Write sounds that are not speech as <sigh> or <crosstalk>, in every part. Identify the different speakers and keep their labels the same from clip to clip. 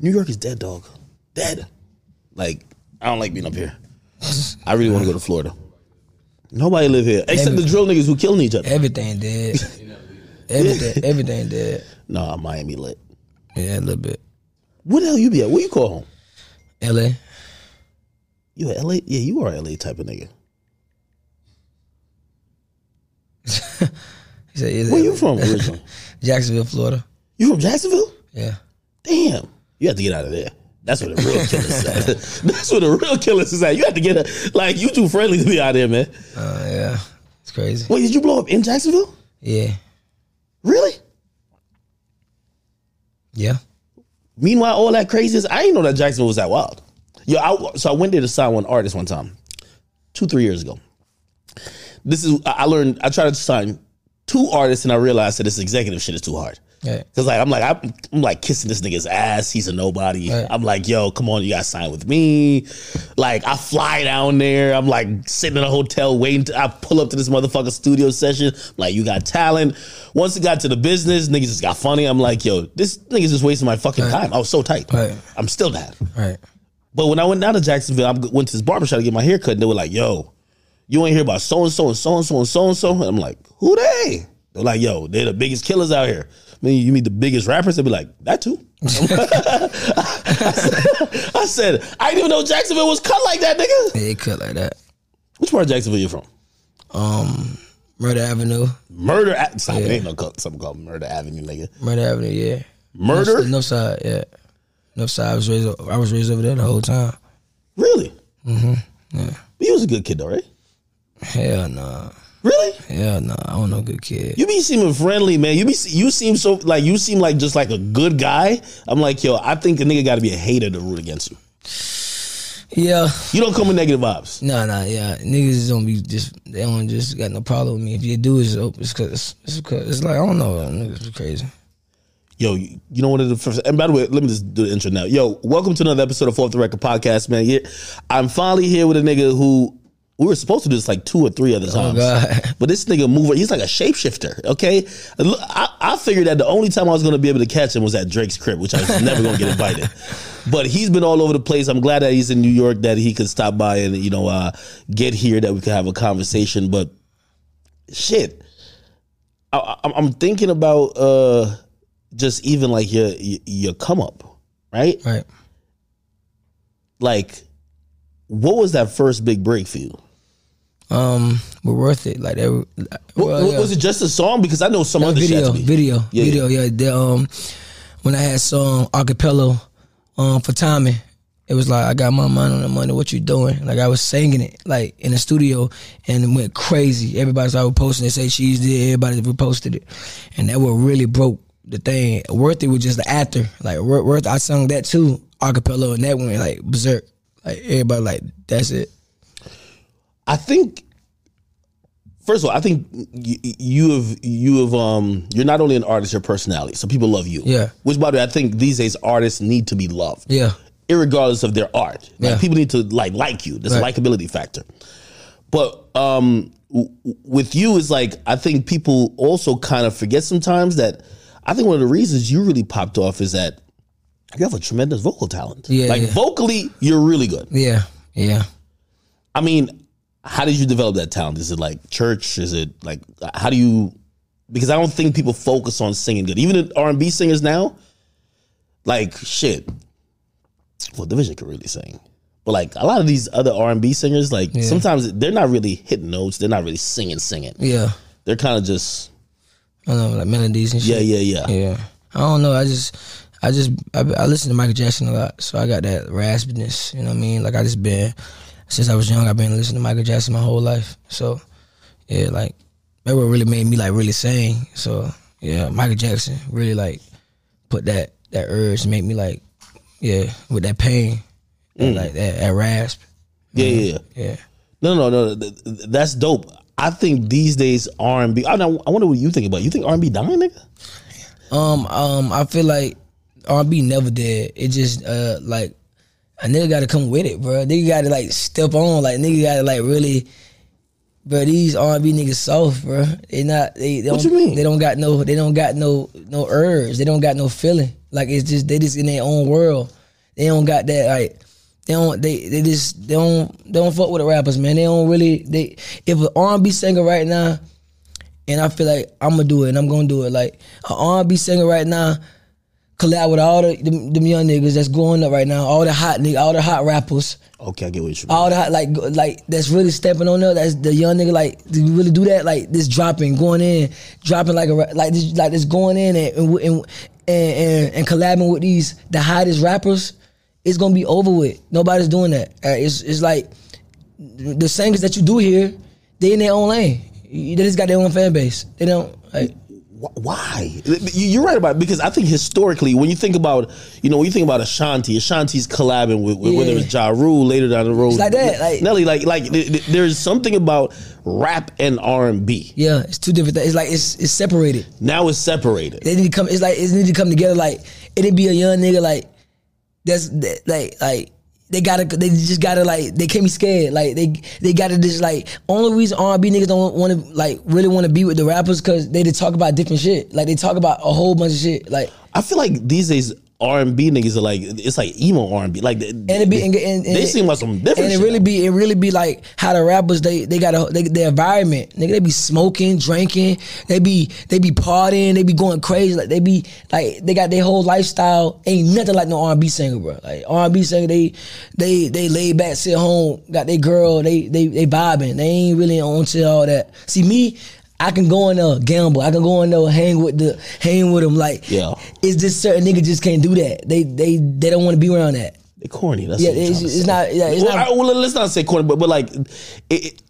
Speaker 1: New York is dead, dog. Dead. Like I don't like being up here. I really want to go to Florida. Nobody live here except the drill niggas who killing each other.
Speaker 2: <laughs> Everything dead. everything, everything dead.
Speaker 1: Nah, Miami lit.
Speaker 2: Yeah, a little bit.
Speaker 1: What the hell you be at? What you call home?
Speaker 2: LA.
Speaker 1: You a LA? Yeah, you are a LA type of nigga.
Speaker 2: He said, is
Speaker 1: Where
Speaker 2: it
Speaker 1: you from originally?
Speaker 2: <laughs> Jacksonville, Florida.
Speaker 1: You from Jacksonville?
Speaker 2: Yeah.
Speaker 1: Damn. You have to get out of there. That's where the real killers at. That's where the real killers is at. You have to get a, like you too friendly to be out there, man.
Speaker 2: Uh, yeah. It's crazy.
Speaker 1: Wait, did you blow up in Jacksonville?
Speaker 2: Yeah.
Speaker 1: Really?
Speaker 2: Yeah.
Speaker 1: Meanwhile, all that craziness, I didn't know that Jacksonville was that wild. Yo, I, so I went there to sign one artist one time, two, three years ago. This is I I learned. I tried to sign two artists, and I realized that this executive shit is too hard.
Speaker 2: Right.
Speaker 1: Cause like I'm like I'm, I'm like kissing this nigga's ass. He's a nobody.
Speaker 2: Right.
Speaker 1: I'm like, yo, come on, you gotta sign with me. Like I fly down there. I'm like sitting in a hotel waiting. To, I pull up to this motherfucker studio session. Like you got talent. Once it got to the business, niggas just got funny. I'm like, yo, this niggas just wasting my fucking time. I was so tight.
Speaker 2: Right.
Speaker 1: I'm still that.
Speaker 2: Right.
Speaker 1: But when I went down to Jacksonville, I went to this barber shop to get my hair cut, and they were like, yo, you ain't hear about so and so and so and so and so and so. And I'm like, who they? They're like, yo, they're the biggest killers out here. I mean, you meet the biggest rappers, they'll be like, that too. <laughs> I said, I didn't even know Jacksonville was cut like that, nigga.
Speaker 2: Yeah, it cut like that.
Speaker 1: Which part of Jacksonville you from?
Speaker 2: Um, Murder Avenue.
Speaker 1: Murder Avenue. Stop, it ain't no call, something called Murder Avenue, nigga.
Speaker 2: Murder Avenue, yeah.
Speaker 1: Murder?
Speaker 2: North side, yeah. North side. I was raised. I was raised over there the whole time.
Speaker 1: Really? Mm-hmm. Yeah. You was a good kid though, right?
Speaker 2: Hell nah.
Speaker 1: Really?
Speaker 2: Hell nah. I don't know good kid.
Speaker 1: You be seeming friendly, man. You be you seem so like you seem like just like a good guy. I'm like, yo, I think a nigga got to be a hater to root against you.
Speaker 2: Yeah.
Speaker 1: You don't come with negative vibes.
Speaker 2: Nah, nah. Yeah. Niggas don't be just. They don't just got no problem with me. If you do, it's open. It's cause. It's cause. It's like I don't know. Niggas is crazy.
Speaker 1: Yo, you, you know what? The first, and by the way, let me just do the intro now. Yo, welcome to another episode of Off the Record Podcast, man. Yeah, I'm finally here with a nigga who we were supposed to do this like two or three other times.
Speaker 2: God.
Speaker 1: But this nigga mover, he's like a shapeshifter. Okay, Look, I, I figured that the only time I was gonna be able to catch him was at Drake's crib, which I was never gonna get invited. But he's been all over the place. I'm glad that he's in New York, that he could stop by and you know uh, get here, that we could have a conversation. But shit, I, I, I'm- I'm thinking about uh, just even like your your your come up, right?
Speaker 2: <laughs> Right.
Speaker 1: Like, what was that first big break for you?
Speaker 2: Um, but worth it. Like that. Well,
Speaker 1: W-
Speaker 2: yeah.
Speaker 1: Was it just a song? Because I know some other shit. Oh, had
Speaker 2: video,
Speaker 1: to be.
Speaker 2: video,
Speaker 1: Yeah,
Speaker 2: video. Yeah, The, um, when I had song acapella, um, for Tommy, it was like I got my mind on the money. What you doing? Like I was singing it, like in the studio, and it went crazy. Everybody started posting it. Say she's did. Everybody reposted it, and that what really broke the thing. Worth it was just the actor. Like Wor- Worth, I sung that too acapella, and that went like berserk. Like everybody, like that's it.
Speaker 1: I think first of all, I think you, you have you have um you're not only an artist, you're a personality. So people love you.
Speaker 2: Yeah.
Speaker 1: Which by the way, I think these days artists need to be loved.
Speaker 2: Yeah,
Speaker 1: Irregardless of their art. Like,
Speaker 2: Yeah.
Speaker 1: people need to like like you. There's
Speaker 2: Right.
Speaker 1: a likability factor. But um w- w- with you is like I think people also kind of forget sometimes that I think one of the reasons you really popped off is that you have a tremendous vocal talent.
Speaker 2: Yeah,
Speaker 1: like
Speaker 2: yeah.
Speaker 1: vocally, you're really good.
Speaker 2: yeah, yeah.
Speaker 1: I mean, how did you develop that talent? Is it like church? Is it like how do you? Because I don't think people focus on singing good. Even R and B singers now, like shit. Well, Division could really sing, but like a lot of these other R and B singers, like sometimes they're not really hitting notes. They're not really singing, singing.
Speaker 2: Yeah,
Speaker 1: They're kind of just
Speaker 2: I don't know, like melodies and shit.
Speaker 1: yeah, yeah, yeah.
Speaker 2: Yeah, I don't know. I just, I just, I, I listen to Michael Jackson a lot, so I got that raspiness. You know what I mean? Like I just been since I was young, I've been listening to Michael Jackson my whole life. So yeah, like that what really made me like really sing. So yeah, Michael Jackson really like put that that urge made me like yeah with that pain and like that that rasp.
Speaker 1: yeah, yeah, yeah.
Speaker 2: Yeah,
Speaker 1: No, no, no. no. Th- th- That's dope. I think these days R and B. I know- I wonder what you think about. it. You think R and B dying, nigga?
Speaker 2: Um, um, I feel like R&B never did. It just uh like a nigga got to come with it, bro. Nigga got to like step on, like nigga got to like really. Bro, these R&B niggas soft, bro. They not they, they
Speaker 1: What
Speaker 2: don't,
Speaker 1: you mean?
Speaker 2: They don't got no they don't got no no urge. They don't got no feeling. Like it's just they just in their own world. They don't got that like they don't they they just they don't they don't fuck with the rappers, man. They don't really they if an R and B singer right now and I feel like I'm gonna do it and I'm gonna do it. Like an R and B singer right now, collab with all the them, them young niggas that's going up right now, all the hot nigga, all the hot rappers
Speaker 1: Okay, I get what you mean.
Speaker 2: all that like go- like that's really stepping on there. That's the young nigga like do you really do that? Like this dropping, going in, dropping like a ra- like this like this going in and and w- and w- and, and, and collabing with these the hottest rappers. It's gonna be over with. Nobody's doing that. Uh, It's it's like the singers that you do here, they in their own lane. You- They just got their own fan base. They don't. Like,
Speaker 1: Wh- Why? You- You're right about it because I think historically, when you think about, you know, when you think about Ashanti, Ashanti's collabing with, with whether
Speaker 2: Yeah.
Speaker 1: it's Ja Rule later down the road,
Speaker 2: like that, like-
Speaker 1: Nelly, like like th- th- there's something about rap and R and B.
Speaker 2: yeah, it's two different. things. It's like it's it's separated.
Speaker 1: Now it's separated.
Speaker 2: they need to come. It's like it need to come together. Like it'd be a young nigga like that's that, like like they gotta they just gotta like they can't be scared. Like they they gotta just like only reason R and B niggas don't want to like really want to be with the rappers because they just talk about different shit. Like they talk about a whole bunch of shit. Like
Speaker 1: I feel like these days R and B niggas are like it's like emo R and B. Like and
Speaker 2: and it be and, and, and
Speaker 1: they seem like some different.
Speaker 2: and it
Speaker 1: shit.
Speaker 2: really be it really be like how the rappers they they got a they, their environment nigga they be smoking drinking they be they be partying they be going crazy like they be like they got their whole lifestyle ain't nothing like no R&B singer bro like R&B singer they they they laid back sit home got their girl they they they vibing they ain't really on to all that see me I can go in there gamble. I can go in there hang with the hang with them. Like,
Speaker 1: Yeah.
Speaker 2: it's just certain niggas just can't do that. They they they don't want to be around that.
Speaker 1: They're corny. That's
Speaker 2: Yeah,
Speaker 1: what I'm
Speaker 2: it's-
Speaker 1: trying to
Speaker 2: it's
Speaker 1: say.
Speaker 2: not- yeah, it's
Speaker 1: well,
Speaker 2: not-
Speaker 1: I- well, let's not say corny, but but like, it, it,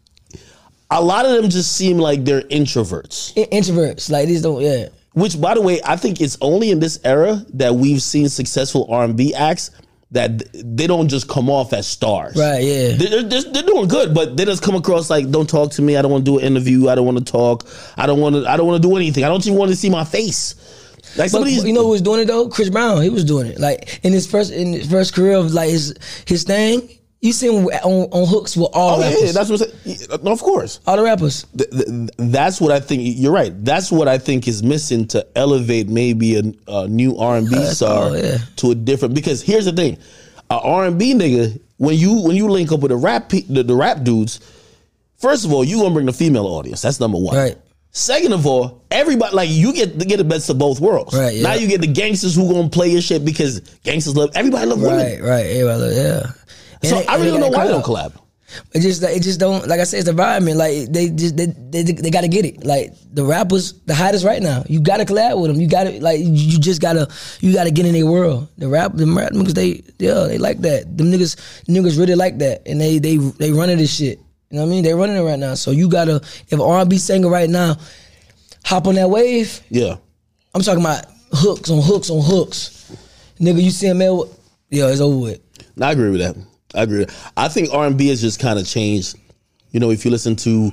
Speaker 1: a lot of them just seem like they're introverts.
Speaker 2: In- Introverts like these don't. Yeah,
Speaker 1: Which, by the way, I think it's only in this era that we've seen successful R and B acts that th- they don't just come off as stars.
Speaker 2: Right, yeah.
Speaker 1: They're, they're, they're doing good, but they just come across like, "Don't talk to me. I don't want to do an interview. I don't want to talk. I don't want to. I don't want to do anything. I don't even want to see my face." Like some
Speaker 2: But
Speaker 1: of these,
Speaker 2: you know who was doing it though? Chris Brown. He was doing it. Like in his first in his first career of like his his thing. You see him on, on hooks with all
Speaker 1: Oh yeah,
Speaker 2: rappers.
Speaker 1: yeah, that's what I'm saying. Yeah, no, of course.
Speaker 2: all the rappers.
Speaker 1: Th- th- that's what I think. You're right. That's what I think is missing to elevate maybe a, a new R and B star
Speaker 2: oh, yeah.
Speaker 1: to a different. Because here's the thing, a R and B nigga, when you when you link up with the rap pe- the, the rap dudes, first of all, you gonna bring the female audience. That's number one.
Speaker 2: Right.
Speaker 1: Second of all, everybody like you get to get the best of both worlds.
Speaker 2: Right, yeah.
Speaker 1: Now you get the gangsters who gonna play your shit because gangsters love everybody love
Speaker 2: Right,
Speaker 1: women.
Speaker 2: right. Everybody, look, yeah. And
Speaker 1: So
Speaker 2: they-
Speaker 1: I
Speaker 2: and
Speaker 1: really don't know
Speaker 2: got
Speaker 1: why they
Speaker 2: a
Speaker 1: don't
Speaker 2: crowd.
Speaker 1: collab.
Speaker 2: It just like it just don't like I said. It's the environment. Like they just they they, they, got to get it. Like the rappers, the hottest right now. You got to collab with them. You got to like you- you just gotta you got to get in their world. The rap, the rap niggas, they yeah they like that. Them niggas niggas really like that, and they they they running this shit. You know what I mean? They running it right now. So you gotta if R and B singer right now, hop on that wave.
Speaker 1: Yeah.
Speaker 2: I'm talking about hooks on hooks on hooks. Nigga, you see him man? what- Yeah, it's over with.
Speaker 1: No, I agree with that. I agree. I think R and B has just kind of changed. You know, if you listen to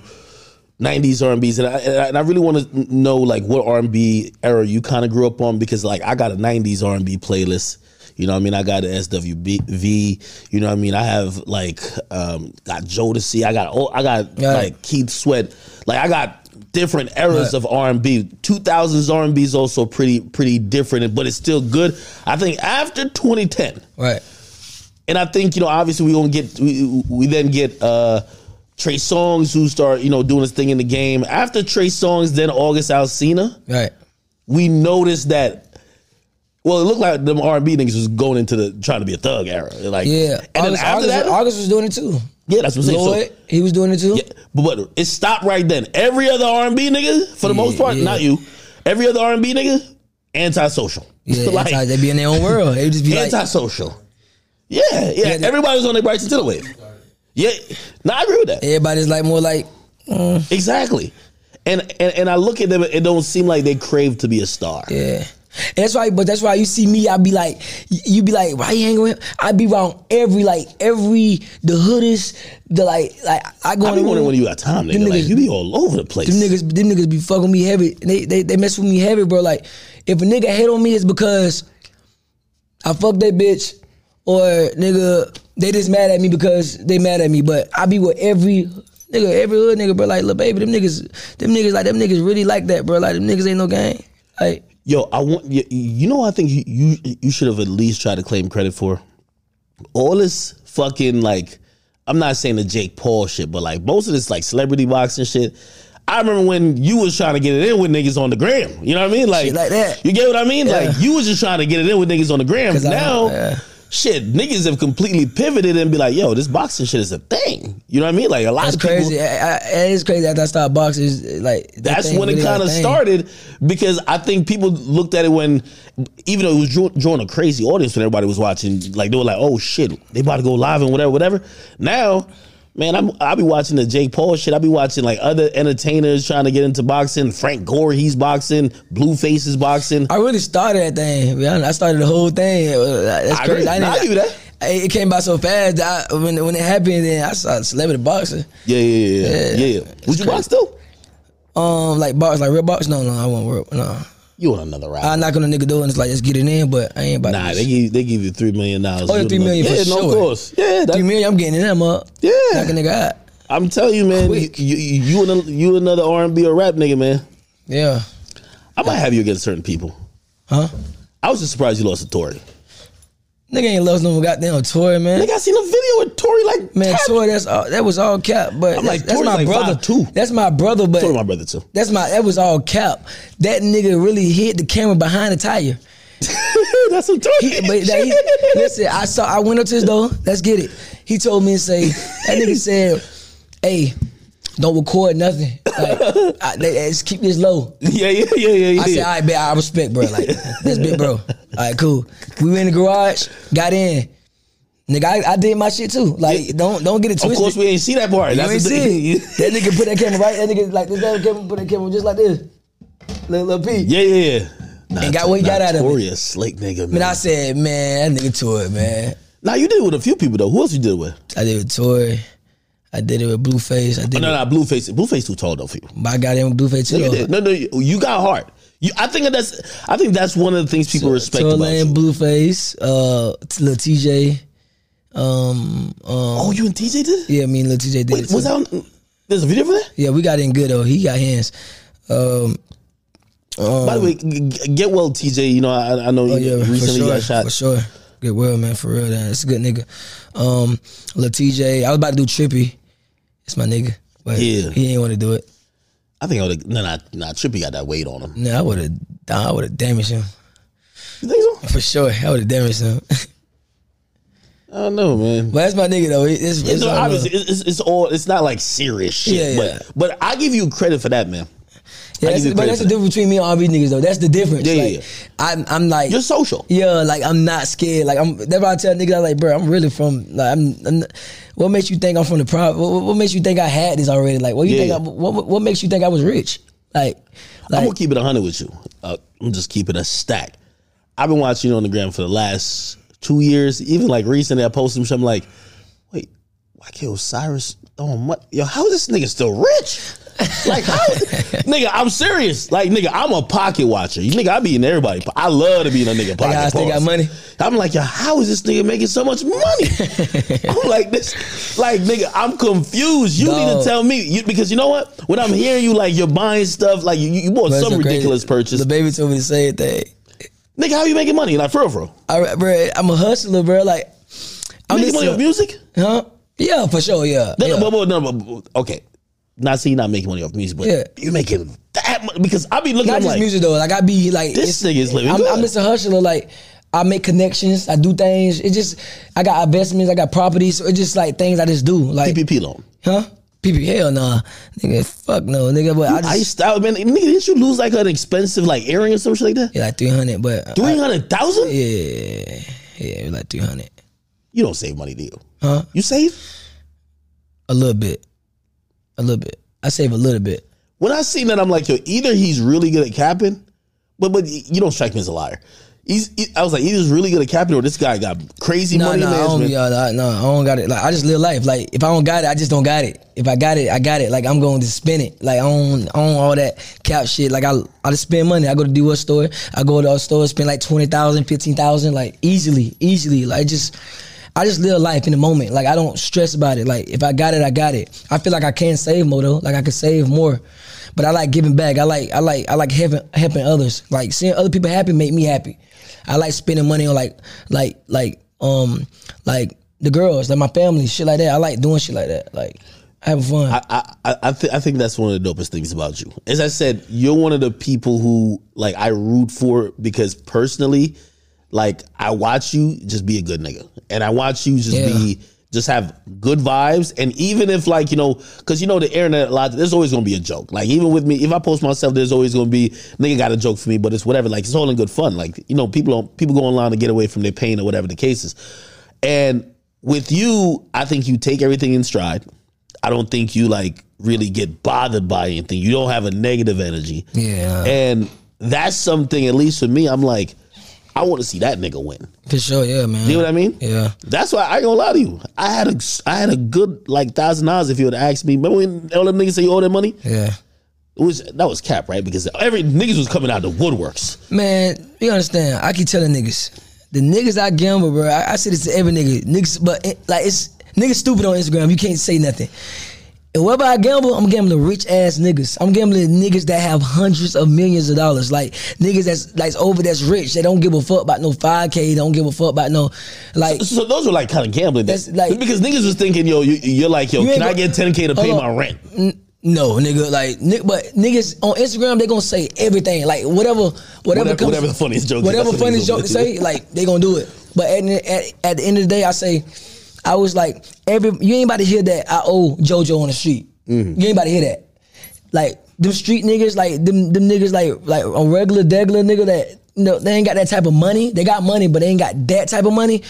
Speaker 1: '90s R and B's, and I and I really want to know like what R and B era you kind of grew up on because like I got a '90s R and B playlist. You know, what I mean, I got an SWV. You know, what I mean, I have like um, got Jodeci. I got oh, I got
Speaker 2: Yeah.
Speaker 1: like Keith Sweat. Like I got different eras of R and B. Two thousands R and B is also pretty pretty different, but it's still good. I think after 2010
Speaker 2: Right.
Speaker 1: and I think you know, obviously, we gonna get we, we then get uh Trey Songs who start you know doing his thing in the game after Trey Songs, then August Alsina.
Speaker 2: Right.
Speaker 1: We noticed that. Well, it looked like them R and B niggas was going into the trying to be a thug era, like
Speaker 2: Yeah.
Speaker 1: And then
Speaker 2: August,
Speaker 1: after
Speaker 2: August,
Speaker 1: that,
Speaker 2: August was doing it too.
Speaker 1: yeah, that's what I'm saying. So-
Speaker 2: Lloyd, he was doing it too.
Speaker 1: but, but it stopped right then. Every other R and B nigga, for the most part,
Speaker 2: yeah.
Speaker 1: not you. Every other R and B nigga, antisocial.
Speaker 2: Yeah,
Speaker 1: <laughs> Like,
Speaker 2: anti- they be in their own world. They just be like,
Speaker 1: antisocial. Yeah, yeah.
Speaker 2: they-
Speaker 1: Everybody was on their Bryson Tiller wave. Yeah, no, I agree with that.
Speaker 2: everybody's like more like,
Speaker 1: Exactly. And, and and I look at them, it don't seem like they crave to be a star.
Speaker 2: yeah. And that's why, but that's why you see me. I be like, y- you be like, why you hanging with? him? I be around every like every the hoodest, the like like I go
Speaker 1: I
Speaker 2: in
Speaker 1: be
Speaker 2: the
Speaker 1: wondering
Speaker 2: room.
Speaker 1: when you got time, nigga.
Speaker 2: Them
Speaker 1: Like
Speaker 2: niggas-
Speaker 1: you be all over the place.
Speaker 2: Them niggas, them niggas be fucking me heavy. They, they they mess with me heavy, bro. Like if a nigga hate on me, it's because I fuck that bitch, or nigga they just mad at me because they mad at me. But I be with every nigga, every hood nigga, bro. Like little baby, them niggas, them niggas like them niggas really like that, bro. Like them niggas ain't no gang. Like
Speaker 1: Yo, I want you, you know. what I think you, you you should have at least tried to claim credit for all this fucking like. I'm not saying the Jake Paul shit, but like most of this like celebrity boxing shit. I remember when you was trying to get it in with niggas on the gram. You know what I mean? Like,
Speaker 2: Shit like that.
Speaker 1: You get what I mean?
Speaker 2: Yeah.
Speaker 1: Like you was just trying to get it in with niggas on the gram.
Speaker 2: 'Cause I-
Speaker 1: Now,
Speaker 2: yeah.
Speaker 1: shit, niggas have completely pivoted and be like, yo, this boxing shit is a thing. You know what I mean? Like a lot
Speaker 2: That's
Speaker 1: of people.
Speaker 2: crazy. I, I, it is crazy after I started boxing. it's Like that
Speaker 1: That's
Speaker 2: thing
Speaker 1: when it
Speaker 2: really got
Speaker 1: kind
Speaker 2: a
Speaker 1: of
Speaker 2: thing.
Speaker 1: started because I think people looked at it when, even though it was draw- drawing a crazy audience when everybody was watching, like they were like, "Oh shit, they about to go live and whatever, whatever." Now, man, I'm I be watching the Jake Paul shit. I be watching like other entertainers trying to get into boxing. Frank Gore, he's boxing. Blueface is boxing.
Speaker 2: I really started that thing. to be honest. I started the whole thing. It was- uh, That's
Speaker 1: I
Speaker 2: crazy.
Speaker 1: agree. Nah, I give you that.
Speaker 2: I- It came by so fast. that I, when when it happened, then I saw celebrity boxing.
Speaker 1: Yeah, yeah, yeah, yeah. yeah, yeah. Would you box though?
Speaker 2: Um, like box, like real box. No, no, I won't work. No,
Speaker 1: You on another round?
Speaker 2: I knock on a nigga door and it's like just get it in, but I ain't about
Speaker 1: nah,
Speaker 2: to.
Speaker 1: they give they give you three million dollars.
Speaker 2: Oh, yeah,
Speaker 1: You
Speaker 2: three
Speaker 1: don't know.
Speaker 2: million for
Speaker 1: Yeah, no,
Speaker 2: sure.
Speaker 1: of course. Yeah,
Speaker 2: Three
Speaker 1: that,
Speaker 2: million, I'm getting in that mug.
Speaker 1: yeah.
Speaker 2: Knock a nigga out.
Speaker 1: I'm telling you, man. You,
Speaker 2: Quick.
Speaker 1: you you another you another R and B or rap nigga, man.
Speaker 2: Yeah.
Speaker 1: I might have you against certain people.
Speaker 2: Huh?
Speaker 1: I was just surprised you lost to Tory.
Speaker 2: Nigga ain't lost no goddamn toy, man.
Speaker 1: Nigga, I seen a video with Tory like
Speaker 2: Man,
Speaker 1: man.
Speaker 2: toy, that's all, that was all cap. But
Speaker 1: I'm
Speaker 2: that's,
Speaker 1: like,
Speaker 2: that's
Speaker 1: Tory's
Speaker 2: my
Speaker 1: like
Speaker 2: brother
Speaker 1: 5'2".
Speaker 2: That's my brother, but
Speaker 1: Tory, my brother too. <laughs>
Speaker 2: that's my that was all cap. That nigga really hit the camera behind the tire.
Speaker 1: That's some Tory.
Speaker 2: He- but
Speaker 1: <laughs>
Speaker 2: that, he, listen, I saw. I went up to his door. Let's get it. He told me and say that nigga said, "Hey, don't record nothing. Like, I, they, just keep this low."
Speaker 1: yeah, yeah, yeah, yeah,
Speaker 2: I said,
Speaker 1: yeah.
Speaker 2: "All right, bet. I respect, bro. Like this, big bro. All right, cool. We were in the garage. Got in." Nigga, I, I did my shit too. Like, don't don't get it twisted.
Speaker 1: of course, we ain't see that part.
Speaker 2: You ain't
Speaker 1: That's the
Speaker 2: see
Speaker 1: thing. <laughs>
Speaker 2: it. That nigga put that camera right. That nigga like this. That camera put that camera just like this. Little, little P.
Speaker 1: yeah, yeah, yeah. Nah,
Speaker 2: And got what he
Speaker 1: nah,
Speaker 2: got out of it.
Speaker 1: Tory a slick nigga, man.
Speaker 2: And I said, man, that nigga to it, man.
Speaker 1: now you did it with a few people though. Who else you did it with?
Speaker 2: I did it with Tory. I did it with Blueface. I did
Speaker 1: Oh, No,
Speaker 2: it.
Speaker 1: no, Blueface. Blueface too tall though for you.
Speaker 2: But I got in with Blueface too.
Speaker 1: No, you
Speaker 2: though.
Speaker 1: did. no, no, you, you got hard. You, I think that's. I think that's one of the things people respect
Speaker 2: Tory
Speaker 1: about
Speaker 2: Lane,
Speaker 1: you.
Speaker 2: Blueface, uh, t- Lil TJ. Um, um,
Speaker 1: Oh, you and TJ did it.
Speaker 2: yeah, me and Lil TJ did it.
Speaker 1: Wait,
Speaker 2: Too.
Speaker 1: was that on, there's a video for that?
Speaker 2: Yeah, we got in good though. He got hands. Um,
Speaker 1: By the way, g- g- get well, TJ. You know, I, I know
Speaker 2: Uh, oh,
Speaker 1: you
Speaker 2: yeah, for
Speaker 1: recently
Speaker 2: sure,
Speaker 1: got shot.
Speaker 2: for sure. Good world, man, for real. That it's a good nigga. Um, Lil TJ. I was about to do Trippy. It's my nigga, but
Speaker 1: Yeah.
Speaker 2: he ain't want to do it.
Speaker 1: I think I would. No, no, no. Trippy got that weight on him.
Speaker 2: No, I would have. I would have damaged him <laughs>
Speaker 1: You think so?
Speaker 2: for sure. I would have damaged him. <laughs>
Speaker 1: I don't know, man.
Speaker 2: But that's my nigga though. It- It's, it's,
Speaker 1: It's,
Speaker 2: all love.
Speaker 1: obviously, it's, it's, it's all. It's not like serious shit.
Speaker 2: Yeah, yeah.
Speaker 1: But but I give you credit for that, man.
Speaker 2: Yeah,
Speaker 1: I
Speaker 2: that's,
Speaker 1: give you
Speaker 2: but
Speaker 1: credit
Speaker 2: that's
Speaker 1: for
Speaker 2: the difference between me and RB niggas though. That's the difference.
Speaker 1: Yeah, yeah,
Speaker 2: like,
Speaker 1: yeah.
Speaker 2: I'm I'm like
Speaker 1: You're social.
Speaker 2: yeah, like I'm not scared. Like I'm that's why I tell niggas I'm like, bro, I'm really from like I'm. I'm not- what makes you think I'm from the prop? What, what- what makes you think I had this already? Like what you
Speaker 1: Yeah,
Speaker 2: think? I,
Speaker 1: yeah.
Speaker 2: what what- what makes you think I was rich? Like
Speaker 1: I'm
Speaker 2: like
Speaker 1: gonna keep it hundred with you. Uh, I'm just keeping a stack. I've been watching you on the gram for the last two years. Even like recently, I posted some. shit, I'm like, wait, why can't Osiris throwing money? Yo, how is this nigga still rich? Like, how is <laughs> nigga? I'm serious. Like, nigga, I'm a pocket watcher. You nigga, I be in everybody. po- I love to be in a nigga pocket.
Speaker 2: I still got
Speaker 1: pause.
Speaker 2: money.
Speaker 1: I'm like, yo, how is this nigga making so much money?
Speaker 2: <laughs>
Speaker 1: I'm like this, like nigga, I'm confused. You need to
Speaker 2: Dog.
Speaker 1: tell me you, because you know what? When I'm hearing you, like you're buying stuff, like you, you bought
Speaker 2: bro, it's
Speaker 1: some
Speaker 2: so crazy.
Speaker 1: ridiculous purchase.
Speaker 2: The baby told me the same thing.
Speaker 1: Nigga, how you making money? Like for real, for real.
Speaker 2: I, bro, I'm a hustler, bro. Like
Speaker 1: You
Speaker 2: I'm
Speaker 1: making
Speaker 2: just
Speaker 1: money off
Speaker 2: a,
Speaker 1: music?
Speaker 2: huh? Yeah, for sure. Yeah.
Speaker 1: No,
Speaker 2: yeah.
Speaker 1: no, but, but, no, but, but, okay. Not see, you not making money off music, but
Speaker 2: Yeah.
Speaker 1: you making that money because I be looking.
Speaker 2: not
Speaker 1: I'm
Speaker 2: just
Speaker 1: like,
Speaker 2: music though. Like I be like
Speaker 1: This
Speaker 2: it's-
Speaker 1: nigga is living
Speaker 2: I'm,
Speaker 1: good.
Speaker 2: I'm just a hustler. Like I make connections. I do things. It just I got investments. I got properties. So it's just like things I just do. Like
Speaker 1: PPP loan.
Speaker 2: huh? PP hell nah, nigga. Fuck no, nigga. But I
Speaker 1: I
Speaker 2: just
Speaker 1: used out, man. Nigga, didn't you lose like an expensive like earring or something like that?
Speaker 2: yeah, like three hundred. But I-
Speaker 1: Three hundred thousand?
Speaker 2: yeah, yeah, like three hundred.
Speaker 1: You don't save money, do you?
Speaker 2: Huh?
Speaker 1: You save?
Speaker 2: A little bit, a little bit. I save a little bit.
Speaker 1: When I seen that, I'm like, yo, either he's really good at capping, but but you don't strike me as a liar. He's, he- I was like, either he's really good at capping, or this guy got crazy
Speaker 2: No,
Speaker 1: money
Speaker 2: no, I don't
Speaker 1: management.
Speaker 2: be all that. No, I don't got it. Like I just live life. Like if I don't got it, I just don't got it. If I got it, I got it. Like I'm going to spend it. Like I don't, I don't all that cap shit. Like I, I just spend money. I go to do a store. I go to a store, spend like 20,000, 15,000, like easily, easily. Like just, I just live life in the moment. Like I don't stress about it. Like if I got it, I got it. I feel like I can save more though. Like I could save more, But I like giving back. I like I like I like helping helping others. Like seeing other people happy make me happy. I like spending money on like like like um like the girls, like my family, shit like that. I like doing shit like that. Like having fun.
Speaker 1: I, I, I, th- I think that's one of the dopest things about you. As I said, you're one of the people who like I root for because personally, like I watch you just be a good nigga, and I watch you just
Speaker 2: Yeah.
Speaker 1: be just have good vibes. And even if like you know, because you know the internet a lot, there's always gonna be a joke. Like even with me, if I post myself, there's always gonna be nigga got a joke for me, but it's whatever. Like it's all in good fun. Like you know, people don't people go online to get away from their pain or whatever the case is. And with you, I think you take everything in stride. I don't think you like really get bothered by anything. You don't have a negative energy.
Speaker 2: yeah.
Speaker 1: And that's something, at least for me, I'm like, I want to see that nigga win.
Speaker 2: for sure, yeah, man.
Speaker 1: You know what I mean?
Speaker 2: Yeah.
Speaker 1: That's why I ain't gonna lie to you. I had a I had a good like thousand dollars if you would ask me. Remember when all them niggas say you owe them money?
Speaker 2: Yeah.
Speaker 1: It was that was cap, right? Because every niggas was coming out the woodworks.
Speaker 2: Man, you understand? I keep telling niggas, the niggas I gamble, bro. I, I say this to every nigga, niggas, but it, like it's niggas stupid on Instagram. You can't say nothing. And wherever I gamble, I'm gambling rich ass niggas. I'm gambling niggas that have hundreds of millions of dollars, like niggas that's like over that's rich. They don't give a fuck about no 5K. Don't give a fuck about no like.
Speaker 1: So those were like kind of gambling. That's
Speaker 2: That's like-
Speaker 1: because niggas was thinking, yo, you, you're like, yo,
Speaker 2: You ain't
Speaker 1: can I
Speaker 2: go-
Speaker 1: get 10k to pay
Speaker 2: Hold
Speaker 1: my
Speaker 2: on.
Speaker 1: rent?
Speaker 2: N- no, nigga, like, ni- but niggas on Instagram they gonna say everything, like whatever, whatever,
Speaker 1: Whatever-
Speaker 2: comes,
Speaker 1: whatever the funniest joke is,
Speaker 2: whatever
Speaker 1: that's what
Speaker 2: funniest
Speaker 1: niggas gonna
Speaker 2: joke to
Speaker 1: do.
Speaker 2: say, like they gonna do it. But at, the- at at the end of the day, I say, I was like, every you ain't about to hear that I owe JoJo on the street.
Speaker 1: Mm-hmm.
Speaker 2: You ain't about to hear that. Like them street niggas, like them them niggas, like like a regular degular nigga that you know, they ain't got that type of money. They got money, but they ain't got that type of money.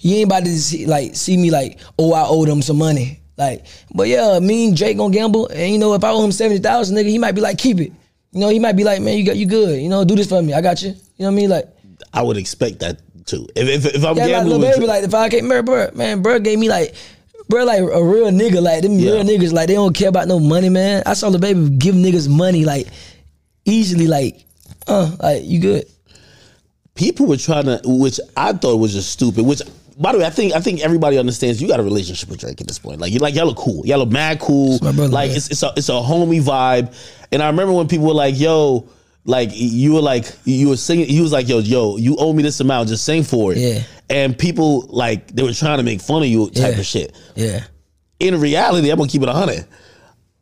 Speaker 2: You ain't about to see, like see me like oh I owe them some money. Like, but yeah, me and Drake gonna gamble, and you know if I owe him seventy thousand, nigga, he might be like keep it. You know he might be like man you got you good. You know do this for me, I got you. You know what I mean like.
Speaker 1: I would expect that too. If, if, if I'm
Speaker 2: Yeah, like
Speaker 1: gambling
Speaker 2: little
Speaker 1: with
Speaker 2: baby, like the five K, man, bro, man, bro gave me like, bro, like a real nigga, like them
Speaker 1: Yeah.
Speaker 2: real niggas, like they don't care about no money, man. I saw the baby give niggas money like easily, like, uh, like you good.
Speaker 1: people were trying to, which I thought was just stupid. Which, by the way, I think I think everybody understands. You got a relationship with Drake at this point. Like you, like y'all are cool. Y'all are mad cool.
Speaker 2: my brother,
Speaker 1: like
Speaker 2: man.
Speaker 1: it's it's a it's a homie vibe. And I remember when people were like, "Yo." Like you were like you were singing, he was like, "Yo, yo, you owe me this amount. Just sing for it."
Speaker 2: Yeah.
Speaker 1: And people like they were trying to make fun of you, type
Speaker 2: Yeah.
Speaker 1: of shit.
Speaker 2: Yeah,
Speaker 1: in reality, I'm gonna keep it hundred.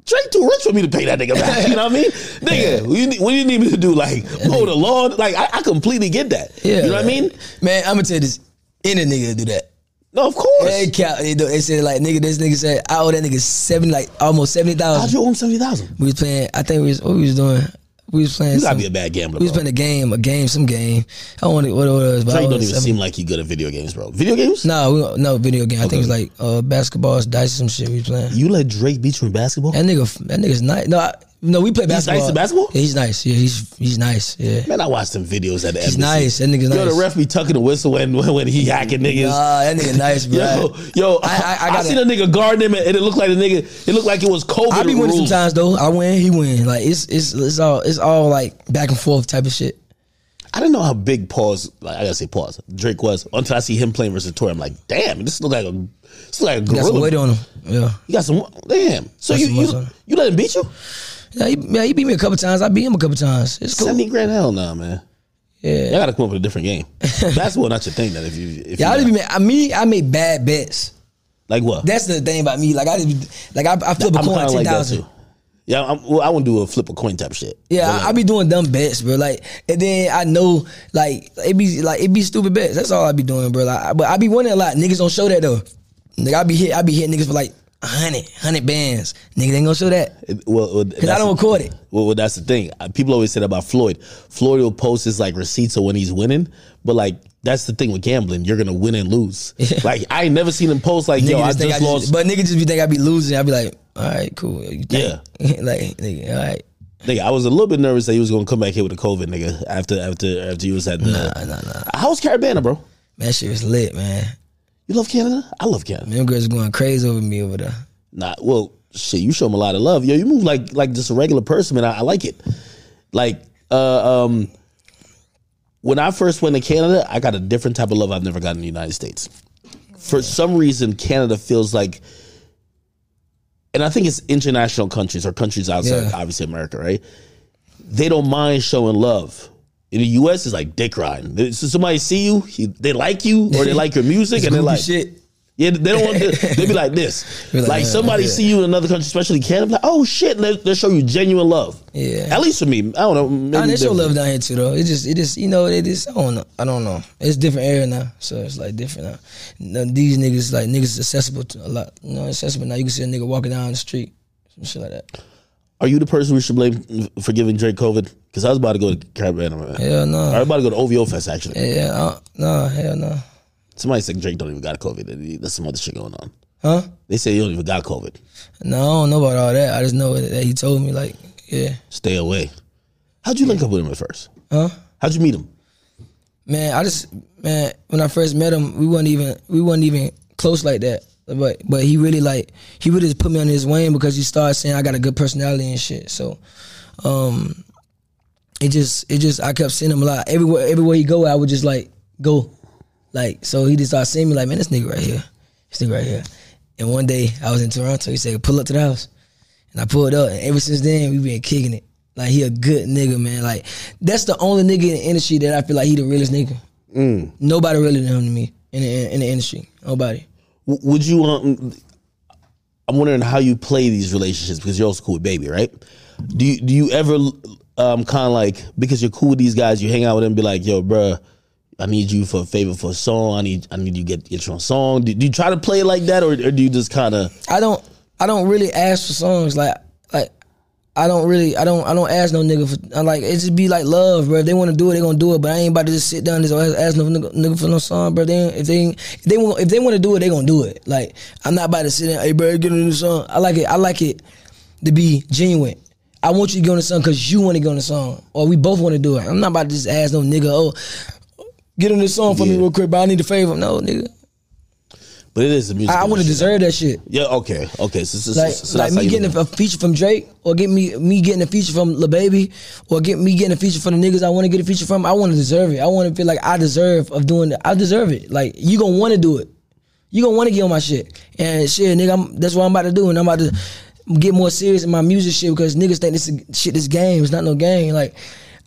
Speaker 1: Drake too rich for me to pay that nigga back. You know what I
Speaker 2: <laughs>
Speaker 1: mean, nigga? What you, need- what you need me to do? Like mow the lawn? Like I, I completely get that.
Speaker 2: yeah.
Speaker 1: you know what I mean?
Speaker 2: man. I'm gonna tell you this, any nigga do that.
Speaker 1: No, of course.
Speaker 2: They cap, they, do- they said like nigga, this nigga said I owe that nigga seventy, like almost seventy
Speaker 1: How'd
Speaker 2: thousand.
Speaker 1: you owe him seventy thousand?
Speaker 2: We was playing, I think we was what we was doing. We was playing.
Speaker 1: You gotta
Speaker 2: some-
Speaker 1: be a bad gambler.
Speaker 2: we
Speaker 1: Bro.
Speaker 2: was playing a game, a game, some game. I don't want to what it was, but I
Speaker 1: Drake
Speaker 2: owe
Speaker 1: don't
Speaker 2: that
Speaker 1: even seem like he good at video games, bro. Video games?
Speaker 2: No, we, don't- no video game. I think it was like uh, basketballs, dice, some shit we playing.
Speaker 1: You let Drake beat you in basketball?
Speaker 2: That nigga, that nigga's nice. No, I, no, we play basketball.
Speaker 1: nice at basketball?
Speaker 2: Yeah, he's nice. Yeah, he's he's nice. Yeah,
Speaker 1: Man, I watched some videos at the
Speaker 2: he's
Speaker 1: embassy.
Speaker 2: nice. That nigga's
Speaker 1: Yo,
Speaker 2: nice.
Speaker 1: the ref be tucking the whistle when when, when he hacking niggas.
Speaker 2: Nah, that nigga nice, bro.
Speaker 1: <laughs> Yo, yo, I,
Speaker 2: I- I- I gotta-
Speaker 1: seen a nigga guard him, and it looked like the nigga. It looked like it was COVID
Speaker 2: I be winning
Speaker 1: rules.
Speaker 2: sometimes though. I win, he win. Like it's it's it's all it's all like back and forth type of shit.
Speaker 1: I didn't know how big pause. Like I gotta say pause. Drake was until I see him playing versus Tory. I'm like, damn, this look like a this look like a
Speaker 2: Got some
Speaker 1: gorilla.
Speaker 2: weight on him. Yeah,
Speaker 1: you got some damn. So
Speaker 2: Got
Speaker 1: you
Speaker 2: some muscle
Speaker 1: you,
Speaker 2: on it.
Speaker 1: you let him beat you?
Speaker 2: yeah. He, yeah, he beat me a couple times. I beat him a couple times. It's cool.
Speaker 1: Seventy grand hell no, man.
Speaker 2: Yeah.
Speaker 1: Y'all gotta come up with a different
Speaker 2: <laughs>
Speaker 1: game. Basketball not your thing. That if you if
Speaker 2: Yeah, I
Speaker 1: you
Speaker 2: just be ma- I me I make bad bets.
Speaker 1: like what?
Speaker 2: That's the thing about me. Like I just be- like I, I flip a
Speaker 1: I'm
Speaker 2: coin
Speaker 1: kind of
Speaker 2: ten
Speaker 1: like that
Speaker 2: thousand.
Speaker 1: too. Yeah, I'm, well, I wouldn't do a flip a coin type shit.
Speaker 2: Yeah,
Speaker 1: But, like,
Speaker 2: I, I be doing dumb bets, bro. Like, and then I know, like, it be like it be stupid bets. That's all I be doing, bro. Like, I- but I be winning a lot. Niggas don't show that though. Nigga, I be hit. I be hitting niggas for like a hundred, hundred bands. Nigga, they ain't gonna show that
Speaker 1: It- well, uh, well,
Speaker 2: because I don't record it.
Speaker 1: Well, well, that's the thing. Uh, People always said about Floyd. Floyd will post his like receipts of when he's winning, but like that's the thing with gambling. You're gonna win and
Speaker 2: <laughs>
Speaker 1: lose. Like I ain't never seen him post like,
Speaker 2: Nigga
Speaker 1: yo, I
Speaker 2: think
Speaker 1: just
Speaker 2: I
Speaker 1: lost.
Speaker 2: but nigga just be think I be losing. I be like, all right, cool. You think? <laughs> like, nigga, all right.
Speaker 1: nigga, I was a little bit nervous that he was gonna come back here with a COVID, nigga. After after after he was at the.
Speaker 2: Nah, nah, nah.
Speaker 1: How's Carabana, bro?
Speaker 2: Man, that shit was lit, man.
Speaker 1: You love Canada? I love Canada.
Speaker 2: Them girls going crazy over me over there.
Speaker 1: Nah, well, shit, you show him a lot of love. Yo, you move like like just a regular person, man. I, I like it. Like, uh, um, when I first went to Canada, I got a different type of love I've never gotten in the United States. For some reason, Canada feels like and I think it's international countries or countries outside,
Speaker 2: Yeah.
Speaker 1: obviously America, right? They don't mind showing love. In the U.S., it's like dick riding. So somebody see you, he- they like you, or they like your music, and they're
Speaker 2: Goofy
Speaker 1: like,
Speaker 2: shit.
Speaker 1: yeah, they don't want to. They be like this.
Speaker 2: <laughs> Be
Speaker 1: Like,
Speaker 2: like, uh,
Speaker 1: somebody
Speaker 2: yeah.
Speaker 1: see you in another country, especially Canada, be like, oh shit, and they, they show you genuine love.
Speaker 2: Yeah.
Speaker 1: At least for me, I don't know. Maybe
Speaker 2: Nah, they show
Speaker 1: different.
Speaker 2: love down here too, though. It just, it just, you know, it is. I don't know. I don't know. It's different area now, so it's like different now. now these niggas, like niggas, is accessible to a lot. You know, accessible now. You can see a nigga walking down the street, some shit like that.
Speaker 1: Are you the person we should blame for giving Drake COVID? Because I was about to go to Caribbean. I
Speaker 2: Hell
Speaker 1: was
Speaker 2: no.
Speaker 1: about to go to OVO Fest actually.
Speaker 2: Yeah, I, don't- no, hell no.
Speaker 1: Somebody said Drake don't even got COVID. That's some other shit going on.
Speaker 2: Huh?
Speaker 1: They say you don't even got COVID.
Speaker 2: No, I don't know about all that. I just know that he told me, like, yeah,
Speaker 1: Stay away. How'd you link up with him at first?
Speaker 2: huh?
Speaker 1: How'd you meet him?
Speaker 2: Man, I just man, when I first met him, we weren't even we weren't even close like that. But but he really like he really just put me on his way because he started saying I got a good personality and shit. So um it just it just I kept seeing him a lot. Everywhere everywhere he go, I would just like go. Like so he just started seeing me like, man, this nigga right here. This nigga right here. And one day I was in Toronto, he said, pull up to the house. And I pulled up, and ever since then we been kicking it. Like he a good nigga, man. Like that's the only nigga in the industry that I feel like he the realest nigga. Nobody really than him to me in the, in the industry. Nobody.
Speaker 1: W- Would you um I'm wondering how you play these relationships because you're also cool with baby, right? Do you do you ever um kind of like because you're cool with these guys, you hang out with them, and be like, yo, bruh, I need you for a favor for a song. I need I need you to get get your own song. Do, do you try to play it like that, or, or do you just kind of
Speaker 2: I don't I don't really ask for songs like like I don't really I don't I don't ask no nigga for I like it just be like love, bro. If they want to do it, they gonna do it. But I ain't about to just sit down and just ask, ask no nigga, nigga for no song, bro. They, ain't- if they ain't- if they want if they want to do it, they gonna do it. Like I'm not about to sit down, hey, bro, get a new song. I like it. I like it to be genuine. I want you to get on the song because you want to get on the song, or we both want to do it. I'm not about to just ask no nigga, oh, get on this song for me
Speaker 1: Yeah.
Speaker 2: real quick, but I need a favor. No, nigga,
Speaker 1: But it is a music.
Speaker 2: I, I want to
Speaker 1: industry.
Speaker 2: deserve that shit.
Speaker 1: Yeah. Okay. Okay. So, so, so-
Speaker 2: Like,
Speaker 1: so
Speaker 2: like
Speaker 1: that's how
Speaker 2: me
Speaker 1: you
Speaker 2: getting
Speaker 1: look
Speaker 2: a, a feature from Drake, or get me me getting a feature from Lil Baby, or get me getting a feature from the niggas I want to get a feature from. I want to deserve it. I want to feel like I deserve of doing it. I deserve it. Like you gonna want to do it. You gonna want to get on my shit. And shit, nigga, I'm, that's what I'm about to do. And I'm about to get more serious in my music shit because niggas think this is- shit this game. It's not no game. Like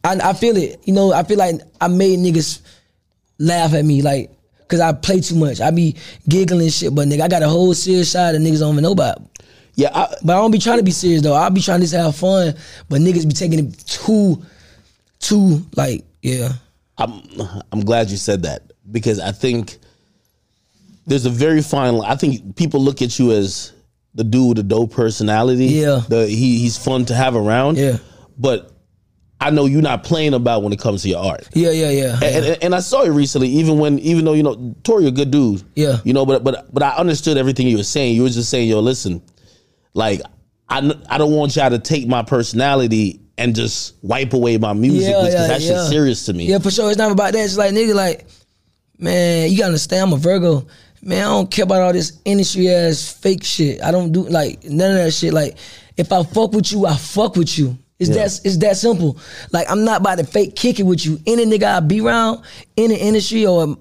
Speaker 2: I, I feel it. You know, I feel like I made niggas laugh at me like because I play too much. I be giggling and shit, but nigga, I got a whole serious side that niggas don't even know about.
Speaker 1: Yeah. I,
Speaker 2: But I don't be trying to be serious though. I be trying to just have fun. But niggas be taking it too, too like yeah.
Speaker 1: I'm I'm glad you said that because I think there's a very fine. li- I think people look at you as the dude with the dope personality.
Speaker 2: Yeah.
Speaker 1: the, he he's fun to have around.
Speaker 2: Yeah.
Speaker 1: but I know you're not playing about when it comes to your art.
Speaker 2: Yeah, yeah, yeah.
Speaker 1: And, and, and I saw you recently, even when, even though you know, Tori, a good dude.
Speaker 2: Yeah.
Speaker 1: You know, but but but I understood everything you were saying. You were just saying, yo, listen, like I kn- I don't want y'all to take my personality and just wipe away my music
Speaker 2: Yeah,
Speaker 1: because
Speaker 2: yeah,
Speaker 1: that shit's
Speaker 2: yeah.
Speaker 1: serious to me.
Speaker 2: Yeah, for sure. It's not about that. It's like nigga, like, man, you gotta understand I'm a Virgo. Man, I don't care about all this industry ass fake shit. I don't do like none of that shit. Like, if I fuck with you, I fuck with you. It's
Speaker 1: Yeah.
Speaker 2: that it's that simple. Like I'm not about to fake kick it with you. Any nigga I be around in the industry or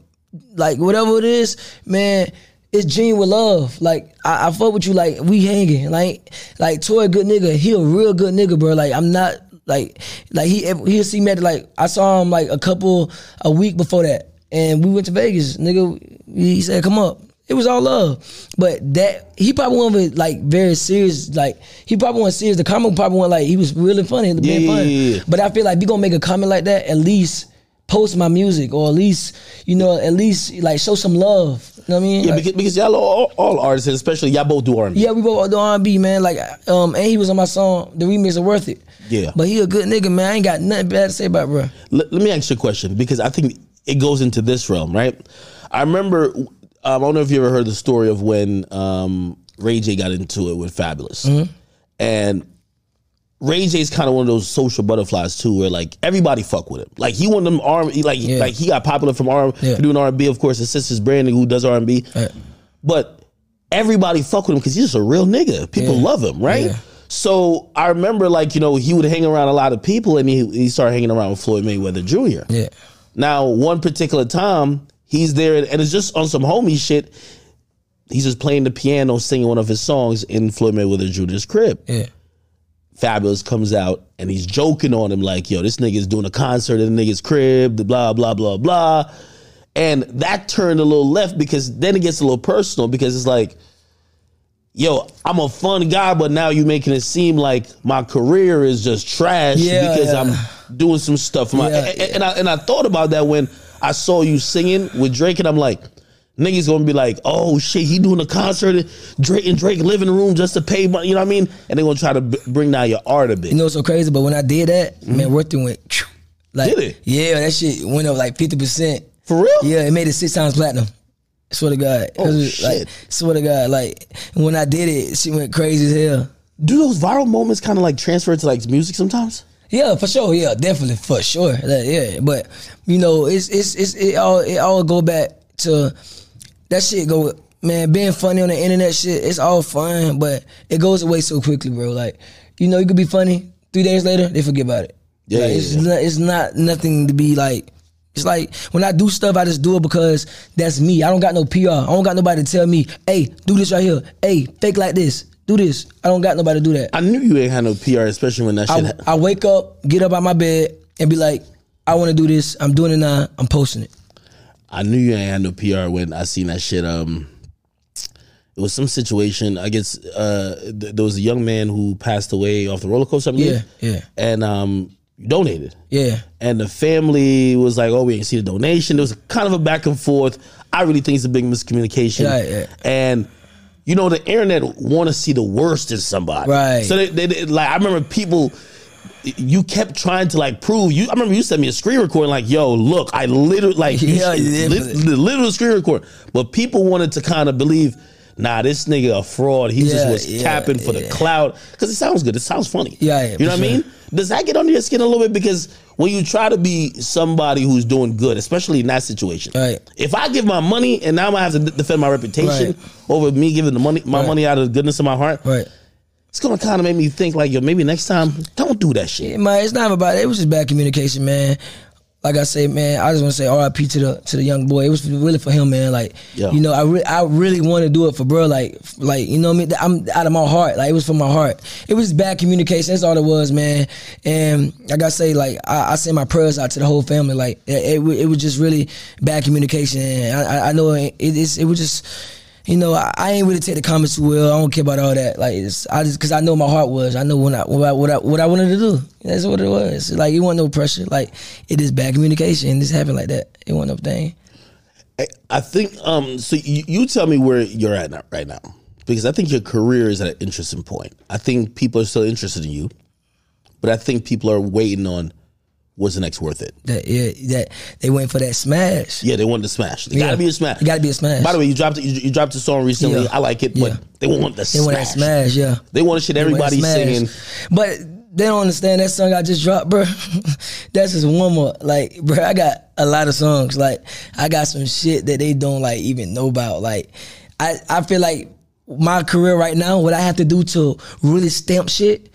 Speaker 2: like whatever it is, man, it's genuine love. Like I, I fuck with you like we hanging. Like like Toy a good nigga, he a real good nigga, bro. Like I'm not like like he he'll see me at like I saw him like a couple a week before that. And we went to Vegas, nigga. He said, "Come up." It was all love, but that he probably wasn't like very serious. Like he probably wasn't serious. The comment probably wasn't like he was really funny, being
Speaker 1: Yeah, yeah,
Speaker 2: funny.
Speaker 1: yeah, yeah.
Speaker 2: But I feel like if you gonna make a comment like that, at least post my music, or at least you know, at least like show some love. You know what I mean?
Speaker 1: Yeah,
Speaker 2: Like,
Speaker 1: because, because y'all all, all artists, and especially y'all both do R&B.
Speaker 2: yeah, we both do R and B, man. Like, um, and he was on my song, the remix of Worth It.
Speaker 1: Yeah.
Speaker 2: But he a good nigga, man. I ain't got nothing bad to say about bro.
Speaker 1: Let, let me ask you a question because I think it goes into this realm, right? I remember, um, I don't know if you ever heard the story of when um, Ray J got into it with Fabulous.
Speaker 2: Mm-hmm.
Speaker 1: And Ray J's kind of one of those social butterflies too, where like everybody fuck with him. Like he one of them arm, he like
Speaker 2: Yeah.
Speaker 1: like he got popular from R
Speaker 2: Yeah.
Speaker 1: for doing R and B. Of course, his sister's Brandon who does R and B,
Speaker 2: Right.
Speaker 1: but everybody fuck with him because he's just a real nigga. People
Speaker 2: Yeah.
Speaker 1: love him, right?
Speaker 2: Yeah.
Speaker 1: So I remember like you know he would hang around a lot of people, and he he started hanging around with Floyd Mayweather Jr.
Speaker 2: Yeah.
Speaker 1: Now, one particular time, he's there, and it's just on some homie shit. He's just playing the piano, singing one of his songs in Floyd Mayweather Jr.'s crib.
Speaker 2: Yeah.
Speaker 1: Fabulous comes out and he's joking on him like, yo, this nigga's doing a concert in the nigga's crib, the blah, blah, blah, blah. And that turned a little left because then it gets a little personal because it's like, yo, I'm a fun guy, but now you're making it seem like my career is just trash
Speaker 2: Yeah,
Speaker 1: because
Speaker 2: yeah.
Speaker 1: I'm doing some stuff. for my-
Speaker 2: Yeah,
Speaker 1: and, and I, and I thought about that when I saw you singing with Drake, and I'm like, niggas gonna be like, oh shit, he doing a concert, Drake and Drake living room just to pay money, you know what I mean? And they gonna try to b- bring down your art a bit.
Speaker 2: You know what's so crazy? But when I did that,
Speaker 1: Mm-hmm.
Speaker 2: man, Worthing went. phew. Like,
Speaker 1: Did it?
Speaker 2: Yeah, that shit went up like fifty percent.
Speaker 1: For real?
Speaker 2: Yeah, it made it six times platinum. Swear to God.
Speaker 1: Oh,
Speaker 2: It was,
Speaker 1: shit.
Speaker 2: Like, swear to God. Like when I did it, she went crazy as hell.
Speaker 1: Do those viral moments kind of like transfer to like music sometimes?
Speaker 2: Yeah, for sure. Yeah, definitely for sure. Like, yeah, but you know, it's it's it's it all it all go back to that shit. Go man, being funny on the internet shit. It's all fun, but it goes away so quickly, bro. Like you know, you could be funny three days later, they forget about it.
Speaker 1: Yeah,
Speaker 2: Like,
Speaker 1: yeah,
Speaker 2: it's
Speaker 1: yeah.
Speaker 2: not it's not nothing to be like. It's like when I do stuff, I just do it because that's me. I don't got no PR. I don't got nobody to tell me, hey, do this right here. Hey, fake like this. Do this. I don't got nobody to do that.
Speaker 1: I knew you ain't had no PR, especially when that shit
Speaker 2: I,
Speaker 1: happened.
Speaker 2: I wake up, get up out my bed, and be like, I want to do this. I'm doing it now. I'm posting it.
Speaker 1: I knew you ain't had no PR when I seen that shit. Um, it was some situation. I guess uh, th- there was a young man who passed away off the roller coaster. I believe,
Speaker 2: Yeah, yeah,
Speaker 1: and um, donated.
Speaker 2: yeah.
Speaker 1: And the family was like, "Oh, we ain't see the donation." There was kind of a back and forth. I really think it's a big miscommunication.
Speaker 2: Yeah, yeah.
Speaker 1: And you know, the internet want to see the worst in somebody,
Speaker 2: Right.
Speaker 1: So they, they, they- like, I remember people. You kept trying to like prove you. I remember you sent me a screen recording, like, "Yo, look, I literally like, you- <laughs>
Speaker 2: <laughs> Yeah, yeah,
Speaker 1: li-
Speaker 2: but-
Speaker 1: the literal screen record. But people wanted to kind of believe, nah, this nigga a fraud. He just
Speaker 2: Yeah,
Speaker 1: was
Speaker 2: yeah,
Speaker 1: capping for the
Speaker 2: yeah.
Speaker 1: clout because it sounds good. It sounds funny.
Speaker 2: Yeah, yeah,
Speaker 1: you know what
Speaker 2: for
Speaker 1: I mean? Does that get under your skin a little bit? Because when you try to be somebody who's doing good, especially in that situation,
Speaker 2: Right.
Speaker 1: if I give my money and now I'm gonna have to d- defend my reputation
Speaker 2: Right.
Speaker 1: over me giving the money, my
Speaker 2: Right.
Speaker 1: money out of the goodness of my heart,
Speaker 2: Right.
Speaker 1: it's gonna kind of make me think like, yo, maybe next time don't do that shit.
Speaker 2: It, man, it's not about it. It was just bad communication, man. Like I said, man, I just want to say R.I.P. to the to the young boy. It was really for him, man. Like,
Speaker 1: Yeah.
Speaker 2: you know, I re- I really want to do it for bro. Like, like you know what I mean? Th- I'm out of my heart. Like, it was from my heart. It was bad communication. That's all it was, man. And like I say, like I, I send my prayers out to the whole family. Like, it it, wa- it was just really bad communication. And I, I, I know it, it, it's, it was just. You know, I, I ain't really take the comments too well. I don't care about all that. Like, it's, I just because I know my heart was. I know when I what I what I, what I wanted to do. That's what it was. Like, it wasn't no pressure. Like, it is bad communication. And this happened like that. It wasn't no thing.
Speaker 1: I- I think um so you, you tell me where you're at now, right now because I think your career is at an interesting point. I think people are still interested in you, but I think people are waiting on was the next worth it.
Speaker 2: That yeah, that they went for that smash.
Speaker 1: Yeah, they wanted to smash. They
Speaker 2: Yeah.
Speaker 1: gotta be a smash.
Speaker 2: It gotta be a smash.
Speaker 1: By the way, you dropped you, you dropped a song recently.
Speaker 2: Yeah.
Speaker 1: I like it, but
Speaker 2: Yeah.
Speaker 1: they want the
Speaker 2: they
Speaker 1: smash.
Speaker 2: want that smash. Yeah.
Speaker 1: They want the shit everybody
Speaker 2: Smash.
Speaker 1: singing.
Speaker 2: But they don't understand that song I just dropped, bro. <laughs> That's just one more. Like, bro, I got a lot of songs. Like, I got some shit that they don't like even know about. Like, I I feel like my career right now, what I have to do to really stamp shit,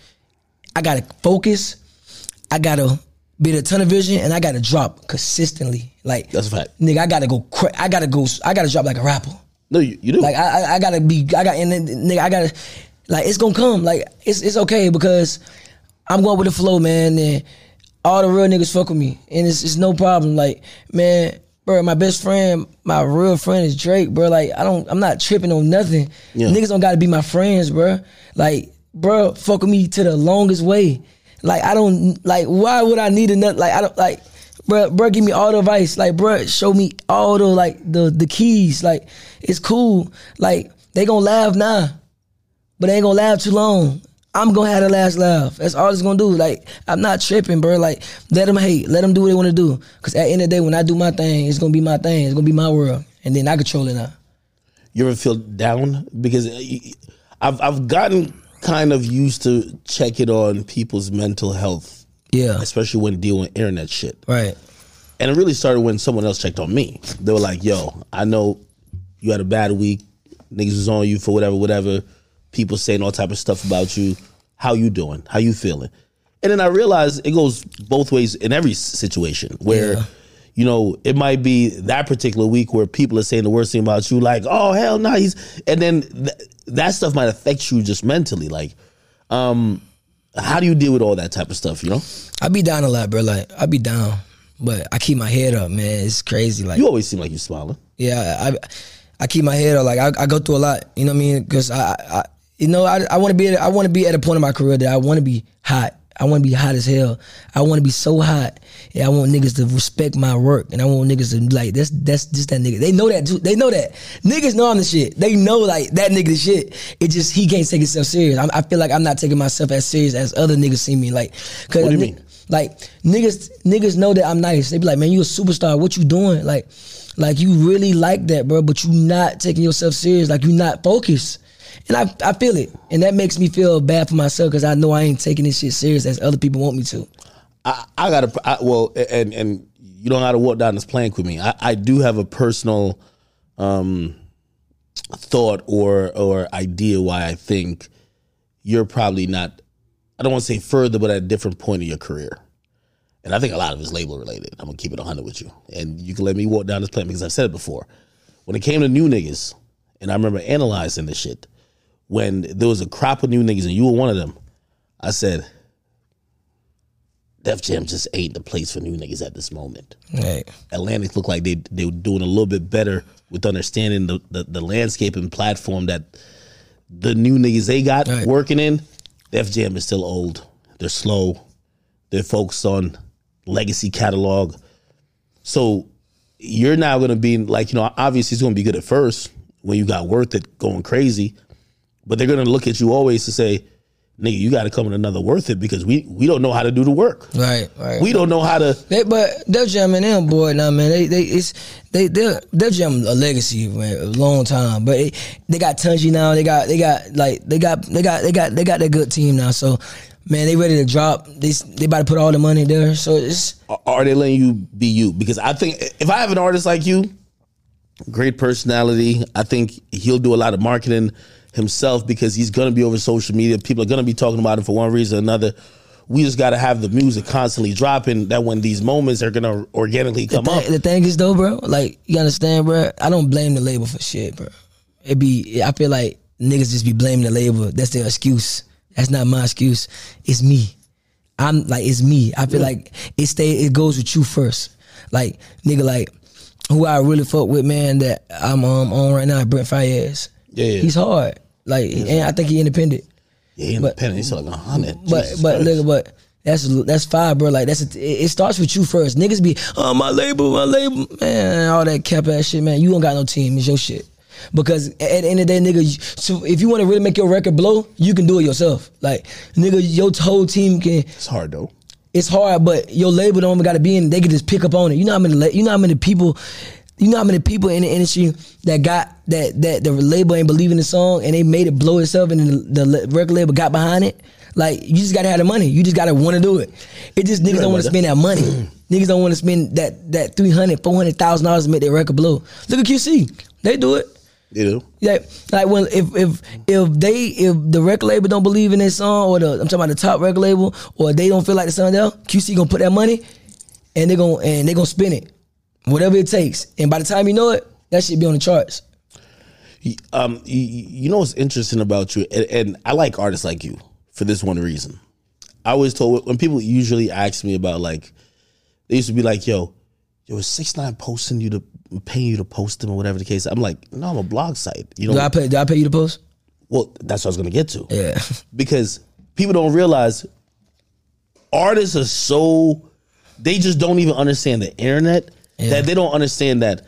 Speaker 2: I gotta focus. I gotta be the ton of vision, and I gotta drop consistently. Like,
Speaker 1: That's a fact.
Speaker 2: nigga, I gotta go. Cra- I gotta go. I gotta drop like a rapper.
Speaker 1: No, you, you do.
Speaker 2: Like I, I, I gotta be, I got, and then, nigga, I gotta, like it's gonna come. Like it's, it's okay because I'm going with the flow, man. And all the real niggas fuck with me, and it's, it's no problem. Like man, bro, my best friend, my real friend is Drake, bro. Like I don't, I'm not tripping on nothing.
Speaker 1: Yeah.
Speaker 2: Niggas don't gotta be my friends, bro. Like bro, fuck with me to the longest way. Like I don't, like why would I need another? Like I don't like. Bruh, bruh, give me all the advice. Like, bruh, show me all the like the the keys. Like, it's cool. Like, they gonna laugh now, but they ain't gonna laugh too long. I'm gonna have the last laugh. That's all it's gonna do. Like, I'm not tripping, bruh. Like, let them hate. Let them do what they wanna do. Cause at the end of the day, when I do my thing, it's gonna be my thing. It's gonna be my world, and then I control it now.
Speaker 1: you ever feel down because uh, y- I've I've gotten kind of used to checking on people's mental health,
Speaker 2: Yeah.
Speaker 1: especially when dealing with internet shit.
Speaker 2: Right.
Speaker 1: And it really started when someone else checked on me. They were like, yo, I know you had a bad week. Niggas was on you for whatever, whatever. People saying all type of stuff about you. How you doing? How you feeling? And then I realized it goes both ways in every s- situation where
Speaker 2: Yeah.
Speaker 1: you know, it might be that particular week where people are saying the worst thing about you, like, oh hell no, he's, and then th- that stuff might affect you just mentally. Like, um, how do you deal with all that type of stuff? You know,
Speaker 2: I be down a lot, bro. Like I be down, but I keep my head up, man. It's crazy. Like
Speaker 1: you always seem like you're smiling.
Speaker 2: yeah, I I keep my head up. Like I, I go through a lot. You know what I mean? Because I, I you know I, I want to be at, I want to be at a point in my career that I want to be hot. I want to be hot as hell. I want to be so hot. And I want niggas to respect my work, and I want niggas to like that's that's just that nigga. They know that too. They know that niggas know I'm the shit. They know like that nigga the shit. It just he can't take himself serious. I, I feel like I'm not taking myself as serious as other niggas see me. Like, cause
Speaker 1: What do you
Speaker 2: ni-
Speaker 1: mean?
Speaker 2: like niggas, niggas know that I'm nice. They be like, man, you a superstar. What you doing? Like, like you really like that, bro. But you not taking yourself serious. Like you not focused. And I, I feel it, and that makes me feel bad for myself because I know I ain't taking this shit serious as other people want me to.
Speaker 1: I, I got a I, well, and and you don't got to walk down this plank with me. I, I do have a personal um, thought or or idea why I think you're probably not. I don't want to say further, but at a different point in your career, and I think a lot of it's label related. I'm gonna keep it 100 with you, and you can let me walk down this plank because I've said it before. When it came to new niggas, and I remember analyzing this shit, when there was a crop of new niggas and you were one of them, I said. Def Jam just ain't the place for new niggas at this moment.
Speaker 2: Right.
Speaker 1: Atlantic looked like they they were doing a little bit better with understanding the, the, the landscape and platform that the new niggas they got
Speaker 2: Right.
Speaker 1: working in. Def Jam is still old. They're slow. They're focused on legacy catalog. So you're now gonna be like, you know, obviously it's gonna be good at first when you got worth it going crazy. But they're gonna look at you always to say, nigga, you gotta come in another worth it because we we don't know how to do the work.
Speaker 2: Right. Right.
Speaker 1: We don't know how to
Speaker 2: They, but Def Jam and them boy now man they they it's they they Def Jam a legacy man a long time but it, they got Tunji now they got they got like they got they got they got they got that good team now so man they ready to drop they s- they about to put all the money there so it's
Speaker 1: are- are they letting you be you? Because I think if I have an artist like you, great personality, I think he'll do a lot of marketing himself because he's gonna be over social media. People are gonna be talking about him for one reason or another. We just gotta have the music constantly dropping that when these moments are gonna organically come up.
Speaker 2: Th- the thing is though, bro, like you understand, bro. I don't blame the label for shit, bro. It be I feel like niggas just be blaming the label. That's their excuse. That's not my excuse. It's me. I'm like it's me. I feel like it stay it goes with you first. Like nigga, like who I really fuck with, man. That I'm um, on right now, Brent Fayez.
Speaker 1: Yeah, yeah.
Speaker 2: he's hard. Like and I think he independent.
Speaker 1: Yeah, independent. He's like a hundred.
Speaker 2: But
Speaker 1: Jesus
Speaker 2: but
Speaker 1: Christ.
Speaker 2: nigga, but that's that's fine, bro. Like that's a, it, it starts with you first. Niggas be oh my label, my label, man, all that cap ass shit, man. You don't got no team. It's your shit. Because at the end of the day, nigga, you- so if you want to really make your record blow, you can do it yourself. Like nigga, your whole team can.
Speaker 1: it's hard though.
Speaker 2: It's hard, but your label don't even got to be in. They can just pick up on it. You know how many la- you know how many people. You know how many people in the industry that got that that the label ain't believe in the song and they made it blow itself and then the, the record label got behind it. Like you just gotta have the money. You just gotta want to do it. It just niggas
Speaker 1: right
Speaker 2: don't want to
Speaker 1: about
Speaker 2: spend that money.
Speaker 1: <clears throat>
Speaker 2: niggas don't want to spend that that three hundred, four hundred thousand dollars to make their record blow. Look at QC. They do it.
Speaker 1: You know?
Speaker 2: Like, like when if if if they if the record label don't believe in this song or the I'm talking about the top record label or they don't feel like the song there, QC gonna put that money and they gonna and they gonna spin it, whatever it takes. And by the time you know it, that shit be on the charts.
Speaker 1: um, y- y- you know what's interesting about you, and, and I like artists like you for this one reason. I always told when people usually ask me about like, they used to be like, "Yo, yo, was six nine posting you to paying you to post them or whatever the case." I'm like, "No, I'm a blog site." You know,
Speaker 2: Do I pay? Do I pay you to post?
Speaker 1: well, that's what I was gonna get to
Speaker 2: Yeah, <laughs>
Speaker 1: because people don't realize artists are so they just don't even understand the internet that they don't understand that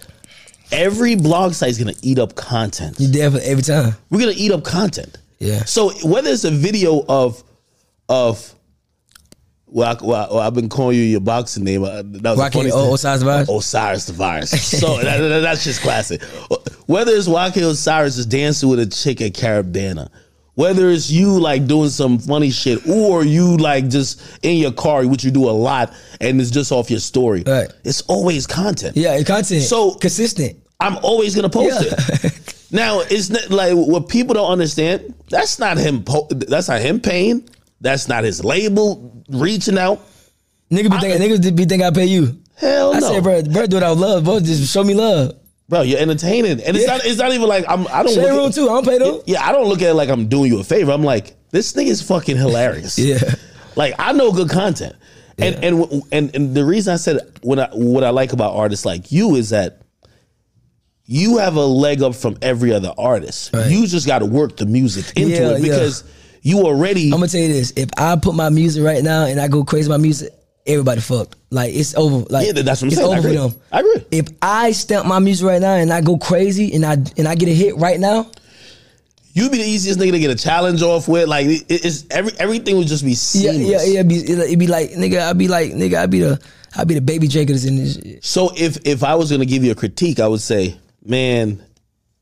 Speaker 1: every blog site is gonna eat up content
Speaker 2: you definitely every time.
Speaker 1: we're gonna eat up content.
Speaker 2: Yeah.
Speaker 1: So whether it's a video of, of, well, I, well, I, have been calling you your boxing name. Uh, that was
Speaker 2: Why can't
Speaker 1: the funniest
Speaker 2: O-
Speaker 1: thing.
Speaker 2: Osiris Virus?
Speaker 1: Osiris the virus.
Speaker 2: <laughs>
Speaker 1: So that, that- that's just classic. Whether it's Joaquin Osiris just dancing with a chick at Carabana, whether it's you like doing some funny shit, or you like just in your car, which you do a lot, and it's just off your story.
Speaker 2: Right.
Speaker 1: It's always content.
Speaker 2: Yeah, it content.
Speaker 1: So-
Speaker 2: consistent.
Speaker 1: I'm always gonna post
Speaker 2: <laughs>
Speaker 1: it. now it's not like what people don't understand. That's not him. Po- that's not him paying. That's not his label reaching out.
Speaker 2: Nigga be thinking, niggas be think I pay you.
Speaker 1: Hell no,
Speaker 2: I said, bro, bro, do what I love, bro. Just show me love.
Speaker 1: Bro, You're entertaining, and it's
Speaker 2: Yeah.
Speaker 1: not. It's not even like I'm. I don't.
Speaker 2: Shade
Speaker 1: look at-
Speaker 2: room too. I don't pay them.
Speaker 1: Yeah, I don't look at it like I'm doing you a favor. I'm like, this thing is fucking hilarious.
Speaker 2: <laughs> Yeah.
Speaker 1: Like I know good content, and and w- and and the reason I said when I what I like about artists like you is that you have a leg up from every other artist.
Speaker 2: Right.
Speaker 1: You just got to work the music into
Speaker 2: Yeah,
Speaker 1: it
Speaker 2: yeah.
Speaker 1: because you already.
Speaker 2: I'm gonna tell you this: if I put my music right now and I go crazy with my music, everybody fucked. Like it's over. Like
Speaker 1: yeah, that's what I'm
Speaker 2: it's
Speaker 1: saying. I
Speaker 2: over
Speaker 1: agree.
Speaker 2: for them.
Speaker 1: I agree.
Speaker 2: If I stamp my music right now and I go crazy and I and I get a hit right now,
Speaker 1: You be the easiest nigga to get a challenge off with. Like it, it's every everything would just be
Speaker 2: yeah,
Speaker 1: seamless.
Speaker 2: yeah, yeah, it'd be, it'd be like nigga, I'd be like nigga, I'd be the I'd be the baby Jacobs in this. shit.
Speaker 1: So if if I was gonna give you a critique, I would say, man,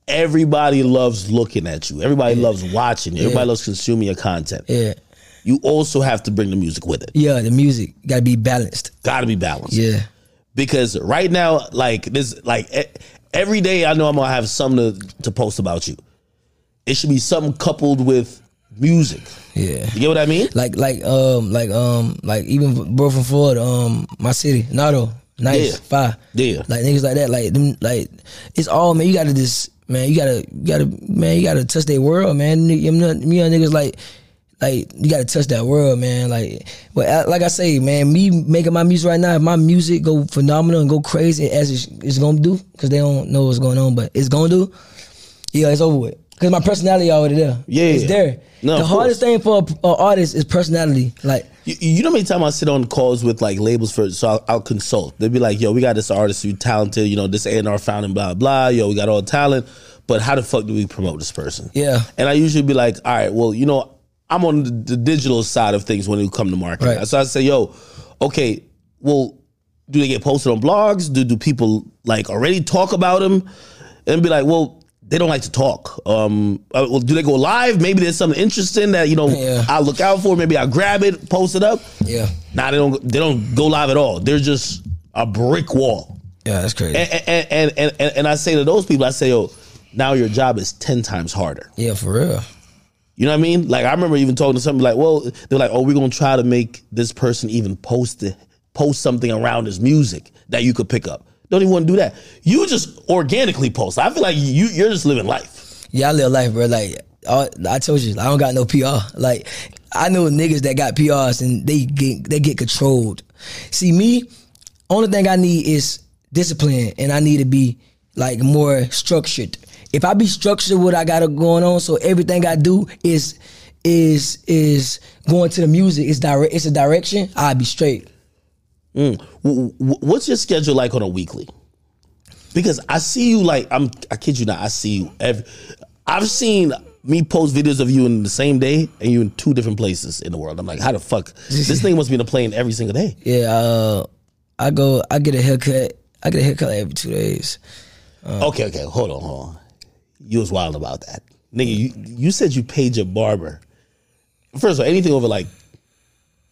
Speaker 1: everybody loves looking at you. Everybody loves watching you. Everybody loves consuming your content.
Speaker 2: Yeah,
Speaker 1: You also have to bring the music with it.
Speaker 2: yeah, the music gotta be balanced.
Speaker 1: Gotta be balanced.
Speaker 2: Yeah,
Speaker 1: Because right now, like this, like e- every day, I know I'm gonna have something to, to post about you. It should be something coupled with music.
Speaker 2: yeah.
Speaker 1: You get what I mean?
Speaker 2: Like like um like um like even bro from Florida, um my city, Nardo, nice,
Speaker 1: Yeah.
Speaker 2: fire.
Speaker 1: Yeah.
Speaker 2: Like niggas like that, like them like it's all man, you gotta just man, you gotta you gotta man, you gotta touch their world, man. You know, you know niggas like like you gotta touch that world, man. Like, but I- like I say, man, me making my music right now, if my music go phenomenal and go crazy as it's, it's gonna do, because they don't know what's going on, but it's gonna do. Yeah, it's over with. Because my personality already there.
Speaker 1: Yeah.
Speaker 2: it's there.
Speaker 1: No,
Speaker 2: the
Speaker 1: of course.
Speaker 2: hardest thing for an artist is personality. Like,
Speaker 1: You, you know how many times I sit on calls with like labels for so I'll, I'll consult. They'll be like, "Yo, we got this artist who's talented. You know, this A and R found him, blah blah. Yo, we got all talent, but how the fuck do we promote this person?"
Speaker 2: yeah,
Speaker 1: And I usually be like, "All right, well, you know, I'm on the, the digital side of things when it come to marketing."
Speaker 2: Right.
Speaker 1: So I say, "Yo, okay, well, do they get posted on blogs? Do do people like already talk about them?" And be like, "Well." They don't like to talk. Um, uh, well, do they go live? Maybe there's something interesting that you know
Speaker 2: Yeah.
Speaker 1: I look out for. Maybe I grab it, post it up.
Speaker 2: yeah,
Speaker 1: Nah, they don't. They don't go live at all. They're just a brick wall.
Speaker 2: yeah. That's crazy.
Speaker 1: And and and and, and, and I say to those people, I say, yo, now your job is ten times harder.
Speaker 2: yeah, for real.
Speaker 1: You know what I mean? Like I remember even talking to somebody like, well, they're like, oh, we're gonna try to make this person even post it, post something around his music that you could pick up. Don't even want to do that. You just organically post. I feel like you you're just living life.
Speaker 2: Yeah, I live life, bro. Like, I, I told you, I don't got no PR. Like, I know niggas that got PRs and they get they get controlled. See me, only thing I need is discipline, and I need to be like more structured. If I be structured, what I got going on, so everything I do is is is going to the music. It's direct. It's a direction. I be straight.
Speaker 1: W- w- What's your schedule like on a weekly? Because I see you like I'm. I kid you not. I see you every. I've seen me post videos of you in the same day and you in two different places in the world. I'm like, how the fuck? this thing must be in a plane every single day.
Speaker 2: Yeah, uh, I go. I get a haircut. I get a haircut every two days.
Speaker 1: Okay, okay, hold on, hold on. You was wild about that, nigga. You you said you paid your barber. First of all, anything over like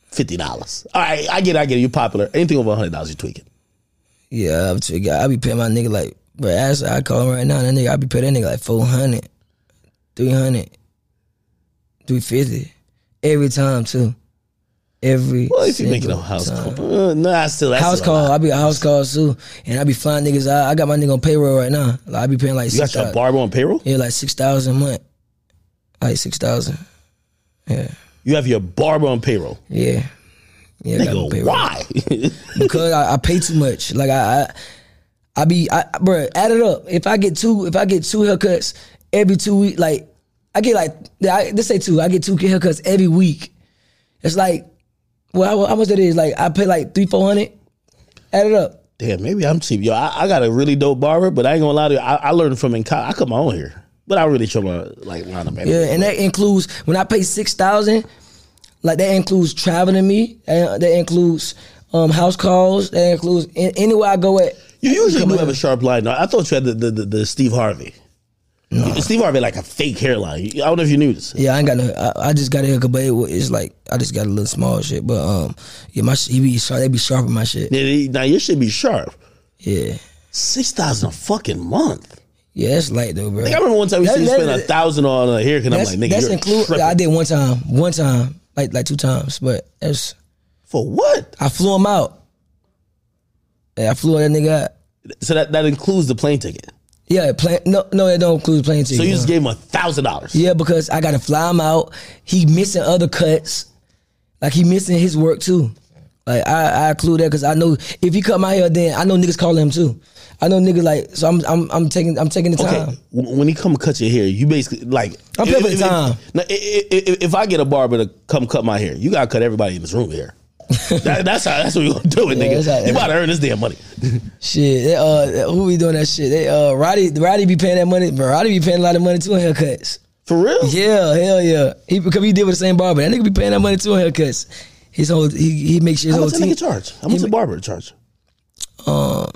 Speaker 1: fifty dollars. All right, I get, it, I get. it. You're popular. Anything over hundred dollars, you tweaking.
Speaker 2: Yeah, I'm too, I be paying my nigga like, but as I call him right now, that nigga, I be paying that nigga like 400, 300, 350 every time too. Every
Speaker 1: Well, if you're making a
Speaker 2: single
Speaker 1: house
Speaker 2: time.
Speaker 1: call, uh, nah, still that's
Speaker 2: house
Speaker 1: still a lot.
Speaker 2: call, I be a house call too, and I be flying niggas out. I got my nigga on payroll right now. Like, I be paying like
Speaker 1: You got
Speaker 2: six
Speaker 1: your
Speaker 2: thousand,
Speaker 1: barber on payroll.
Speaker 2: yeah, like six thousand a month, like six thousand. Yeah,
Speaker 1: You have your barber on payroll.
Speaker 2: yeah, yeah. I got my
Speaker 1: Nigga,
Speaker 2: payroll.
Speaker 1: why? <laughs>
Speaker 2: because I, I pay too much. Like I, I, I be, I, bro, add it up. If I get two, if I get two haircuts every two weeks, like I get like, I, let's say two, I get two haircuts every week. It's like, well, how, how much that is? Like I pay like three, four hundred. Add it up.
Speaker 1: Damn, maybe I'm cheap, yo. I, I got a really dope barber, but I ain't gonna lie to you. I, I learned from in college. I cut my own hair, but I really show my like line up.
Speaker 2: Yeah, and that includes when I pay six thousand. Like that includes traveling me. That, that includes um, house calls. That includes an- anywhere I go at.
Speaker 1: You usually
Speaker 2: Come
Speaker 1: do
Speaker 2: on.
Speaker 1: have a sharp line. No, I thought you had the the, the, the Steve Harvey. Steve Harvey had, like a fake hairline. I don't know if you knew this.
Speaker 2: Yeah, I ain't got no. I, I just got a haircut, but it, wa- it's like I just got a little small shit. But um, yeah, my sh- he be sharp. They be sharp in my shit.
Speaker 1: Now, they- Now you should be sharp.
Speaker 2: Yeah,
Speaker 1: Six thousand a fucking month.
Speaker 2: yeah, that's light though, bro.
Speaker 1: Like, I remember one time we
Speaker 2: That-
Speaker 1: said you
Speaker 2: that-
Speaker 1: spent a thousand on a haircut. I'm
Speaker 2: That's,
Speaker 1: like, nigga,
Speaker 2: that's
Speaker 1: you're
Speaker 2: include.
Speaker 1: tripping.
Speaker 2: I did one time, one time, like like two times, but that's
Speaker 1: for what?
Speaker 2: I flew him out. And I flew that nigga out.
Speaker 1: So that, that includes the plane ticket.
Speaker 2: Yeah, plane. No, no, it don't include plane ticket.
Speaker 1: So you
Speaker 2: no.
Speaker 1: just gave him a thousand dollars.
Speaker 2: Yeah, because I gotta fly him out. He missing other cuts. Like he missing his work too. Like I, I include that because I know if he cut my hair, then I know niggas calling him too. I know niggas like so. I'm I'm, I'm taking I'm taking the
Speaker 1: Okay,
Speaker 2: time.
Speaker 1: w- when he come cut your hair, you basically like
Speaker 2: I'm paying for the
Speaker 1: if-
Speaker 2: time.
Speaker 1: If, now, i- i- i- if I get a barber to come cut my hair, you gotta cut everybody in this room
Speaker 2: <laughs>
Speaker 1: hair. That- that's how. That's what we gonna do it, nigga.
Speaker 2: that's how-
Speaker 1: you about to earn this damn money.
Speaker 2: Shit, they, uh, who be doing that shit? They uh, Roddy Roddy be paying that money, but Roddy be paying a lot of money too on haircuts.
Speaker 1: For real?
Speaker 2: Yeah, hell yeah. He because he did with the same barber. That nigga be paying that money too on haircuts. His whole he he makes sure his
Speaker 1: How
Speaker 2: whole
Speaker 1: much that
Speaker 2: team.
Speaker 1: nigga charge? How much a barber charge?
Speaker 2: Uh, I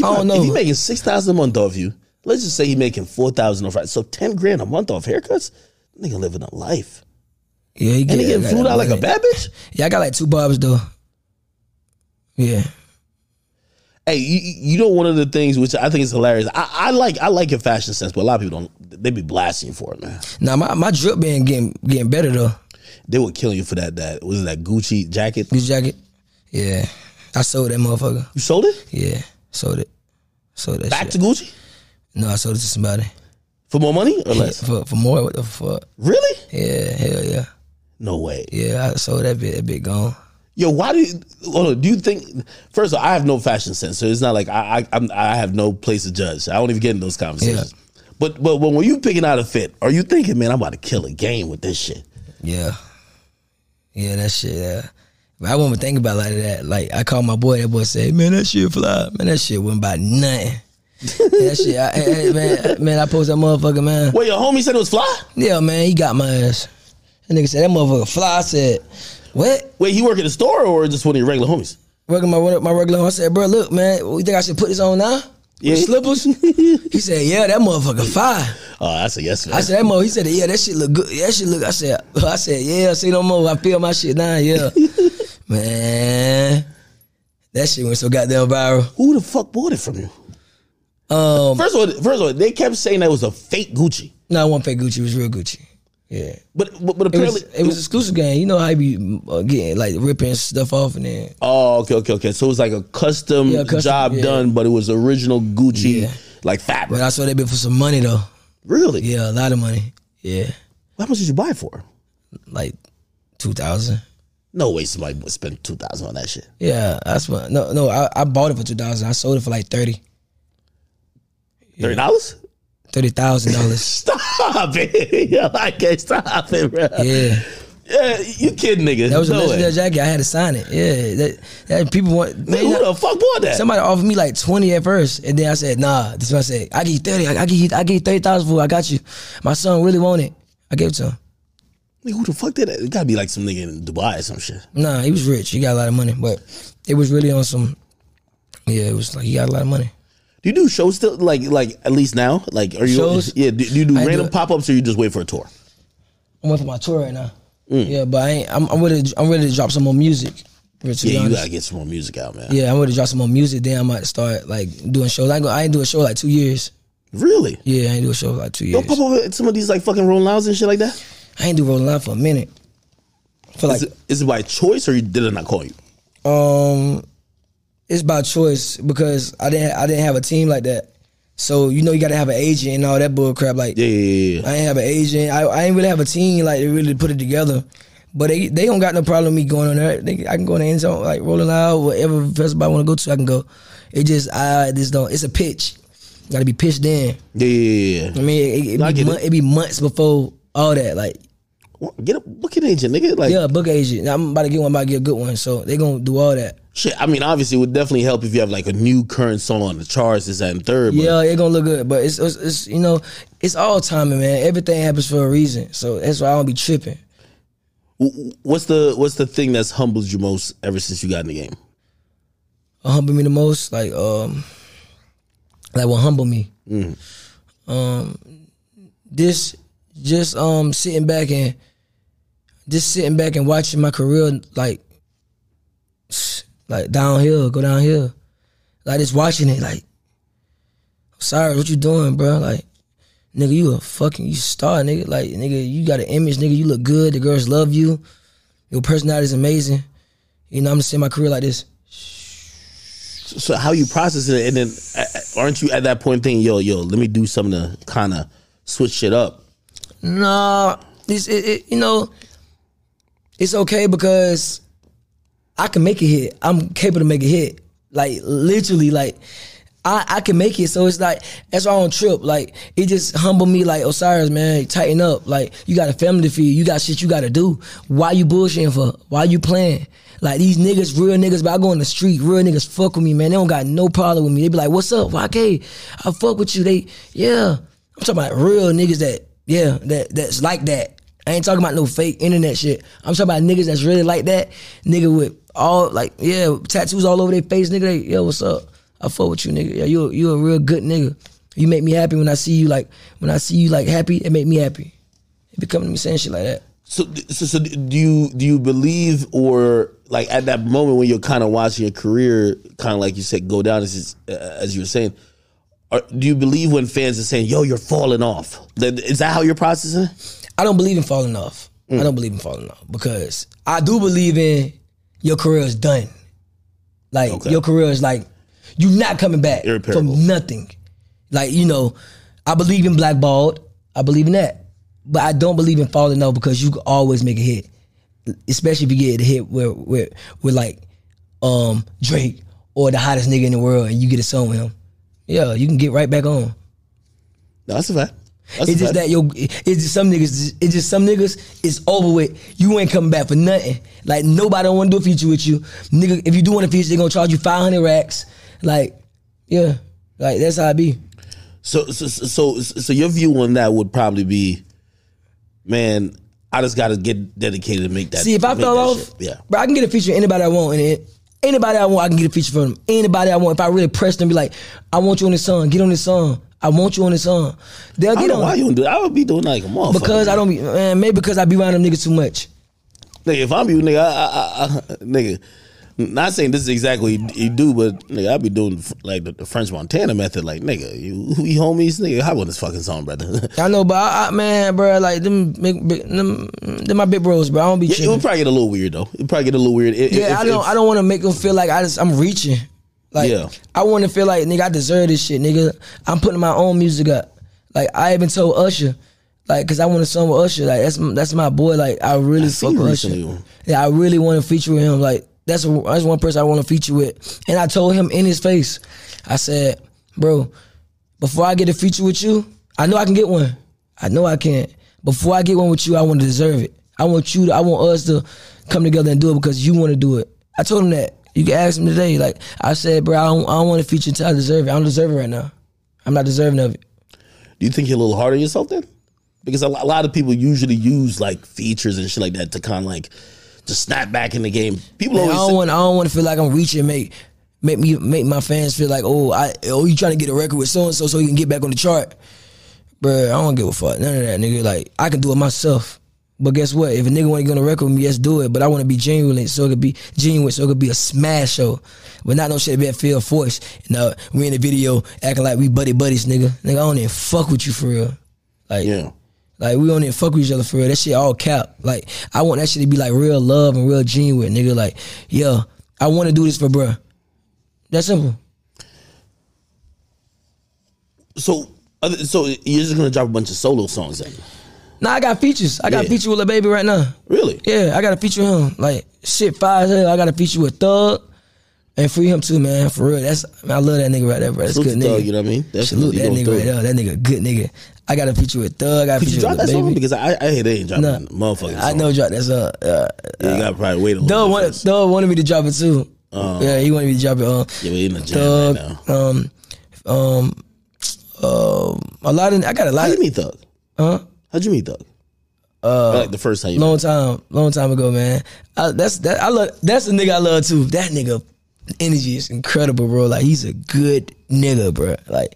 Speaker 2: don't
Speaker 1: If he
Speaker 2: know.
Speaker 1: making six thousand a month off you, let's just say he making four thousand off. So ten grand a month off haircuts. Nigga living a life.
Speaker 2: Yeah, he
Speaker 1: And he
Speaker 2: get
Speaker 1: getting flued out like a bad bitch.
Speaker 2: Yeah, I got like two barbers though. Yeah.
Speaker 1: Hey, you, you know one of the things which I think is hilarious. I, I like I like your fashion sense, but a lot of people don't. They be blasting you for it, man.
Speaker 2: Now my, my drip band getting getting better though.
Speaker 1: They would kill you for that. That was it that Gucci jacket.
Speaker 2: This jacket. Yeah. I sold that motherfucker.
Speaker 1: You sold it
Speaker 2: Yeah. Sold it. Sold that
Speaker 1: back
Speaker 2: shit.
Speaker 1: to Gucci
Speaker 2: no, I sold it to somebody.
Speaker 1: for more money or
Speaker 2: Yeah,
Speaker 1: less?
Speaker 2: for for more, what the fuck?
Speaker 1: Really?
Speaker 2: Yeah, hell yeah.
Speaker 1: No way.
Speaker 2: Yeah, I sold that bit that bit gone.
Speaker 1: Yo, why do you? Hold on, do you think? First of all, I have no fashion sense, so it's not like I I, I'm, I have no place to judge. I don't even get in those conversations. But but when, when you picking out a fit, are you thinking, man, I'm about to kill a game with this shit?
Speaker 2: Yeah. Yeah, that shit, yeah. But I wouldn't think about it like that. Like I called my boy, that boy said, Man, that shit fly. Man, that shit wasn't about nothing. <laughs> that shit, I, I- I- man, man, I post that motherfucker, man.
Speaker 1: Well, your homie said it was fly.
Speaker 2: Yeah, man, he got my ass. That nigga said that motherfucker fly. I said, what?
Speaker 1: Wait, he work at a store or just one of your regular homies?
Speaker 2: Working my my regular. home. I said, bro, look, man, you think I should put this on now?
Speaker 1: Yeah.
Speaker 2: Yeah. Slippers. he said, yeah, that motherfucker fire.
Speaker 1: Oh, that's a yes, man.
Speaker 2: I said that mo. He said, yeah, that shit look good. Yeah, that shit look. I said, <laughs> I said, yeah, say no more. I feel my shit now. Yeah, man, that shit went so goddamn viral.
Speaker 1: Who the fuck bought it from you?
Speaker 2: Um,
Speaker 1: First of all, first of all, they kept saying that was a fake Gucci,
Speaker 2: no, it wasn't fake Gucci. It was real Gucci. Yeah,
Speaker 1: but but, but
Speaker 2: it was.
Speaker 1: apparently
Speaker 2: It was exclusive game. You know how you be uh, getting like ripping stuff off and then
Speaker 1: Oh, okay, okay, okay. So it was like a custom,
Speaker 2: Yeah, custom,
Speaker 1: job
Speaker 2: yeah.
Speaker 1: done, but it was original Gucci
Speaker 2: Yeah.
Speaker 1: like fabric.
Speaker 2: But I saw that bit for some money though.
Speaker 1: Really?
Speaker 2: Yeah, a lot of money. Yeah,
Speaker 1: How much did you buy it for?
Speaker 2: like two thousand.
Speaker 1: No way somebody would spend two thousand on that shit.
Speaker 2: Yeah, that's what. No, no, I, I bought it for two thousand. I sold it for like thirty.
Speaker 1: Thirty dollars?
Speaker 2: Thirty thousand
Speaker 1: <laughs>
Speaker 2: dollars.
Speaker 1: Stop it! <laughs> Yo, I can't stop it, bro. Yeah,
Speaker 2: Yeah,
Speaker 1: you kidding, nigga?
Speaker 2: that was a
Speaker 1: no way.
Speaker 2: legendary jacket. I had to sign it. Yeah, that, that people want.
Speaker 1: Nigga,
Speaker 2: man,
Speaker 1: who the fuck bought that?
Speaker 2: somebody offered me like twenty at first, and then I said, "Nah." This one I said, "I give you thirty. I, I give you. I give you thirty thousand for. it. I got you. My son really want it. I gave it to him.
Speaker 1: nigga, who the fuck did that? It gotta be like some nigga in Dubai or some shit.
Speaker 2: Nah, he was rich. He got a lot of money, but it was really on some. Yeah, it was like he got a lot of money.
Speaker 1: Do you do shows still? Like, like at least now? Like, are you?
Speaker 2: Shows?
Speaker 1: <laughs> Yeah. Do, do you do
Speaker 2: I do
Speaker 1: random
Speaker 2: it.
Speaker 1: pop ups or you just wait for a tour?
Speaker 2: I'm on for my tour right now.
Speaker 1: Mm.
Speaker 2: Yeah, but I ain't, I'm, I'm ready. I'm ready to drop some more music. To be
Speaker 1: Yeah, you
Speaker 2: honest.
Speaker 1: gotta get some more music out, man.
Speaker 2: yeah, I'm ready to drop some more music. Then I might start like doing shows. I ain't, go, I ain't do a show like two years.
Speaker 1: Really?
Speaker 2: Yeah, I ain't do a show like two
Speaker 1: Don't
Speaker 2: years.
Speaker 1: pop up at some of these like fucking Rolling Louds and shit like that.
Speaker 2: I ain't do rolling out for a minute. For like,
Speaker 1: Is it, is it by choice or you did it not call you?
Speaker 2: um, it's by choice because I didn't I didn't have a team like that. So you know you gotta have an agent and all that bull crap. Like
Speaker 1: Yeah, yeah, yeah, yeah.
Speaker 2: I ain't have an agent. I, I ain't really have a team like to really put it together. But they they don't got no problem with me going on there. They, I can go in the end zone, like rolling out, whatever festival I want to go to, I can go. It just I just don't. It's a pitch. Got to be pitched in.
Speaker 1: Yeah, yeah, yeah,
Speaker 2: I mean, it, it,
Speaker 1: I
Speaker 2: be
Speaker 1: get
Speaker 2: mon-
Speaker 1: it.
Speaker 2: it be months before all that. Like
Speaker 1: Well, Get a booking agent, nigga. Like,
Speaker 2: yeah, book agent. I'm about to get one. I'm about to get a good one. So they gonna do all that.
Speaker 1: shit. I mean, obviously, it would definitely help if you have like a new current song on the charts, this, that, and third. But
Speaker 2: Yeah, it gonna look good. But it's, it's it's you know it's all timing, man. Everything happens for a reason. So that's why I don't be tripping.
Speaker 1: w- w- what's the what's the thing that's humbled you most ever since you got in the game?
Speaker 2: what humbled uh, me the most, like um, like what humbled me. Um, this just um sitting back and just sitting back and watching my career like like downhill, go downhill. Like just watching it, like sorry, what you doing, bro? Like. Nigga, you a fucking you star, nigga. Like, nigga, you got an image, nigga. You look good. The girls love you. Your personality is amazing. You know, I'm just seeing my career like this
Speaker 1: So how you processing it, and then uh, aren't you at that point thinking, yo, yo, let me do something to kind of switch shit up?
Speaker 2: Nah, this it, it, you know, it's okay because I can make a hit. I'm capable to make a hit. Like literally, like I, I can make it. So it's like that's why I don't trip. Like it just humbled me. Like Osiris, man, tighten up. Like you got a family to feed. You got shit you got to do. Why you bullshitting for? Why you playing? Like these niggas, real niggas, but I go in the street, real niggas fuck with me, man. They don't got no problem with me. They be like, "What's up, YK? I fuck with you." They, yeah, I'm talking about real niggas that, yeah, that that's like that. I ain't talking about no fake internet shit. I'm talking about niggas that's really like that. Nigga with all like, yeah, tattoos all over their face. Nigga, they, yo, what's up? I fuck with you, nigga. Yeah, you a- you a real good nigga. You make me happy when I see you like when I see you like happy. It make me happy. It be coming to me saying shit like that.
Speaker 1: So, so, so do you do you believe or like at that moment when you're kind of watching your career, kind of like you said, go down as uh, as you were saying? Are, do you believe when fans are saying, "Yo, you're falling off"? That- Is that how you're processing? it?
Speaker 2: I don't believe in falling off.
Speaker 1: Mm.
Speaker 2: I don't believe in falling off because I do believe in your career is done. Like
Speaker 1: Okay.
Speaker 2: your career is like you're not coming back
Speaker 1: Irreparable.
Speaker 2: from nothing. Like you know, I believe in blackballed. I believe in that, but I don't believe in falling off because you can always make a hit, especially if you get a hit where where with like um Drake or the hottest nigga in the world and you get a song with him. Yeah, you can get right back on.
Speaker 1: No, that's a fact. That's a
Speaker 2: It's just
Speaker 1: fact.
Speaker 2: that yo, it's just some niggas. It's just some niggas. It's over with. You ain't coming back for nothing. Like nobody want to do a feature with you, nigga. If you do want a feature, they gonna charge you five hundred racks. Like, yeah, like that's how I be.
Speaker 1: So, so, so, so, so your view on that would probably be, man, I just got to get dedicated to make that.
Speaker 2: See, if I
Speaker 1: make
Speaker 2: fell
Speaker 1: that
Speaker 2: off,
Speaker 1: shit. yeah.
Speaker 2: bro, I can get a feature anybody I want, and it, anybody I want, I can get a feature from them. Anybody I want, if I really press them, be like, I want you on this song. Get on this song. I want you on this song. They'll
Speaker 1: I
Speaker 2: get
Speaker 1: don't know
Speaker 2: on
Speaker 1: why
Speaker 2: it.
Speaker 1: you don't do. That. I would be doing like a motherfucker.
Speaker 2: because I don't be man. Maybe because I be around them niggas too much.
Speaker 1: Nigga, if I'm you, nigga, I, I, I, I- nigga, not saying this is exactly what you do, but nigga, I be doing like the, the French Montana method. Like, nigga, you we homies, nigga, how about this fucking song, brother? <laughs>
Speaker 2: I know, but I, I, man, bro, like them, big, big, them, them my big bros, bro. I don't be
Speaker 1: Yeah, it would
Speaker 2: tripping.
Speaker 1: probably get a little weird though. It would probably get a little weird. If-
Speaker 2: Yeah,
Speaker 1: if-
Speaker 2: I don't,
Speaker 1: if-
Speaker 2: I don't want to make them feel like I just, I'm reaching. Like,
Speaker 1: Yeah.
Speaker 2: I want to feel like nigga, I deserve this shit, nigga. I'm putting my own music up. Like, I even told Usher, like, cause I want a song with Usher. Like, that's that's my boy. Like, I really fuck
Speaker 1: seen
Speaker 2: with
Speaker 1: recently.
Speaker 2: Usher. Yeah, I really want to feature with him. Like, that's that's one person I want to feature with. And I told him in his face, I said, bro, before I get a feature with you, I know I can get one. I know I can. Before I get one with you, I want to deserve it. I want you to, I want us to come together and do it because you want to do it. I told him that. You can ask him today. Like I said, bro, I don't, I don't want a feature until I deserve it. I don't deserve it right now. I'm not deserving of it.
Speaker 1: do you think you're a little hard on yourself then? Because a, lo- a lot of people usually use like features and shit like that to kind of like just snap back in the game. People
Speaker 2: Man, I
Speaker 1: always
Speaker 2: don't
Speaker 1: say-
Speaker 2: want I don't want to feel like I'm reaching, make make me make my fans feel like, oh, I oh you trying to get a record with so and so so you can get back on the chart. Bruh, I don't give a fuck. None of that nigga. Like I can do it myself. But guess what? If a nigga wanna get on a record with me, yes, do it. But I wanna be genuine so it could be genuine, so it could be a smash show. But not no shit that feel forced. No, we in the video acting like we buddy buddies, nigga. Nigga, I don't even fuck with you for real. Like
Speaker 1: yeah.
Speaker 2: like we don't even fuck with each other for real. That shit all cap. Like I want that shit to be like real love and real genuine, nigga. Like, yeah, I want to do this for bruh. That simple.
Speaker 1: So, other, so you're just gonna drop a bunch of solo songs then?
Speaker 2: Nah, I got features. I got
Speaker 1: Yeah.
Speaker 2: a feature with a baby right now.
Speaker 1: Really?
Speaker 2: Yeah, I got a feature with him. Like shit, fire as hell. I got a feature with Thug and free him too, man. For real. That's I love that nigga right there, bro. That's a
Speaker 1: Salute
Speaker 2: good
Speaker 1: to
Speaker 2: nigga.
Speaker 1: Thug, you know what I mean? That's
Speaker 2: Salute that nigga right there. That nigga, a good nigga. I got a feature with Thug. I got a
Speaker 1: Could you
Speaker 2: feature
Speaker 1: drop
Speaker 2: with
Speaker 1: that
Speaker 2: the
Speaker 1: song?
Speaker 2: baby.
Speaker 1: Because I, I hear they ain't dropping
Speaker 2: Nah.
Speaker 1: that motherfucking
Speaker 2: I
Speaker 1: song.
Speaker 2: know drop that's uh, uh
Speaker 1: You gotta probably wait a
Speaker 2: Thug
Speaker 1: little bit.
Speaker 2: wanted,
Speaker 1: first.
Speaker 2: Thug wanted me to drop it too.
Speaker 1: Uh.
Speaker 2: yeah, he wanted me to drop it. Um,
Speaker 1: Yeah, we in the jam
Speaker 2: Thug,
Speaker 1: right now.
Speaker 2: um, um, um, a lot of I got a
Speaker 1: How
Speaker 2: lot.
Speaker 1: you
Speaker 2: Of,
Speaker 1: meet Thug?
Speaker 2: huh?
Speaker 1: How'd you meet Thug? Uh, like the first time you met.
Speaker 2: Long time, long time ago, man. I, that's that. I love. That's the nigga I love too. That nigga energy is incredible, bro. Like he's a good nigga, bro. Like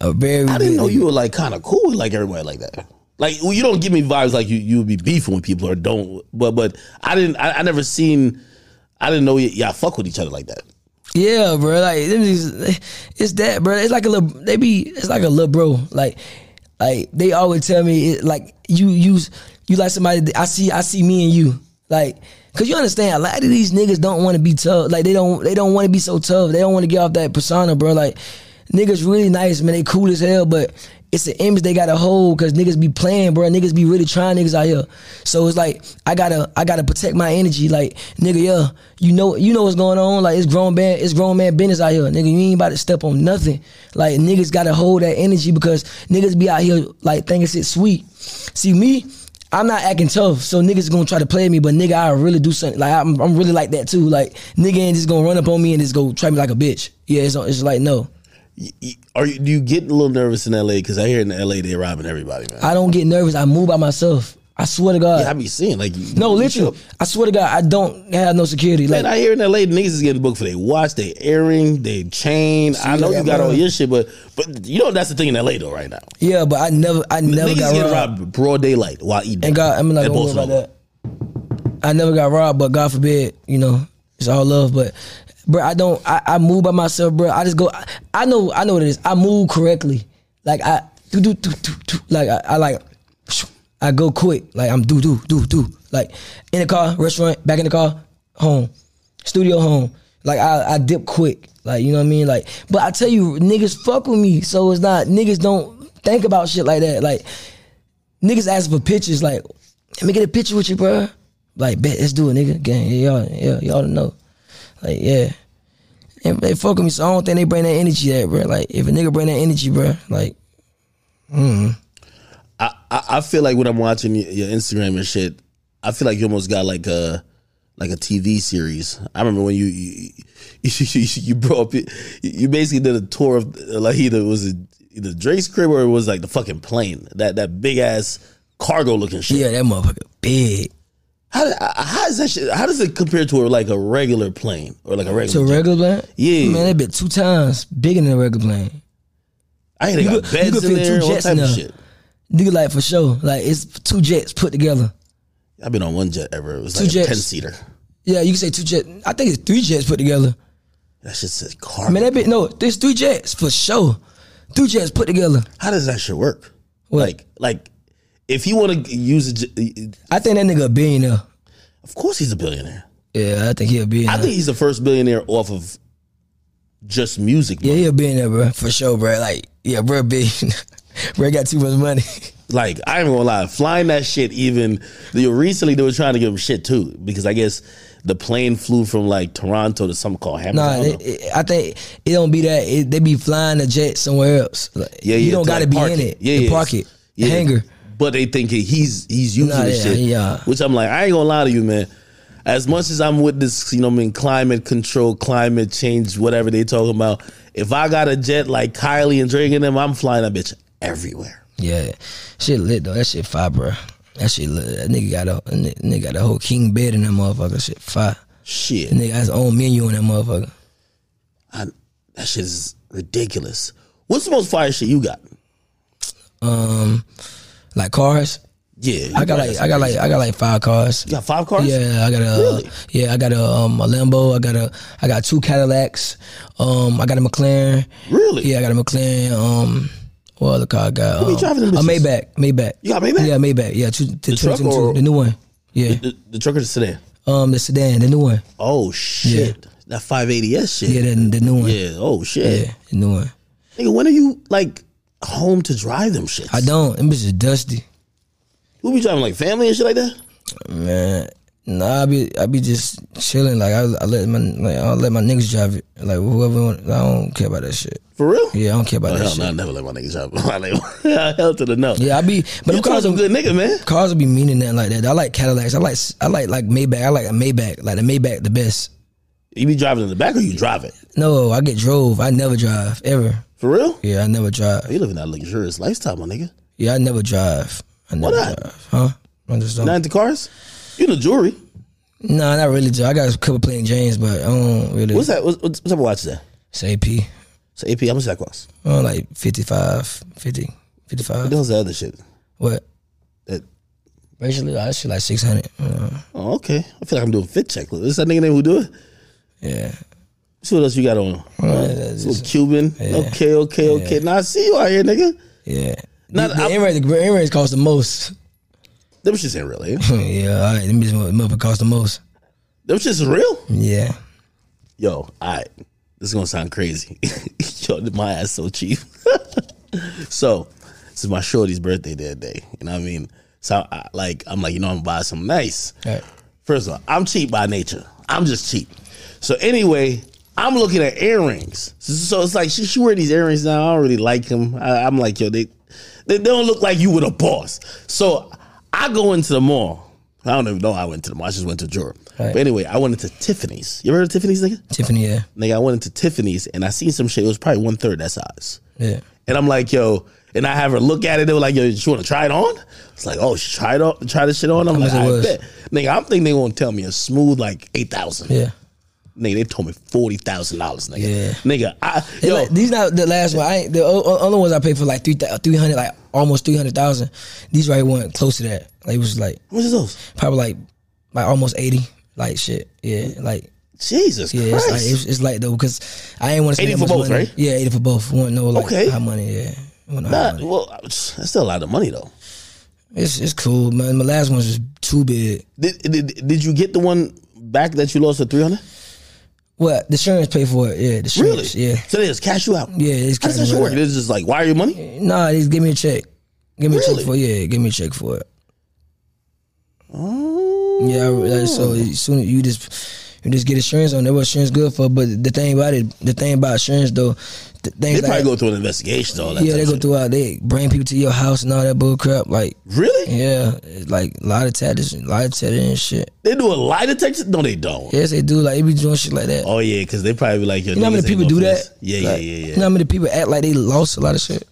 Speaker 2: a very.
Speaker 1: I didn't know you were like kind of cool with like everybody like that. Like well, you don't give me vibes like you you would be beefing with people or don't. But but I didn't. I, I never seen. I didn't know y- y'all fuck with each other like that.
Speaker 2: Yeah, bro. Like them niggas- it's that, bro. It's like a little. They be. It's like a little bro. Like, like they always tell me, it, like you, you, you like somebody. that- I see. I see me and you. Like, Cause you understand, a lot of these niggas don't want to be tough. Like they don't, they don't want to be so tough. They don't want to get off that persona, bro. Like niggas really nice, man. They cool as hell, but it's an image they gotta hold. Cause niggas be playing, bro. Niggas be really trying niggas out here. So it's like I gotta, I gotta protect my energy. Like nigga, yeah, you know, you know what's going on. Like it's grown man, it's grown man business out here, nigga. You ain't about to step on nothing. Like niggas gotta hold that energy because niggas be out here like thinking shit sweet. See me. I'm not acting tough, so niggas gonna try to play me, but nigga, I really do something. Like I'm, I'm really like that too. Like nigga ain't just gonna run up on me and just go try me like a bitch. Yeah, it's, it's like no,
Speaker 1: Y- y- Are you do you get a little nervous in LA? Because I hear in LA they robbing everybody, man.
Speaker 2: I don't get nervous. I move by myself. I swear to God.
Speaker 1: I be seeing like you-
Speaker 2: no,
Speaker 1: you
Speaker 2: literally,
Speaker 1: should-
Speaker 2: I swear to God, I don't have no security. Like
Speaker 1: Man, I hear in LA niggas is getting booked for they watch, they earring, they chain. I know
Speaker 2: yeah,
Speaker 1: you got
Speaker 2: bro.
Speaker 1: all your shit, but but you know that's the thing in LA though right now.
Speaker 2: yeah, but I never, I never
Speaker 1: niggas
Speaker 2: got
Speaker 1: getting
Speaker 2: robbed.
Speaker 1: robbed broad daylight while eating.
Speaker 2: And God, I'm not
Speaker 1: At
Speaker 2: gonna
Speaker 1: both
Speaker 2: worry about
Speaker 1: levels.
Speaker 2: that. I never got robbed, but God forbid, you know, it's all love. But, bro, I don't. I, I move by myself, bro. I just go. I, I know. I know what it is. I move correctly. Like I do do do do do. Like I, I like. shoo, I go quick. Like I'm do do do do. Like in the car, restaurant, back in the car, home, studio, home. Like I, I dip quick. Like you know what I mean. Like, but I tell you, niggas fuck with me, so it's not niggas don't think about shit like that. Like niggas ask for pictures. Like, let me get a picture with you, bro. Like, bet let's do it, nigga. Gang, yeah, y'all, yeah, y'all don't know. Like, yeah, and they fuck with me, so I don't think they bring that energy that, bro. Like, if a nigga bring that energy, bro, like,
Speaker 1: I, I I feel like when I'm watching y- your Instagram and shit, I feel like you almost got like a like a TV series. I remember when you you you, <laughs> you brought up, you- you basically did a tour of like either it was it either Drake's crib or it was like the fucking plane that that big ass cargo looking shit.
Speaker 2: yeah, that motherfucker big.
Speaker 1: How how is that shit? How does it compare to like a regular plane or like a
Speaker 2: To a
Speaker 1: regular?
Speaker 2: regular plane,
Speaker 1: Yeah.
Speaker 2: man, that bit two times bigger than a regular plane.
Speaker 1: I hear they got
Speaker 2: could- you
Speaker 1: beds
Speaker 2: could
Speaker 1: in
Speaker 2: fit two
Speaker 1: there, all
Speaker 2: jets
Speaker 1: type
Speaker 2: now.
Speaker 1: of shit.
Speaker 2: Nigga, like for sure, like it's two jets put together.
Speaker 1: I've been on one jet ever. It was
Speaker 2: Two
Speaker 1: like a
Speaker 2: jets.
Speaker 1: ten seater.
Speaker 2: Yeah, you can say two jets. I think it's three jets put together.
Speaker 1: That shit says cargo.
Speaker 2: Man, that bit no, there's three jets for sure. Three jets put together.
Speaker 1: How does that shit work?
Speaker 2: What?
Speaker 1: Like, like if you want to use it,
Speaker 2: I think that nigga a billionaire.
Speaker 1: of course he's a billionaire.
Speaker 2: Yeah, I think he a billionaire.
Speaker 1: I think he's the first billionaire off of just music.
Speaker 2: Yeah,
Speaker 1: money.
Speaker 2: he'll be in there, bro, for sure, bro. Like, yeah, bro, big, <laughs> bro got too much money. <laughs>
Speaker 1: Like, I ain't gonna lie, flying that shit. Even you know, recently, they were trying to give him shit too because I guess the plane flew from like Toronto to something called Hamilton. I
Speaker 2: Nah,
Speaker 1: don't
Speaker 2: it,
Speaker 1: know.
Speaker 2: it- I think it don't be that. It, they be flying a jet somewhere else. Like,
Speaker 1: yeah, yeah,
Speaker 2: you don't
Speaker 1: to,
Speaker 2: gotta
Speaker 1: like,
Speaker 2: be
Speaker 1: park
Speaker 2: in it. Yeah,
Speaker 1: yeah.
Speaker 2: park it,
Speaker 1: Yeah.
Speaker 2: hangar.
Speaker 1: But they think he- he's he's using
Speaker 2: Nah,
Speaker 1: this
Speaker 2: yeah, uh,
Speaker 1: shit.
Speaker 2: yeah.
Speaker 1: Which I'm like, I ain't gonna lie to you, man. As much as I'm with this, you know, what I mean, climate control, climate change, whatever they talking about. If I got a jet like Kylie and Drake and them, I'm flying that bitch everywhere.
Speaker 2: Yeah, shit lit though. That shit fire, bro. That shit lit. That nigga got a that nigga got a whole king bed in that motherfucker. Shit fire.
Speaker 1: Shit,
Speaker 2: That nigga got his own menu in that motherfucker.
Speaker 1: I, that shit is ridiculous. What's the most fire shit you got?
Speaker 2: Um, like cars.
Speaker 1: Yeah, you
Speaker 2: I got
Speaker 1: probably
Speaker 2: like
Speaker 1: some
Speaker 2: I got
Speaker 1: crazy-
Speaker 2: like I got like five cars.
Speaker 1: you got five cars.
Speaker 2: Yeah, I got a
Speaker 1: Really?
Speaker 2: yeah, I got a um a Lambo. I got a I got two Cadillacs. Um, I got a McLaren.
Speaker 1: really.
Speaker 2: Yeah, I got a McLaren. Um, what other car I got?
Speaker 1: be
Speaker 2: Um,
Speaker 1: driving them
Speaker 2: a
Speaker 1: bitches?
Speaker 2: Maybach. Maybach.
Speaker 1: You got Maybach?
Speaker 2: Yeah, Maybach. Yeah, two, the,
Speaker 1: truck
Speaker 2: 2022,
Speaker 1: or-
Speaker 2: the new one. Yeah,
Speaker 1: The, the trucker just today.
Speaker 2: um, the sedan, the new one.
Speaker 1: Oh shit, that 580s shit.
Speaker 2: Yeah, the, the new one. Yeah.
Speaker 1: Yeah, Oh shit.
Speaker 2: the new one.
Speaker 1: Nigga, when are you like home to drive them shit?
Speaker 2: I don't. Them bitches dusty,
Speaker 1: Who be driving like family and shit like that?
Speaker 2: man. Nah, I be I be just chilling. Like I, I let my like I let my niggas drive it. Like whoever want, I don't care about that shit.
Speaker 1: For real? Oh,
Speaker 2: Yeah, I don't care about that
Speaker 1: Hell,
Speaker 2: shit.
Speaker 1: no, I never let my niggas drive. <laughs> I like, hell to the no.
Speaker 2: Yeah, I be but
Speaker 1: you
Speaker 2: them cars
Speaker 1: called
Speaker 2: are
Speaker 1: some good nigga, man.
Speaker 2: Cars will be meaning nothing like that. I like Cadillacs. I like I like like Maybach. I like a Maybach. Like the Maybach, the best.
Speaker 1: You be driving in the back or you drive it?
Speaker 2: No, I get drove. I never drive ever.
Speaker 1: For real?
Speaker 2: Yeah, I never drive.
Speaker 1: You living that luxurious lifestyle, my nigga.
Speaker 2: Yeah, I never drive. I never
Speaker 1: not?
Speaker 2: drive. Huh? I just don't.
Speaker 1: Not into cars? You in the jewelry.
Speaker 2: nah, not really. Drive. I got a couple playing James, but I don't really.
Speaker 1: What's that? What's, what's up with watch that?
Speaker 2: It's AP.
Speaker 1: So AP, how much that cost?
Speaker 2: Oh, like 55, 50, 55.
Speaker 1: What the hell's the other shit?
Speaker 2: What?
Speaker 1: That,
Speaker 2: Racially, I shoot like 600. Uh,
Speaker 1: oh, okay. I feel like I'm doing fit check. Is that nigga name who do it?
Speaker 2: yeah.
Speaker 1: See what else you got on.
Speaker 2: Uh, that's just-
Speaker 1: Little Cuban. Okay, okay, okay. Now I see you out here, nigga.
Speaker 2: yeah.
Speaker 1: Not-
Speaker 2: the, the
Speaker 1: I'm-
Speaker 2: Emirates, the Emirates cost the most. <laughs>
Speaker 1: Them shits ain't real, eh?
Speaker 2: yeah, all right. Them bitches motherfucker cost the most.
Speaker 1: Them shit's real.
Speaker 2: Yeah.
Speaker 1: Yo, all right. This is gonna sound crazy. <laughs> Yo, my ass so cheap. <laughs> so, this is my shorty's birthday that day. You know what I mean? So, I, like, I'm like, you know, I'm gonna buy something nice.
Speaker 2: Right.
Speaker 1: First of all, I'm cheap by nature. I'm just cheap. So anyway, I'm looking at earrings. So, so it's like she, she wear these earrings now. I don't really like them. I, I'm like, yo, they, they they don't look like you with a boss. So I go into the mall. I don't even know I went to the mall. I just went to Jordan.
Speaker 2: Right.
Speaker 1: But anyway, I went into Tiffany's. You ever heard of Tiffany's, nigga?
Speaker 2: Tiffany, yeah.
Speaker 1: Nigga, I went into Tiffany's and I seen some shit. It was probably one third that size.
Speaker 2: Yeah.
Speaker 1: And I'm like, yo, and I have her look at it. They were like, yo, she want to try it on? It's like, oh, she tried on, try this shit on. I'm
Speaker 2: much
Speaker 1: like,
Speaker 2: it
Speaker 1: I
Speaker 2: was?
Speaker 1: bet. Nigga, I'm thinking they gonna tell me a smooth like eight thousand.
Speaker 2: Yeah.
Speaker 1: Nigga, they told me forty thousand dollars, nigga.
Speaker 2: Yeah.
Speaker 1: Nigga, I
Speaker 2: They
Speaker 1: yo,
Speaker 2: like- these not the last one. I ain't, the o- o- only ones I paid for like three three hundred, like almost three hundred thousand. These right weren't close to that. Like it was like
Speaker 1: how much is those?
Speaker 2: probably like like almost eighty. Like shit. Yeah. Like
Speaker 1: Jesus
Speaker 2: yeah. It's
Speaker 1: Christ.
Speaker 2: like, it's, it's like though because I ain't want to
Speaker 1: 80 for both, right?
Speaker 2: Yeah, eighty for both. Want no like
Speaker 1: Okay.
Speaker 2: high money? Yeah. Want no high
Speaker 1: Nah,
Speaker 2: money.
Speaker 1: well, that's still a lot of money though.
Speaker 2: It's it's cool, man. My last one's just too big.
Speaker 1: Did, did, did you get the one back that you lost at three hundred?
Speaker 2: What the insurance paid for it? Yeah, the
Speaker 1: Really?
Speaker 2: insurance. Yeah,
Speaker 1: So they just cash you out.
Speaker 2: yeah. It's
Speaker 1: How does that
Speaker 2: kinda
Speaker 1: shit work?
Speaker 2: weird.
Speaker 1: It's just like wire your money.
Speaker 2: Nah, they just give me a check. Give me a
Speaker 1: Really?
Speaker 2: check for it. Yeah, give me a check for it. Yeah, I, like,
Speaker 1: Oh.
Speaker 2: so as soon as you just you just get insurance on there, what insurance good for? But the thing about it, the thing about insurance though, the
Speaker 1: They
Speaker 2: things
Speaker 1: probably
Speaker 2: like
Speaker 1: go through an investigation, all that.
Speaker 2: yeah, they go
Speaker 1: through.
Speaker 2: throughout. They bring people to your house and all that bull crap. Like
Speaker 1: Really?
Speaker 2: yeah, it's like a lot of tactics, a lot of tactics and shit.
Speaker 1: They do a lie detection? No, they don't.
Speaker 2: Yes, they do. Like they be doing shit like that.
Speaker 1: Oh yeah, because they probably be like, Yo,
Speaker 2: You know how
Speaker 1: niggas
Speaker 2: many
Speaker 1: ain't
Speaker 2: people
Speaker 1: no
Speaker 2: do that?
Speaker 1: finesse. Yeah,
Speaker 2: Like,
Speaker 1: yeah, yeah, yeah.
Speaker 2: You know how many people act like they lost a lot of shit?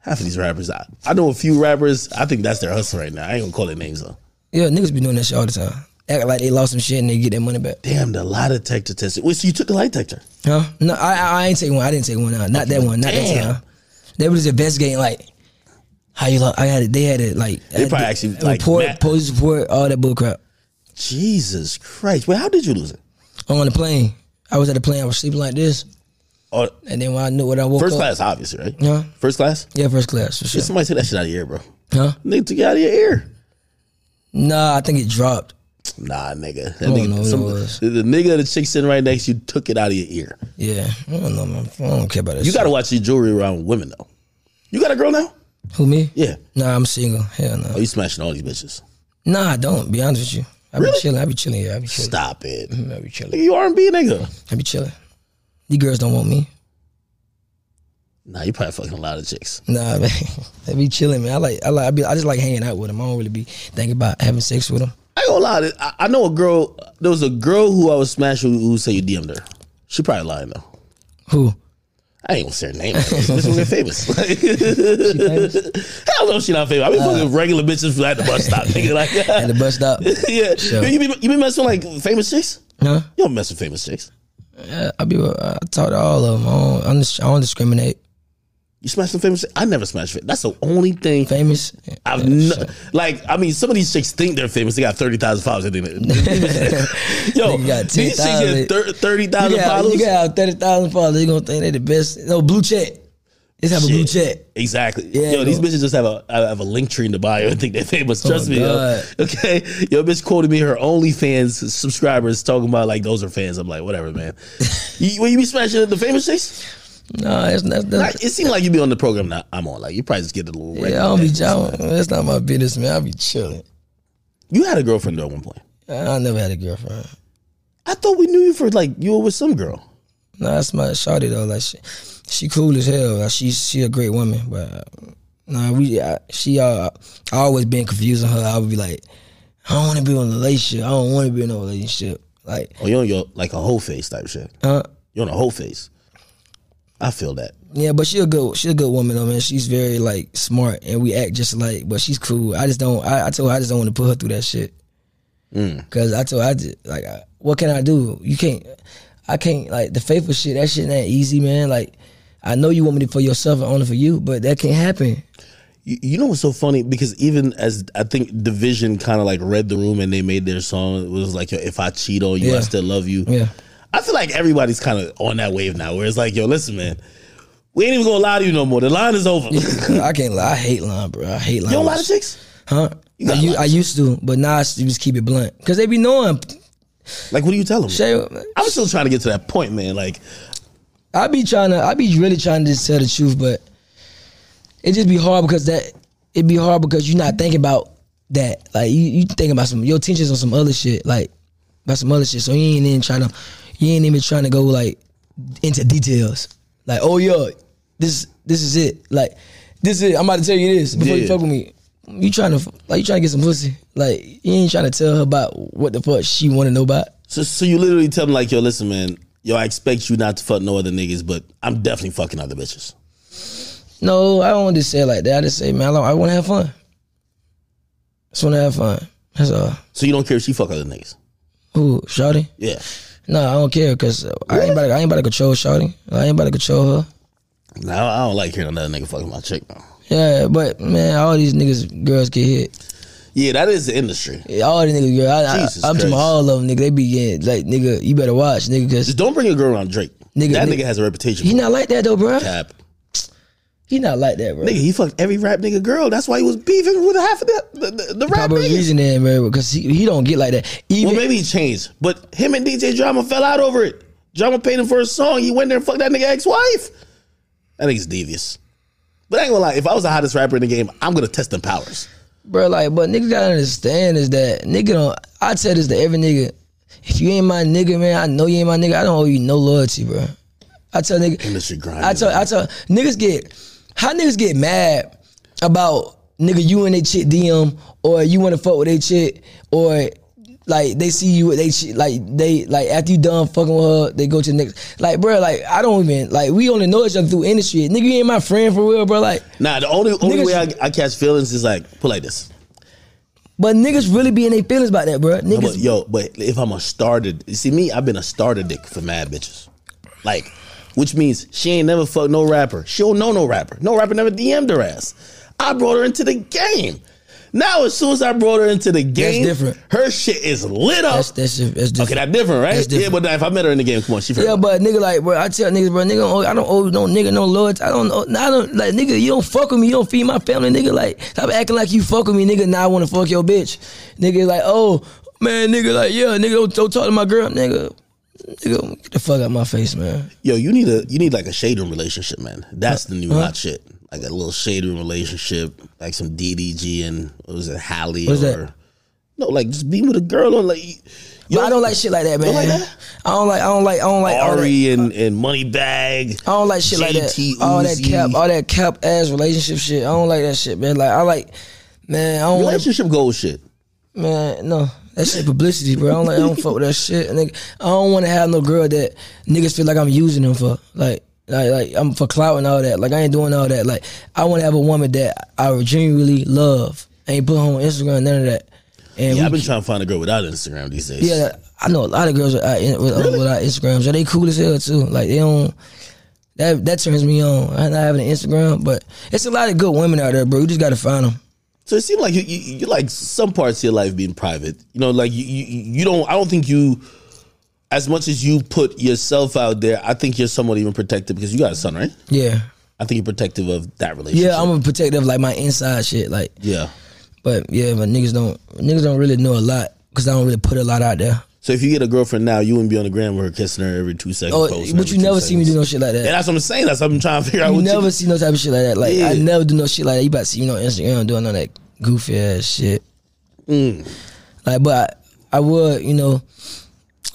Speaker 1: Half of these rappers, I, I know a few rappers. I think that's their hustle right now. I ain't gonna call it names though.
Speaker 2: Yeah, niggas be doing that shit all the time. Act like they lost some shit and they get their money back.
Speaker 1: Damn, the lie detector tested. Wait, so you took the lie detector?
Speaker 2: Huh? No, I, I I ain't take one. I didn't take one out. Not that one. Not
Speaker 1: Damn.
Speaker 2: that time. They were just investigating like how you. Lo- I had it. They had it like they
Speaker 1: probably actually, like,
Speaker 2: report,
Speaker 1: mad-
Speaker 2: police report, all that bullcrap.
Speaker 1: Jesus Christ! Wait, how did you lose it?
Speaker 2: I'm on the plane. I was at the plane. I was sleeping like this,
Speaker 1: Oh,
Speaker 2: and then when I knew when I woke
Speaker 1: first
Speaker 2: up,
Speaker 1: class, obviously, right?
Speaker 2: Yeah.
Speaker 1: First class.
Speaker 2: yeah, first class for sure.
Speaker 1: Did somebody take that shit out of your ear, bro?
Speaker 2: Huh?
Speaker 1: Nigga took it out of your ear.
Speaker 2: Nah, I think it dropped.
Speaker 1: Nah, nigga. That
Speaker 2: don't
Speaker 1: nigga
Speaker 2: know what it
Speaker 1: some-
Speaker 2: was.
Speaker 1: the, the nigga, the chick sitting right next to you, took it out of your ear.
Speaker 2: Yeah, I don't know, man. I don't care about that.
Speaker 1: You gotta watch your jewelry around women though. You got a girl now?
Speaker 2: shit. who me?
Speaker 1: Yeah.
Speaker 2: Nah, I'm single. Hell no.
Speaker 1: Oh, you smashing all these bitches?
Speaker 2: Nah, I don't. Be honest with you. I be chilling. I be chilling. Yeah, Mm-hmm. I be chilling.
Speaker 1: Stop it.
Speaker 2: I be
Speaker 1: Nigga,
Speaker 2: chilling.
Speaker 1: you R and B nigga.
Speaker 2: I be chilling. These girls don't want me.
Speaker 1: Nah, you probably fucking a lot of chicks.
Speaker 2: Nah, man. <laughs> I be chilling, man. I like. I like. I, be, I just like hanging out with them. I don't really be thinking about having sex with them.
Speaker 1: I ain't gonna lie. I, I know a girl. There was a girl who I was smashing who, who said you DM'd her. She probably lying though.
Speaker 2: Who?
Speaker 1: I ain't gonna say her name. This will get
Speaker 2: <laughs>
Speaker 1: famous. <laughs> Hell no, she not famous. I be fucking regular bitches at the bus stop, nigga. Like,
Speaker 2: Uh. <laughs>
Speaker 1: <laughs>
Speaker 2: At the bus stop.
Speaker 1: yeah. You, be, you be messing with like famous chicks?
Speaker 2: Huh?
Speaker 1: You don't mess with famous chicks.
Speaker 2: Yeah, I be. uh, I talk to all of them. I don't, I'm just, I don't discriminate.
Speaker 1: You smash some famous? chick- I never smash it. That's the only thing.
Speaker 2: Famous.
Speaker 1: I've no, like, I mean, some of these chicks think they're famous. They got thirty thousand followers. They think
Speaker 2: <laughs>
Speaker 1: they- <laughs> Yo,
Speaker 2: Nigga got
Speaker 1: these chicks get
Speaker 2: 10,000.
Speaker 1: thir- thirty
Speaker 2: You
Speaker 1: thousand
Speaker 2: got,
Speaker 1: followers.
Speaker 2: you got thirty thousand followers. They gonna think they the best. No blue check. Just have a blue check.
Speaker 1: Exactly.
Speaker 2: Yeah,
Speaker 1: yo, these
Speaker 2: bro.
Speaker 1: bitches just have a have a link tree in the bio and think they're famous. Trust me, yo.
Speaker 2: God.
Speaker 1: Okay, yo, bitch quoted me her OnlyFans subscribers talking about like those are fans. I'm like, whatever,
Speaker 2: <laughs>
Speaker 1: man. you, when you be smashing the famous chicks,
Speaker 2: Nah, that's that's,
Speaker 1: I-
Speaker 2: that's
Speaker 1: it seemed like you be on the program that I'm on. Like you probably just get a little.
Speaker 2: yeah. I
Speaker 1: regular
Speaker 2: don't be.
Speaker 1: thing.
Speaker 2: I don't, that's not my business, man. I be chilling.
Speaker 1: You had a girlfriend though at one point.
Speaker 2: I never had a girlfriend.
Speaker 1: I thought we knew you for like you were with some girl.
Speaker 2: Nah, that's my shawty though. Like she, she cool as hell. Like she, she a great woman. But uh, nah, we, I, she, uh, I always been confusing her. I would be like, I don't want to be in a relationship. I don't want to be in a relationship. Like,
Speaker 1: Oh, you on your like a whole face type shit.
Speaker 2: uh,
Speaker 1: You on a whole face. I feel that.
Speaker 2: yeah. But she a good, she a good woman though, man. She's very like smart, and we act just like. But she's cool. I just don't. I, I told her I just don't want to put her through that shit.
Speaker 1: Mm.
Speaker 2: Cause I told her I just, like, I, what can I do? You can't. I can't like the faithful shit. That shit ain't easy, man. Like. I know you want me to for yourself and only for you, but that can't happen.
Speaker 1: You, you know what's so funny? Because even as I think Division kind of like read the room and they made their song, it was like, yo, if I cheat on you, I
Speaker 2: Yeah.
Speaker 1: still love you. <laughs>
Speaker 2: Yeah.
Speaker 1: I feel like everybody's kind of on that wave now where it's like, yo, listen, man, we ain't even gonna lie to you no more. The line is over. you
Speaker 2: I can't lie. I hate lying, bro. I hate lying.
Speaker 1: don't lie to chicks?
Speaker 2: Huh?
Speaker 1: gotta
Speaker 2: I, u-
Speaker 1: lie to
Speaker 2: I used to, but now I s- just keep it blunt. Because they be knowing.
Speaker 1: Like, what do you tell him?
Speaker 2: Shay,
Speaker 1: I'm still trying to get to that point, man. Like,
Speaker 2: I be trying to, I be really trying to just tell the truth, but it just be hard because that it be hard because you're not thinking about that. Like you, you thinking about some your teachers on some other shit, like about some other shit. So you ain't even trying to, you ain't even trying to go like into details. Like oh yeah, this this is it. Like this is it. I'm about to tell you this before you
Speaker 1: Yeah.
Speaker 2: fuck with me. You trying to like you trying to get some pussy. Like you ain't trying to tell her about what the fuck she want to know about.
Speaker 1: so, so you literally tell him, like, yo, listen, man, yo, I expect you not to fuck no other niggas, but I'm definitely fucking other bitches.
Speaker 2: No, I don't just say it like that. I just say, man, I, I want to have fun. Just want to have fun. That's all.
Speaker 1: So you don't care if she fuck other niggas.
Speaker 2: Who, Shawty?
Speaker 1: Yeah.
Speaker 2: No, I don't care because I ain't about to, I ain't about to control Shawty. I ain't about to control her.
Speaker 1: Nah, I I don't like hearing another nigga fucking my chick, though.
Speaker 2: Yeah, but man, all these niggas girls get hit.
Speaker 1: Yeah, that is the industry.
Speaker 2: All these niggas girls, I,
Speaker 1: Jesus
Speaker 2: I, I'm talking
Speaker 1: Christ.
Speaker 2: about all of them, nigga. They be getting like, nigga, you better watch, nigga, because
Speaker 1: Just don't bring a girl around Drake.
Speaker 2: Nigga,
Speaker 1: that
Speaker 2: nigga-
Speaker 1: nigga, has a reputation
Speaker 2: he
Speaker 1: for
Speaker 2: not like that though, bro.
Speaker 1: cap.
Speaker 2: He not like that, bro.
Speaker 1: Nigga, he fucked every rap nigga girl. That's why he was beefing with half of the the, the, the rap
Speaker 2: Probably
Speaker 1: niggas.
Speaker 2: reason that, bro, because he, he don't get like that. Even
Speaker 1: Well, maybe he changed, but him and DJ Drama fell out over it. Drama paid him for his song. He went there and fucked that nigga ex-wife. That nigga's devious. But I ain't gonna lie, if I was the hottest rapper in the game, I'm gonna test them powers.
Speaker 2: Bro, like, but niggas gotta understand is that nigga don't. I tell this to every nigga. If you ain't my nigga, man, I know you ain't my nigga. I don't owe you no loyalty, bro. I tell nigga,
Speaker 1: Industry grind.
Speaker 2: I tell, I tell niggas get how niggas get mad about nigga you and they chick DM or you want to fuck with they chick or like they see you with they chick like they like after you done fucking with her they go to the next like bro like I don't even like we only know each other through industry nigga you ain't my friend for real bro like
Speaker 1: nah, the only only
Speaker 2: Niggas-
Speaker 1: way I, I catch feelings is like put like this.
Speaker 2: but niggas really be in their feelings about that bro
Speaker 1: I'm
Speaker 2: niggas
Speaker 1: a- yo, but if I'm a starter, you see me, I've been a starter dick for mad bitches. Like, which means she ain't never fucked no rapper. She don't know no rapper. No rapper never DM'd her ass. I brought her into the game. Now, as soon as I brought her into the game,
Speaker 2: different.
Speaker 1: her shit is lit up.
Speaker 2: That's that's just, that's
Speaker 1: okay,
Speaker 2: different.
Speaker 1: that's different, right?
Speaker 2: That's different.
Speaker 1: Yeah, but now if I met her in the game, come on, she
Speaker 2: yeah,
Speaker 1: fair.
Speaker 2: but nigga, like, bro, I tell niggas, bro, nigga, don't owe- I don't owe no nigga no loyalty. I don't, owe- I don't, like, nigga, you don't fuck with me, you don't feed my family, nigga. Like, stop acting like you fuck with me, nigga. Now I want to fuck your bitch, nigga. Like, oh man, nigga, like, yeah, nigga, don't, don't talk to my girl, nigga. Nigga, get the fuck out my face, man.
Speaker 1: Yo, you need a you need like a shade room relationship, man. That's the new hot shit. Like a little shade room relationship, like some DDG and what was it, Hallie
Speaker 2: What's that?
Speaker 1: or no, like just being with a girl on like.
Speaker 2: But I don't like shit like that, man.
Speaker 1: don't like that?
Speaker 2: I don't like, I don't like, I don't like all that.
Speaker 1: Ari and, and Moneybag.
Speaker 2: I don't like shit like that.
Speaker 1: JT
Speaker 2: All that
Speaker 1: Uzi.
Speaker 2: cap, all that cap ass relationship shit. I don't like that shit, man. Like, I like, man, I don't like
Speaker 1: Relationship goal shit.
Speaker 2: Man, no. That shit publicity, bro. I don't, like, I don't fuck with that shit. Nigga, I don't want to have no girl that niggas feel like I'm using them for. Like, like, like I'm for clout and all that. Like, I ain't doing all that. Like, I want to have a woman that I genuinely love. I ain't put her on Instagram, none of that. And
Speaker 1: Yeah, I've
Speaker 2: we,
Speaker 1: been trying to find a girl without Instagram these days.
Speaker 2: yeah, I know a lot of girls without, with, without Instagrams. Yeah, they cool as hell too. Like, they don't. That that turns me on. I not having an Instagram, but it's a lot of good women out there, bro. You just gotta find them.
Speaker 1: So it seemed like you, you, you like some parts of your life being private. You know, like you, you you don't. I don't think you, as much as you put yourself out there, I think you're somewhat even protective because you got a son, right?
Speaker 2: Yeah,
Speaker 1: I think you're protective of that relationship.
Speaker 2: yeah. I'm a protective, like my inside shit, like.
Speaker 1: yeah.
Speaker 2: But yeah, but niggas don't niggas don't really know a lot because I don't really put a lot out there.
Speaker 1: So if you get a girlfriend now, you wouldn't be on the gram with her kissing her every two seconds.
Speaker 2: Oh,
Speaker 1: posting
Speaker 2: but
Speaker 1: every
Speaker 2: you
Speaker 1: two
Speaker 2: never see me do
Speaker 1: seconds.
Speaker 2: no shit like
Speaker 1: Yeah,
Speaker 2: that.
Speaker 1: that's what I'm saying. That's what I'm trying to figure out.
Speaker 2: You
Speaker 1: what
Speaker 2: never see no type of shit like that. Like I
Speaker 1: Yeah.
Speaker 2: never do no shit like that. You about to see me on Instagram doing all that goofy ass shit.
Speaker 1: Mm.
Speaker 2: Like, but I, I would you know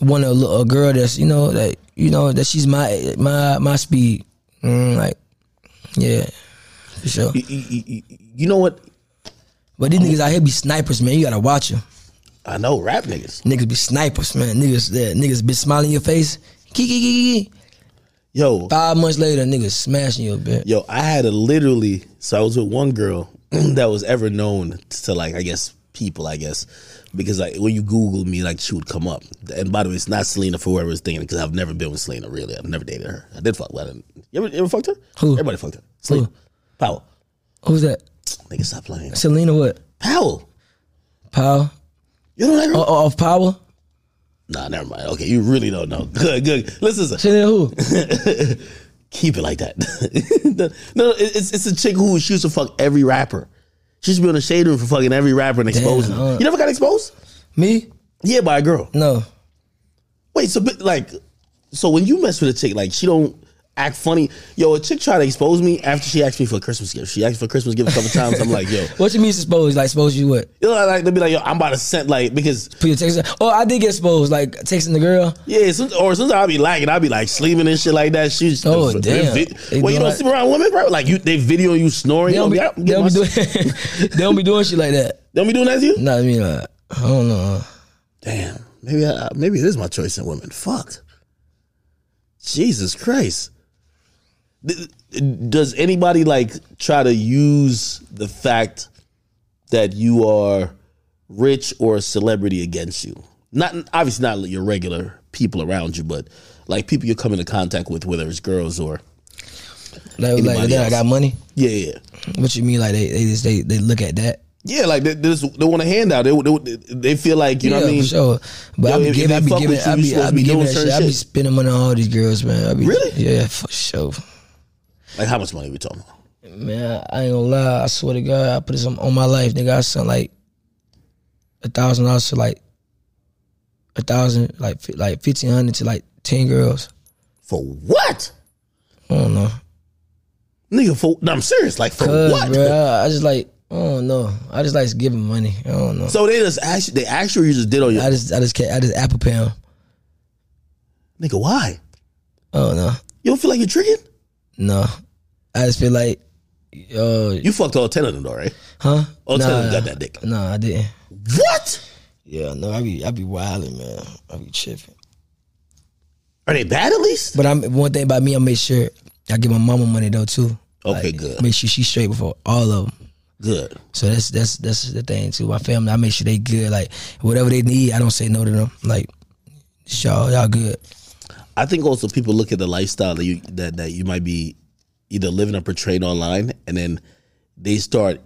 Speaker 2: want a, little- a girl that's you know that you know that she's my my my speed. Mm, like, yeah, for sure.
Speaker 1: You, you- you- you- you know what?
Speaker 2: But these niggas out here be snipers, man. You gotta watch them.
Speaker 1: I know rap niggas.
Speaker 2: Niggas be snipers, man. Niggas that niggas be smiling in your face. Kiki, kiki, kiki.
Speaker 1: Yo,
Speaker 2: Five months later, niggas smashing your bitch.
Speaker 1: Yo, I had a literally. So I was with one girl <clears throat> that was ever known to like, I guess people, I guess, because like when you Google me, like she would come up. And by the way, it's not Selena for whoever's thinking because I've never been with Selena really. I've never dated her. I did fuck. Well, I didn't- you ever, you ever fucked her?
Speaker 2: Who?
Speaker 1: Everybody fucked her. Selena.
Speaker 2: Who?
Speaker 1: Powell.
Speaker 2: Who's that?
Speaker 1: Nigga, stop playing.
Speaker 2: Selena what?
Speaker 1: Powell.
Speaker 2: Powell?
Speaker 1: You don't know that girl?
Speaker 2: Oh, oh, off Powell?
Speaker 1: Nah, never mind. Okay, you really don't know. <laughs> Good, good. Listen, <laughs>
Speaker 2: Selena who?
Speaker 1: keep it like that. <laughs> no, no, it's it's a chick who she used to fuck every rapper. She used to be on the shade room for fucking every rapper and exposing them.
Speaker 2: alright.
Speaker 1: You never got exposed?
Speaker 2: Me?
Speaker 1: Yeah, by a girl.
Speaker 2: No.
Speaker 1: Wait, so but like, so when you mess with a chick, like she don't act funny. Yo, a chick tried to expose me after she asked me for a Christmas gift. She asked for a Christmas gift a couple times. I'm like, yo, <laughs>
Speaker 2: What you mean exposed? Like expose you what?
Speaker 1: you know, like they be like, yo, I'm about to send like because
Speaker 2: Put your text. Oh, I did get exposed. Like texting the girl.
Speaker 1: yeah, some, or sometimes I'll be lagging, I'll be like sleeping and shit like that. She's
Speaker 2: Oh,
Speaker 1: they
Speaker 2: damn.
Speaker 1: vi-
Speaker 2: They
Speaker 1: well, you
Speaker 2: doing
Speaker 1: don't
Speaker 2: like-
Speaker 1: sleep around women, bro. Like you, they video you snoring.
Speaker 2: They don't be,
Speaker 1: You don't
Speaker 2: they don't
Speaker 1: my-
Speaker 2: be doing. <laughs> they don't be doing shit like that.
Speaker 1: they don't be doing that to you.
Speaker 2: No, I mean, uh, I don't know.
Speaker 1: Damn, maybe I, maybe it is my choice in women. Fuck. Jesus Christ. Th- Does anybody like try to use the fact that you are rich or a celebrity against you? Not obviously not your regular people around you, but like people you come into contact with, whether it's girls or
Speaker 2: Like, like
Speaker 1: Anybody
Speaker 2: then I got
Speaker 1: else?
Speaker 2: money.
Speaker 1: yeah, yeah,
Speaker 2: What you mean? Like they they just, they, they look at that.
Speaker 1: yeah. Like they, they, just, they want a handout. They, they they feel like you know what I
Speaker 2: yeah,
Speaker 1: mean.
Speaker 2: for sure. But
Speaker 1: Yo,
Speaker 2: I be
Speaker 1: if- if
Speaker 2: giving, I
Speaker 1: they
Speaker 2: be
Speaker 1: fuck
Speaker 2: giving,
Speaker 1: with you,
Speaker 2: I
Speaker 1: you
Speaker 2: be,
Speaker 1: supposed
Speaker 2: I
Speaker 1: to
Speaker 2: be
Speaker 1: be
Speaker 2: giving
Speaker 1: doing
Speaker 2: that shit.
Speaker 1: certain
Speaker 2: I be
Speaker 1: shit.
Speaker 2: spending money on all these girls, man. I be,
Speaker 1: Really?
Speaker 2: Yeah, for sure.
Speaker 1: Like how much money we talking about?
Speaker 2: Man, I, I ain't gonna lie. I swear to God, I put this on, on my life, nigga. I sent like a thousand dollars to like a thousand, like fi- like fifteen hundred to like ten girls.
Speaker 1: For what?
Speaker 2: I don't know.
Speaker 1: Nigga, for no, I'm serious. Like for
Speaker 2: Cause,
Speaker 1: what?
Speaker 2: bruh, I just like I don't know. I just like giving money. I don't know.
Speaker 1: So they just actually, they actually just did on you,
Speaker 2: I just I just can't, I just apple pound.
Speaker 1: nigga. Why?
Speaker 2: I don't know.
Speaker 1: You don't feel like you're tricking?
Speaker 2: No, I just feel like, uh,
Speaker 1: You fucked all ten of them, though, right?
Speaker 2: huh?
Speaker 1: All ten of them
Speaker 2: Nah,
Speaker 1: got that dick.
Speaker 2: nah, I didn't.
Speaker 1: What?
Speaker 2: Yeah, no, I be I be wilding, man. I be tripping.
Speaker 1: Are they bad at least?
Speaker 2: But I'm one thing about me, I make sure I give my mama money though too.
Speaker 1: Okay, good.
Speaker 2: Make sure she's straight before all of them.
Speaker 1: Good.
Speaker 2: So that's that's that's the thing too. My family, I make sure they good. Like whatever they need, I don't say no to them. Like y'all y'all good.
Speaker 1: I think also people look at the lifestyle that you that, that you might be either living or portrayed online, and then they start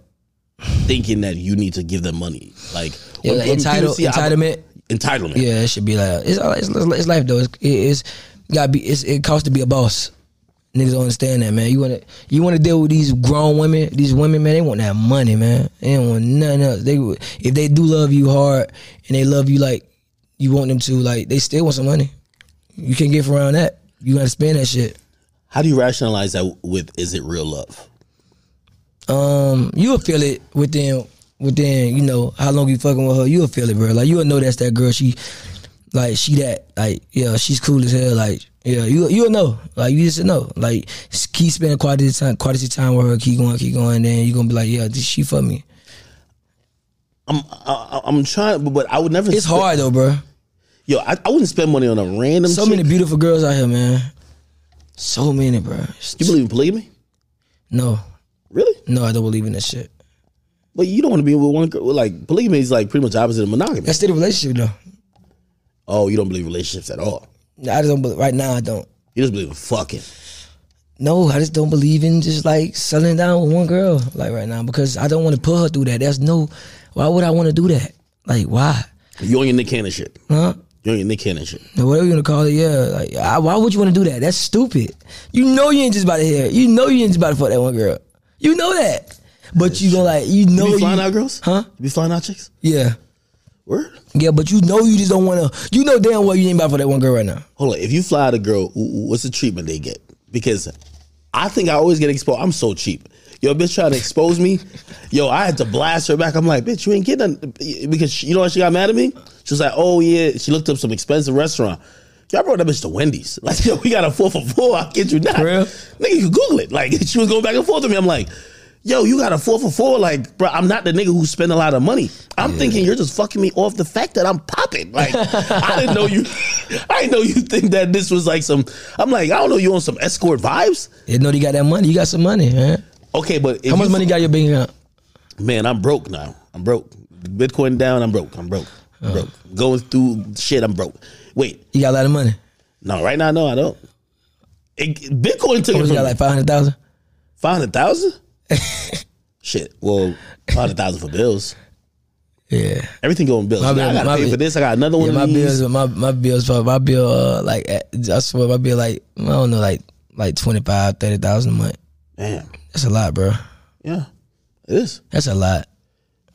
Speaker 1: thinking that you need to give them money, like
Speaker 2: Yeah, like
Speaker 1: people
Speaker 2: entitled-
Speaker 1: see-
Speaker 2: entitlement.
Speaker 1: entitlement.
Speaker 2: Yeah, it should be like it's all- it's, it's life though. It's, it, it's gotta be. It's, it costs to be a boss. Niggas don't understand that, man. You wanna you wanna deal with these grown women, these women, man. They want that money, man. They don't want nothing else. They would- if they do love you hard and they love you like you want them to, like they still want some money. You can't get around that. You gotta spend that shit.
Speaker 1: How do you rationalize that with? Is it real love?
Speaker 2: Um, you'll feel it within within you know how long you fucking with her. You'll feel it, bro. Like you'll know that's that girl. She like she that like yeah, she's cool as hell. Like yeah, you you'll know. Like you just know. Like s- keep spending quality time quality time with her. Keep going, keep going. Then you are gonna be like yeah, this, she for me.
Speaker 1: I'm I, I- I'm trying, but, but I would never.
Speaker 2: It's
Speaker 1: spe-
Speaker 2: hard though, bro.
Speaker 1: Yo, I, I wouldn't spend money on a random.
Speaker 2: So
Speaker 1: chick.
Speaker 2: many beautiful girls out here, man. So many, bro.
Speaker 1: You believe in polygamy?
Speaker 2: No,
Speaker 1: Really?
Speaker 2: no, I don't believe in that shit.
Speaker 1: But you don't want to be with one girl. Like polygamy is like pretty much opposite of monogamy.
Speaker 2: That's still a relationship though.
Speaker 1: Oh, you don't believe relationships at all.
Speaker 2: I just don't. believe Right now, I don't.
Speaker 1: You just believe in fucking.
Speaker 2: No, I just don't believe in just like settling down with one girl like right now because I don't want to put her through that. There's no, why would I want to do that? Like why?
Speaker 1: You on your Nick Cannon shit.
Speaker 2: Huh?
Speaker 1: You on your Nick Cannon shit.
Speaker 2: Or Whatever you want to call it, yeah. Like I, why would you want to do that? That's stupid. You know you ain't just about to hear. You know you ain't just about to fuck that one girl. You know that, but you gonna like you know
Speaker 1: You
Speaker 2: you,
Speaker 1: be flying out girls?
Speaker 2: Huh?
Speaker 1: You be flying out chicks?
Speaker 2: yeah,
Speaker 1: Word?
Speaker 2: yeah. But you know you just don't want to. You know damn well you ain't about to fuck that one girl right now.
Speaker 1: Hold on. If you fly out a girl, wh- wh- what's the treatment they get? Because I think I always get exposed. I'm so cheap. Yo, bitch trying to expose me. Yo, I had to blast her back. I'm like, bitch, you ain't getting nothing. Because she, you know why she got mad at me? She was like, oh, yeah. She looked up some expensive restaurant. Yo, I brought that bitch to Wendy's. <laughs> Like, yo, we got a four for four. I get you not.
Speaker 2: For real?
Speaker 1: Nigga, you Google it. Like, <laughs> she was going back and forth with me. I'm like, yo, you got a four for four. Like, bro, I'm not the nigga who spend a lot of money. I'm thinking you're just fucking me off the fact that I'm popping. Like, I didn't know you. <laughs> I didn't know you think that this was like some. I'm like, I don't know. You on some escort vibes?
Speaker 2: You know you got that money. You got some money, man.
Speaker 1: Okay, but if
Speaker 2: How much
Speaker 1: you-
Speaker 2: money you got in your bank account?
Speaker 1: Man, I'm broke now. I'm broke. Bitcoin down. I'm broke. I'm broke. I'm broke. Going through shit. I'm broke. Wait,
Speaker 2: You got a lot of money.
Speaker 1: no, right now, no, I don't. It, Bitcoin took
Speaker 2: How
Speaker 1: it
Speaker 2: much you
Speaker 1: from
Speaker 2: got? Like five hundred thousand.
Speaker 1: five hundred
Speaker 2: <laughs>
Speaker 1: thousand. Shit. Well, five hundred thousand for bills.
Speaker 2: Yeah.
Speaker 1: Everything going bills. Now
Speaker 2: My
Speaker 1: I
Speaker 2: bill-
Speaker 1: gotta
Speaker 2: my
Speaker 1: pay
Speaker 2: bill-
Speaker 1: for this. I got another one.
Speaker 2: Yeah,
Speaker 1: of
Speaker 2: my
Speaker 1: these.
Speaker 2: bills, my my bills, probably- my bill, uh, like at- I swear, my bill, like I don't know, like like twenty five, thirty thousand a month.
Speaker 1: Damn.
Speaker 2: That's a lot, bro.
Speaker 1: Yeah. It is.
Speaker 2: That's a lot.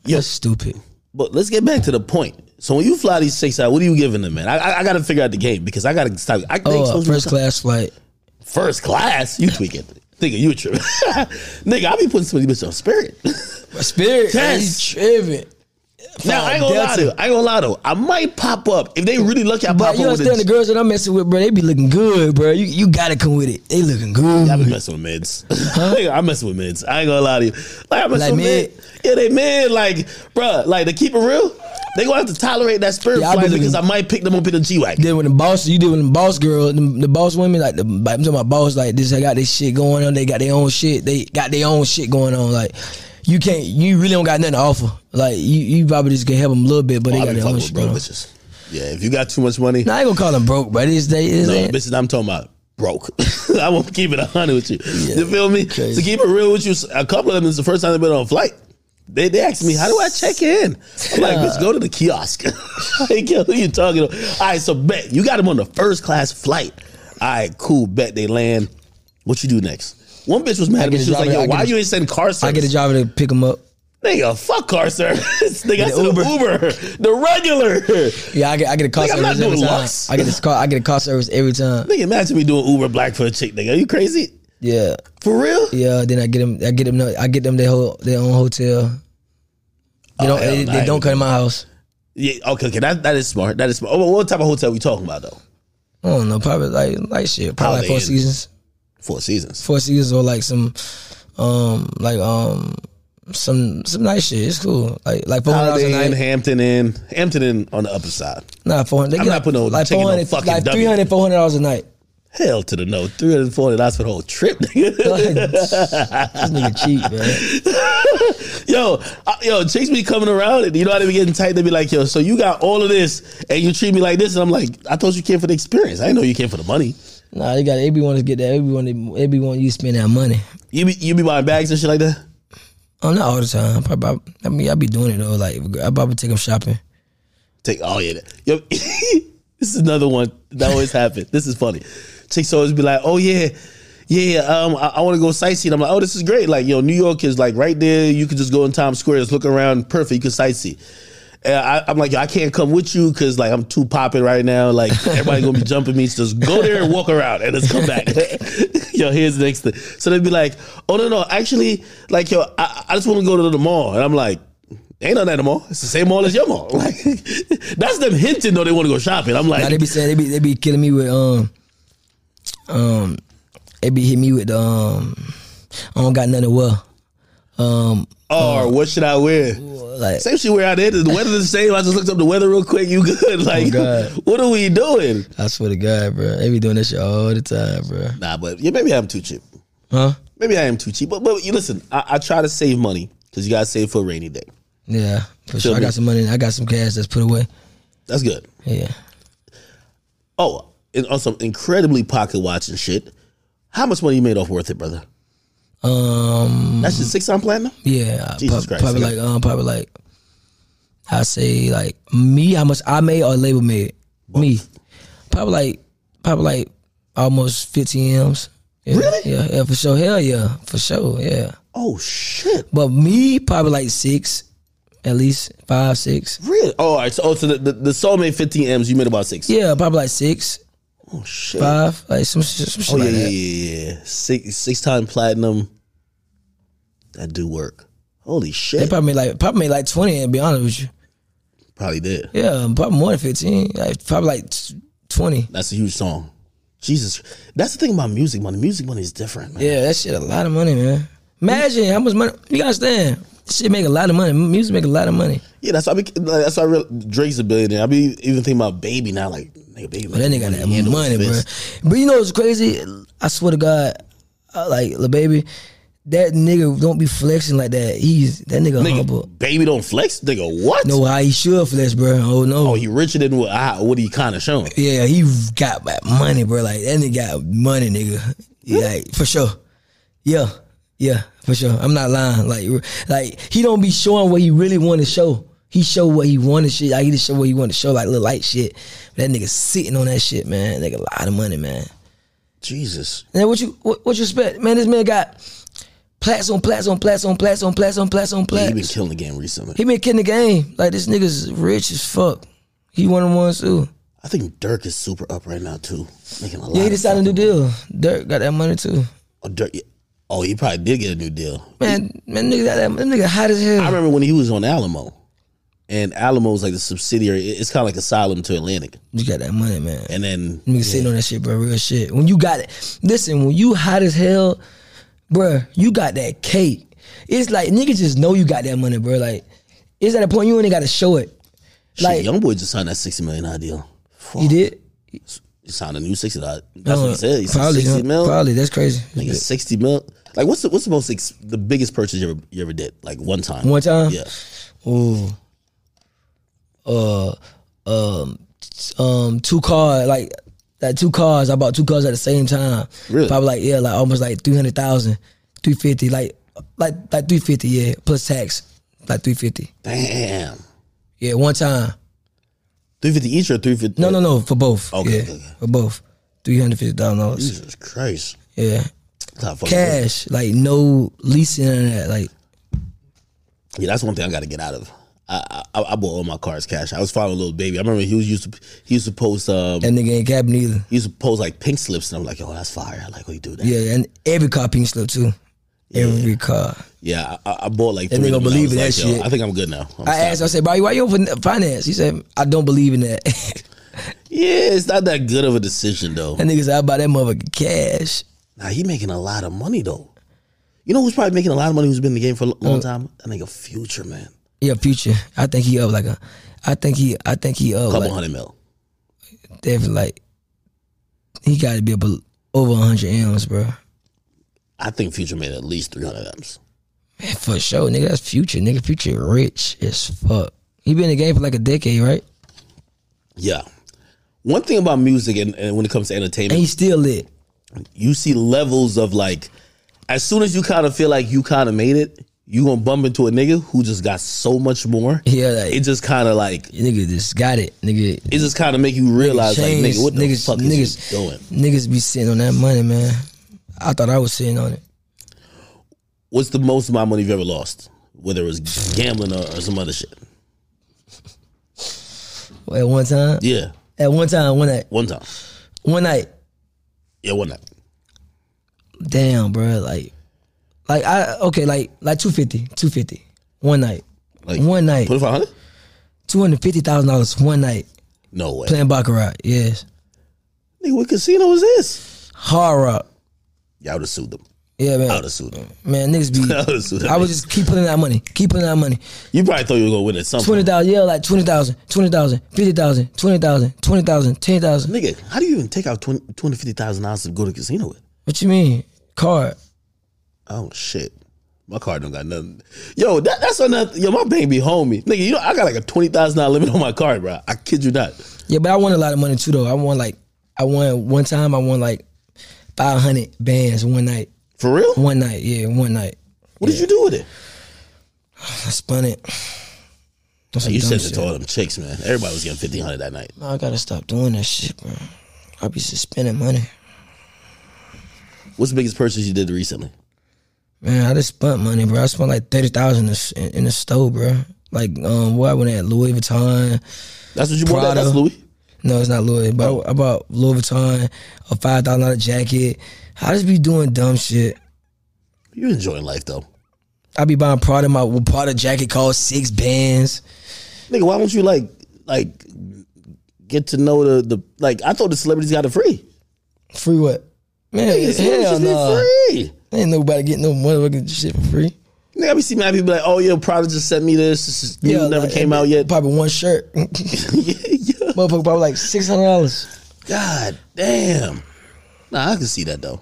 Speaker 1: Yo,
Speaker 2: That's stupid.
Speaker 1: But let's get back to the point. So when you fly these chicks out, what are you giving them, man? I, I, I got to figure out the game because I got to stop. I think
Speaker 2: Oh,
Speaker 1: so-
Speaker 2: uh, first class flight.
Speaker 1: First class? You tweaking. Nigga, you a trip. <laughs> Nigga, I be putting some of these bitches on spirit. <laughs>
Speaker 2: Spirit.
Speaker 1: Yes.
Speaker 2: You tripping.
Speaker 1: now, I ain't gonna lie to you. I ain't gonna lie though. I might pop up. If they really lucky, I pop
Speaker 2: But you
Speaker 1: up with
Speaker 2: understand the
Speaker 1: a
Speaker 2: girls that I'm messing with, bro? They be looking good, bro. You you gotta come with it. They looking good.
Speaker 1: I be messing with mids. <laughs> Nigga, I'm messing with mids. I ain't gonna lie to you. Like, I'm messing
Speaker 2: Like
Speaker 1: with mid. Yeah, they mid. Like, bruh, like, to keep it real, they gonna have to tolerate that spirit
Speaker 2: Yeah, I
Speaker 1: flight
Speaker 2: believe-
Speaker 1: because I might pick them up in a G-Wagon.
Speaker 2: Then when the boss, you did when the boss girl, the, the boss women, like the I'm talking about boss, like this, I got this shit going on. They got their own shit. They got their own shit going on. Like you can't, you really don't got nothing to offer. Like you, you probably just can help them a little bit, but they
Speaker 1: I
Speaker 2: got
Speaker 1: be
Speaker 2: their
Speaker 1: fucking
Speaker 2: own
Speaker 1: with
Speaker 2: shit
Speaker 1: broke
Speaker 2: going on.
Speaker 1: bitches. Yeah, if you got too much money,
Speaker 2: Nah, I ain't gonna call them broke, but it's they, it's
Speaker 1: No,
Speaker 2: they-
Speaker 1: bitches, I'm talking about broke. <laughs> I won't keep it a hundred with you. you feel me?
Speaker 2: crazy.
Speaker 1: To keep it real with you, a couple of them is the first time they've been on a flight. They, they asked me, how do I check in? I'm like, bitch, go to the kiosk. <laughs> like, yo, who you talking to? All right, so bet. You got them on the first class flight. All right, cool. Bet they land. What you do next? One bitch was mad at me.
Speaker 2: get a
Speaker 1: She was
Speaker 2: driver-
Speaker 1: like, yo,
Speaker 2: I get
Speaker 1: why
Speaker 2: a-
Speaker 1: you ain't send car service?
Speaker 2: I get a driver to pick them up.
Speaker 1: Nigga, fuck car service. <laughs> Nigga, I
Speaker 2: Get
Speaker 1: said
Speaker 2: an
Speaker 1: Uber. The regular. <laughs>
Speaker 2: Yeah, I get, I get a car
Speaker 1: Nigga, I'm not
Speaker 2: service every
Speaker 1: doing
Speaker 2: time.
Speaker 1: Lux.
Speaker 2: I get this car, I get a car service every time.
Speaker 1: Nigga, imagine me doing Uber black for a chick, nigga. Are you crazy?
Speaker 2: Yeah,
Speaker 1: For real?
Speaker 2: yeah. Then I get them, I get them, I get them their whole, their own hotel. They
Speaker 1: Oh,
Speaker 2: don't,
Speaker 1: hell
Speaker 2: they,
Speaker 1: nah,
Speaker 2: they
Speaker 1: I
Speaker 2: don't
Speaker 1: ain't
Speaker 2: come to my house.
Speaker 1: Yeah, okay, okay. That that is smart. That is smart. Oh, what type of hotel we talking about though?
Speaker 2: I don't know, probably like, like shit, probably like
Speaker 1: Holiday
Speaker 2: four
Speaker 1: Inn.
Speaker 2: seasons.
Speaker 1: Four seasons.
Speaker 2: Four Seasons or like some, um, like um, some some nice shit. It's cool. Like like four hundred
Speaker 1: Holiday
Speaker 2: dollars a
Speaker 1: Inn,
Speaker 2: night.
Speaker 1: Hampton Inn, Hampton Inn on the upper side.
Speaker 2: Nah, four hundred.
Speaker 1: I'm not putting no
Speaker 2: like
Speaker 1: chicken on fucking
Speaker 2: like
Speaker 1: W.
Speaker 2: three hundred, four hundred dollars
Speaker 1: <laughs>
Speaker 2: a night.
Speaker 1: Hell to the no, three hundred forty dollars for the whole trip. <laughs> nigga.
Speaker 2: Like, this nigga cheap, man.
Speaker 1: yo, I, yo, chicks be coming around, and you know how they be getting tight. They be like, yo, so you got all of this, and you treat me like this, and I'm like, I thought you came for the experience. I didn't know you came for the money.
Speaker 2: Nah, you got everyone to get that. Everyone, everyone, you spend that money.
Speaker 1: You be you be buying bags and shit like that.
Speaker 2: Oh, not all the time. Probably, I mean, I be doing it though. Like I probably take them shopping.
Speaker 1: Take oh yeah. that- Yo, <laughs> this is another one that always happens. This is funny. Chicks always be like, oh yeah, yeah, um, I, I want to go sightseeing. I'm like, oh, this is great. Like, yo, New York is like right there. You could just go in Times Square, just look around, perfect. You can sightsee. And I, I'm like, yo, I can't come with you because like I'm too popping right now. Like everybody gonna be jumping me. So just go there and walk around and let's come back. <laughs> yo, here's the next thing. So they'd be like, oh no, no, actually, like yo, I, I just want to go to the mall. And I'm like, ain't nothing at the mall. It's the same mall as your mall. <laughs> Like that's them hinting though they want to go shopping. I'm
Speaker 2: Now
Speaker 1: like,
Speaker 2: they be saying they be they be killing me with um um they be hit me with the um I don't got nothing well um
Speaker 1: or "Oh, what should I wear?
Speaker 2: like
Speaker 1: Same shit we're out there. The weather the same. I just looked up the weather real quick. You good? <laughs> Like,
Speaker 2: God.
Speaker 1: what are we doing?
Speaker 2: I swear to God, bro. They be doing that shit all the time, bro.
Speaker 1: Nah, but yeah, maybe I'm too cheap.
Speaker 2: Huh?
Speaker 1: Maybe I am too cheap. But but you listen, I, I try to save money because you gotta save for a rainy day.
Speaker 2: Yeah, for sure.
Speaker 1: Should
Speaker 2: I
Speaker 1: be.
Speaker 2: got some money. I got some cash that's put away.
Speaker 1: That's good.
Speaker 2: Yeah.
Speaker 1: Oh, and on some incredibly pocket watching shit. How much money you made off worth it, brother?
Speaker 2: Um.
Speaker 1: That's just six on platinum.
Speaker 2: Yeah. I
Speaker 1: Jesus
Speaker 2: prob-
Speaker 1: Christ,
Speaker 2: probably
Speaker 1: yeah.
Speaker 2: like um. Probably like. I say like me how much I made or label made me, probably like probably like almost fifty m's. Yeah,
Speaker 1: Really?
Speaker 2: Yeah. Yeah. For sure. Hell yeah. For sure. Yeah.
Speaker 1: Oh shit,
Speaker 2: But me probably like six, at least five six.
Speaker 1: really? Oh, all right. So, oh, so the, the the soul made fifteen m's. You made about six.
Speaker 2: Yeah. Probably like six
Speaker 1: Oh shit.
Speaker 2: five like some some shit
Speaker 1: Oh yeah,
Speaker 2: like
Speaker 1: yeah,
Speaker 2: that.
Speaker 1: yeah, yeah. Six six time platinum. That do work. Holy
Speaker 2: They
Speaker 1: shit.
Speaker 2: probably made like probably made like twenty. And be honest with you,
Speaker 1: Probably did.
Speaker 2: yeah, um, probably more than fifteen. Like probably like t- twenty.
Speaker 1: That's a huge song. Jesus, that's the thing about music money. Music money is different, man.
Speaker 2: Yeah, that shit a lot of money, man. Imagine how much money you gotta stand. Shit make a lot of money. Music make a lot of money.
Speaker 1: Yeah, that's why I be, like, that's why I real, Drake's a billionaire. I be even thinking about Baby now, like nigga, Baby.
Speaker 2: But that nigga got that money, bro. But you know what's crazy? I swear to God, I, like the baby, that nigga don't be flexing like that. He's that nigga, humble.
Speaker 1: Nigga, Baby don't flex, nigga. What?
Speaker 2: Know how he should flex, bro? Oh no.
Speaker 1: Oh, he richer than what? I, what he kind of showing?
Speaker 2: Yeah, he got that money, bro. Like that nigga got money, nigga. Like for sure. Yeah, yeah, for sure. I'm not lying. Like, re- like he don't be showing what he really want to show. He show what he want to shit. Like he just show what he want to show. Like little light shit. That nigga sitting on that shit, man. Nigga, a lot of money, man.
Speaker 1: Jesus,
Speaker 2: And what you what, what you expect, man? This man got Plats on plats on plats on plats on plats on plats on
Speaker 1: He
Speaker 2: plats.
Speaker 1: been killing the game recently.
Speaker 2: He been killing the game. Like this nigga's rich as fuck. He one of the ones too.
Speaker 1: I think Dirk is super up right now too, making a lot.
Speaker 2: Yeah, he
Speaker 1: of
Speaker 2: decided to
Speaker 1: fucking-
Speaker 2: do deal. Dirk got that money too.
Speaker 1: Oh, Dirk, yeah. oh, he probably did get a new deal.
Speaker 2: Man, man, nigga got that. That nigga hot as hell.
Speaker 1: I remember when he was on Alamo, and Alamo is like the subsidiary. it- It's kind of like Asylum to Atlantic,
Speaker 2: you got that money, man.
Speaker 1: and then
Speaker 2: Nigga sitting on that shit, bro. Real shit. When you got it, listen. When you hot as hell, bro, you got that cake. It's like niggas just know you got that money, bro. Like it's at a point you ain't got to show it.
Speaker 1: shit,
Speaker 2: Like
Speaker 1: young boy just signed that sixty million dollar deal. Fuck.
Speaker 2: you did.
Speaker 1: He signed a new sixty dollar. That's what he
Speaker 2: Uh,
Speaker 1: said. He said
Speaker 2: probably,
Speaker 1: sixty
Speaker 2: huh?
Speaker 1: mil.
Speaker 2: Probably that's crazy.
Speaker 1: Nigga, sixty mil. Like, what's the what's the most ex- the biggest purchase you ever you ever did? Like one time.
Speaker 2: One time?
Speaker 1: Yeah.
Speaker 2: Ooh. Uh, um, t- um, two cars like like two cars. I bought two cars at the same time.
Speaker 1: Really?
Speaker 2: Probably like yeah, like almost like 300,000, 350, like like like three fifty, yeah, plus tax, like three fifty,
Speaker 1: Damn.
Speaker 2: yeah, one time.
Speaker 1: Three fifty each or three fifty?
Speaker 2: No, no, no, for both.
Speaker 1: Okay,
Speaker 2: yeah,
Speaker 1: okay, okay.
Speaker 2: for both, three hundred fifty dollars.
Speaker 1: Jesus Christ.
Speaker 2: Yeah,
Speaker 1: That's how I fucking work.
Speaker 2: cash, like no leasing and that, like.
Speaker 1: Yeah, that's one thing I got to get out of. I, I I bought all my cars cash. I was following little baby. I remember he was used to he used to post um
Speaker 2: That nigga ain't capping either.
Speaker 1: he used to post like pink slips, and I'm like, yo, that's fire. I like when you do that. Yeah,
Speaker 2: Yeah, and every car pink slip too. Every car.
Speaker 1: I- I, I bought like.
Speaker 2: And
Speaker 1: three
Speaker 2: they
Speaker 1: of
Speaker 2: gonna
Speaker 1: them, and I
Speaker 2: believe in
Speaker 1: was
Speaker 2: that
Speaker 1: like, yo,
Speaker 2: shit.
Speaker 1: I think I'm good now. I'm
Speaker 2: I asked, I said, Bobby, why you open finance? He said, I don't believe in that. <laughs> that
Speaker 1: yeah, it's not that good of a decision though.
Speaker 2: nigga said, I buy that motherfucking cash.
Speaker 1: Now he making a lot of money though. You know who's probably making a lot of money? Who's been in the game
Speaker 2: Uh,
Speaker 1: for a lo- long time? That nigga Future man,
Speaker 2: Yeah, future. I think he up like a, I think he, I think he up
Speaker 1: couple
Speaker 2: like,
Speaker 1: hundred mil.
Speaker 2: definitely like, he got to be up a- over 100 M's, bro.
Speaker 1: I think Future made at least three hundred m's.
Speaker 2: Man, for sure, nigga, that's future. Nigga, future rich as fuck. He been in the game for like a decade, right?
Speaker 1: Yeah. One thing about music and, and when it comes to entertainment,
Speaker 2: And he still lit.
Speaker 1: you see levels of like as soon as you kind of feel like you kind of made it you gonna bump into a nigga who just got so much more
Speaker 2: Yeah, like,
Speaker 1: it just kind of like it
Speaker 2: nigga just got it, nigga.
Speaker 1: just kind of make you realize like
Speaker 2: Change,
Speaker 1: nigga what the
Speaker 2: niggas,
Speaker 1: fuck is
Speaker 2: niggas,
Speaker 1: you doing
Speaker 2: Niggas be sitting on that money, man. I thought I was sitting on it.
Speaker 1: what's the most amount of money you've ever lost whether it was gambling or, or some other shit
Speaker 2: At one time,
Speaker 1: yeah
Speaker 2: at one time, one night,
Speaker 1: one time
Speaker 2: one night,
Speaker 1: yeah one night
Speaker 2: damn, bro, like, like I okay, like like 250, 250, one night,
Speaker 1: like
Speaker 2: one night,
Speaker 1: twenty five hundred
Speaker 2: two hundred fifty thousand dollars one night
Speaker 1: no way
Speaker 2: playing baccarat. Yes,
Speaker 1: nigga what casino is this
Speaker 2: hard rock.
Speaker 1: y'all would have sued them
Speaker 2: Yeah,
Speaker 1: I
Speaker 2: man,
Speaker 1: would have sued them
Speaker 2: man, niggas
Speaker 1: <laughs> I
Speaker 2: be.
Speaker 1: would have sued them
Speaker 2: Mm. I would just keep putting out money, keep putting out money.
Speaker 1: you probably thought you were gonna win at something
Speaker 2: Twenty thousand, yeah, like twenty thousand, twenty thousand, fifty thousand, twenty thousand, twenty thousand, ten thousand.
Speaker 1: nigga how do you even take out 20 $250,000 dollars to go to casino with
Speaker 2: What you mean, card?
Speaker 1: Oh shit. My car don't got nothing. Yo, that, that's another. Yo, my baby homie, nigga. You know I got like a twenty thousand dollar limit on my card, bro. I kid you not.
Speaker 2: Yeah, but I won a lot of money too, though. I won like, I won one time. I won like five hundred bands one night,
Speaker 1: For real?
Speaker 2: one night. Yeah, one night.
Speaker 1: What did you do with it?
Speaker 2: I spun it. That's some
Speaker 1: You
Speaker 2: dumb
Speaker 1: sent it
Speaker 2: shit.
Speaker 1: to all them chicks, man. Everybody was getting fifteen hundred that night.
Speaker 2: No, I gotta stop doing that shit, bro. I be just spending money.
Speaker 1: What's the biggest purchase you did recently?
Speaker 2: Man, I just spent money, bro. I spent like thirty thousand in, in the store, bro. Like, um, what I went at Louis Vuitton.
Speaker 1: That's what you bought. That?
Speaker 2: Prada.
Speaker 1: That's Louis.
Speaker 2: No, it's not Louis, but I bought Louis Vuitton, a five thousand dollar jacket. I just be doing dumb shit.
Speaker 1: You enjoying life though,
Speaker 2: I be buying Prada. My Prada jacket cost six bands.
Speaker 1: nigga. Why don't you like like get to know the the like? I thought the celebrities got it free.
Speaker 2: Free what? Man,
Speaker 1: Nigga, celebrities
Speaker 2: hell
Speaker 1: just
Speaker 2: no.
Speaker 1: be free.
Speaker 2: Ain't nobody getting no motherfucking shit for free.
Speaker 1: Nigga, I be seeing mad people like, oh yeah, Prada just sent me this. This is, music never
Speaker 2: like,
Speaker 1: came out yet.
Speaker 2: Probably one shirt. <laughs>
Speaker 1: yeah, yeah.
Speaker 2: Motherfucker probably like six hundred dollars.
Speaker 1: <laughs> God damn. Nah, I can see that though.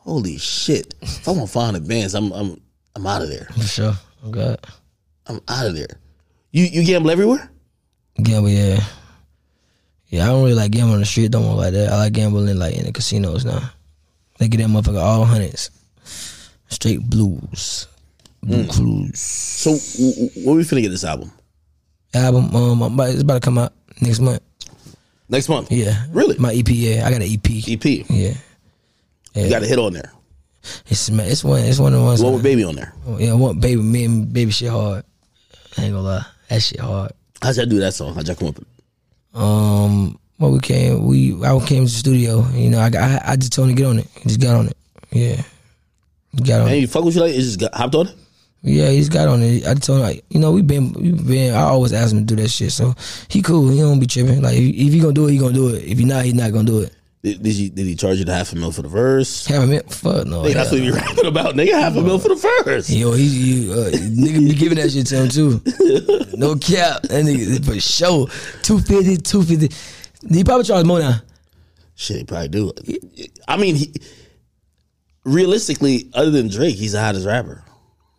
Speaker 1: Holy shit. If I want 500 bands, I'm I'm I'm out of there.
Speaker 2: For sure. Oh god.
Speaker 1: I'm out of there. You you gamble everywhere?
Speaker 2: Gamble, yeah. Yeah, I don't really like gambling on the street, don't want like that. I like gambling like in the casinos now. They get that motherfucker all hundreds. Straight blues. Blue cruise.
Speaker 1: So w- w- when we finna get this album?
Speaker 2: Album, um I'm about- it's about to come out next month.
Speaker 1: Next month.
Speaker 2: Yeah.
Speaker 1: Really?
Speaker 2: My EP, E yeah. I got an EP.
Speaker 1: EP. You
Speaker 2: Yeah.
Speaker 1: got a hit on there.
Speaker 2: It's ma- it's one it's one of the ones.
Speaker 1: What with baby on there?
Speaker 2: I, yeah, one baby me and baby shit hard. I ain't gonna lie, that shit hard.
Speaker 1: How'd y'all do that song? How'd y'all come up with it?
Speaker 2: Um, well, we came we I came to the studio. You know, I got- I, I just told him to get on it. He just got on it. Yeah, He got on.
Speaker 1: And
Speaker 2: it.
Speaker 1: you fuck with you like it just got hopped on? it?
Speaker 2: Yeah, he's got on it. I told him, like, you know, we been, we been. I always ask him to do that shit. So he cool. He don't be tripping. Like, if, if he gonna do it, he gonna do it. If he not, he not gonna do it.
Speaker 1: Did, did, you, did he charge you the half a mil for the verse?
Speaker 2: Have him in? Fuck no.
Speaker 1: Hey, that's
Speaker 2: hell
Speaker 1: what we rapping about, nigga. Half a mil for the verse.
Speaker 2: Yo, he, he uh, nigga be giving that shit to
Speaker 1: <laughs>
Speaker 2: him too. No cap, that nigga for sure. 250, 250. He probably charge more now.
Speaker 1: Shit, he probably do. I mean, he, realistically, other than Drake, he's the hottest rapper.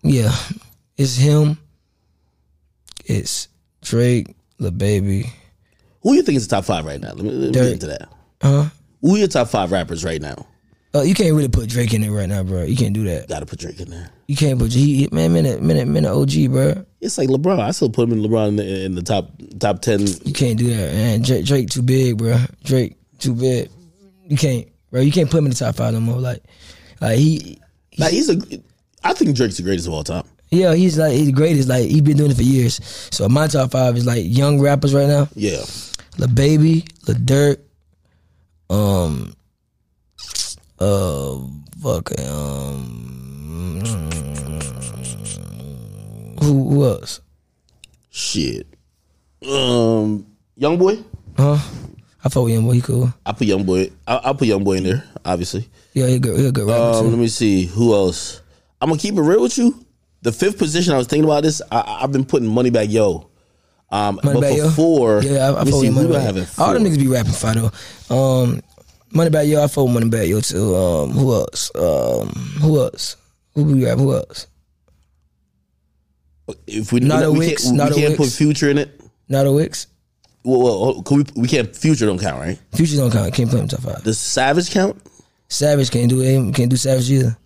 Speaker 2: Yeah, it's him. It's Drake, the baby.
Speaker 1: Who you think is the top five right now? Let me, let me get
Speaker 2: Derek.
Speaker 1: into that.
Speaker 2: Huh?
Speaker 1: Who your top five rappers right now?
Speaker 2: Uh, you can't really put Drake in it right now, bro. You can't do that.
Speaker 1: Got to put Drake in there.
Speaker 2: You can't put he man, minute, minute, minute, OG, bro.
Speaker 1: It's like LeBron. I still put him in LeBron in the, in the top top ten.
Speaker 2: You can't do that, man. Drake, Drake too big, bro. Drake too big. You can't, bro. You can't put him in the top five no more. Like, like he,
Speaker 1: Like he's a. I think Drake's the greatest of all time.
Speaker 2: yeah, he's like he's the greatest. Like he's been doing it for years. So my top five is like young rappers right now:
Speaker 1: Yeah,
Speaker 2: La Baby, La Dirt, um, uh, fuck, um, who, who else?
Speaker 1: shit. Um, young boy.
Speaker 2: Huh? I fuck with him, boy. He cool.
Speaker 1: I put young boy. I, I put young boy in there. Obviously.
Speaker 2: Yeah, he a good, he a good rapper
Speaker 1: Um,
Speaker 2: too.
Speaker 1: let me see who else. I'm gonna keep it real with you. The fifth position I was thinking about this. I- I, I've been putting money back, yo. Um, but
Speaker 2: Moneybag Yo.
Speaker 1: before,
Speaker 2: Yeah, I, I
Speaker 1: let me
Speaker 2: fuck
Speaker 1: see
Speaker 2: with
Speaker 1: who do I have
Speaker 2: Moneybag.
Speaker 1: in
Speaker 2: All them
Speaker 1: fourth?
Speaker 2: niggas be rapping fire though. Um, Moneybag Yo, I fuck with Moneybag Yo too. Um, who else? Um, who else? Who be rap? Who else?
Speaker 1: If we,
Speaker 2: Nada
Speaker 1: we
Speaker 2: Wicks,
Speaker 1: can't, we
Speaker 2: Nada
Speaker 1: can't put
Speaker 2: Wicks.
Speaker 1: future in it.
Speaker 2: Nada Wicks.
Speaker 1: Well, well hold- could we, we can't future don't count, right?
Speaker 2: Future don't count. Can't put him top five.
Speaker 1: Does Savage count?
Speaker 2: Savage can't do him. Can't do Savage either.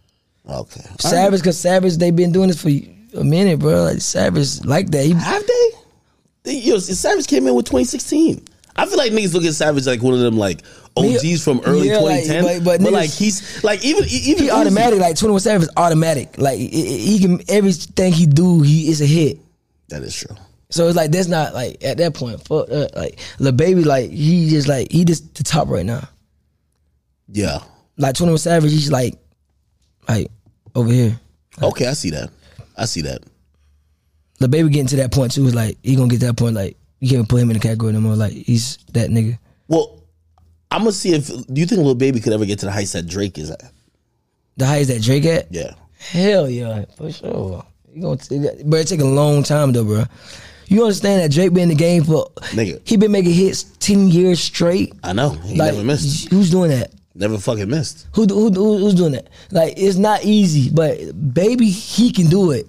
Speaker 1: Okay.
Speaker 2: Savage, cause Savage they been doing this for a minute, bro. Like Savage like that. He,
Speaker 1: Have they? They- Yo, Savage came in with 2016. I feel like niggas look at Savage like one of them like OGs from early
Speaker 2: Yeah, like,
Speaker 1: 2010.
Speaker 2: but-
Speaker 1: but
Speaker 2: but niggas-
Speaker 1: like he's like even e, even
Speaker 2: he
Speaker 1: Uzi-
Speaker 2: automatic. Like Twenty One Savage is automatic. Like it, it- he can everything he do, he is a hit.
Speaker 1: That is true.
Speaker 2: So it's like that's not like at that point. Fuck that. Like the baby, like he just like he just the top right now.
Speaker 1: Yeah.
Speaker 2: Like Twenty One Savage, he's like like over here.
Speaker 1: Okay, I see that. I see that.
Speaker 2: The baby getting to that point too. Is like he gonna get to that point. Like you can't put him in the category no more. Like he's that nigga.
Speaker 1: Well, I'm gonna see if do you think Lil Baby could ever get to the heights that Drake is at?
Speaker 2: The highest that Drake at?
Speaker 1: Yeah.
Speaker 2: Hell yeah, for sure. You gonna t- but it take a long time though, bro. You understand that Drake been in the game for
Speaker 1: Nigga.
Speaker 2: He been making hits ten years straight.
Speaker 1: I know. He never missed.
Speaker 2: Who's doing that?
Speaker 1: Never fucking missed.
Speaker 2: Who, who, who who's doing that? Like it's not easy, but baby, he can do it.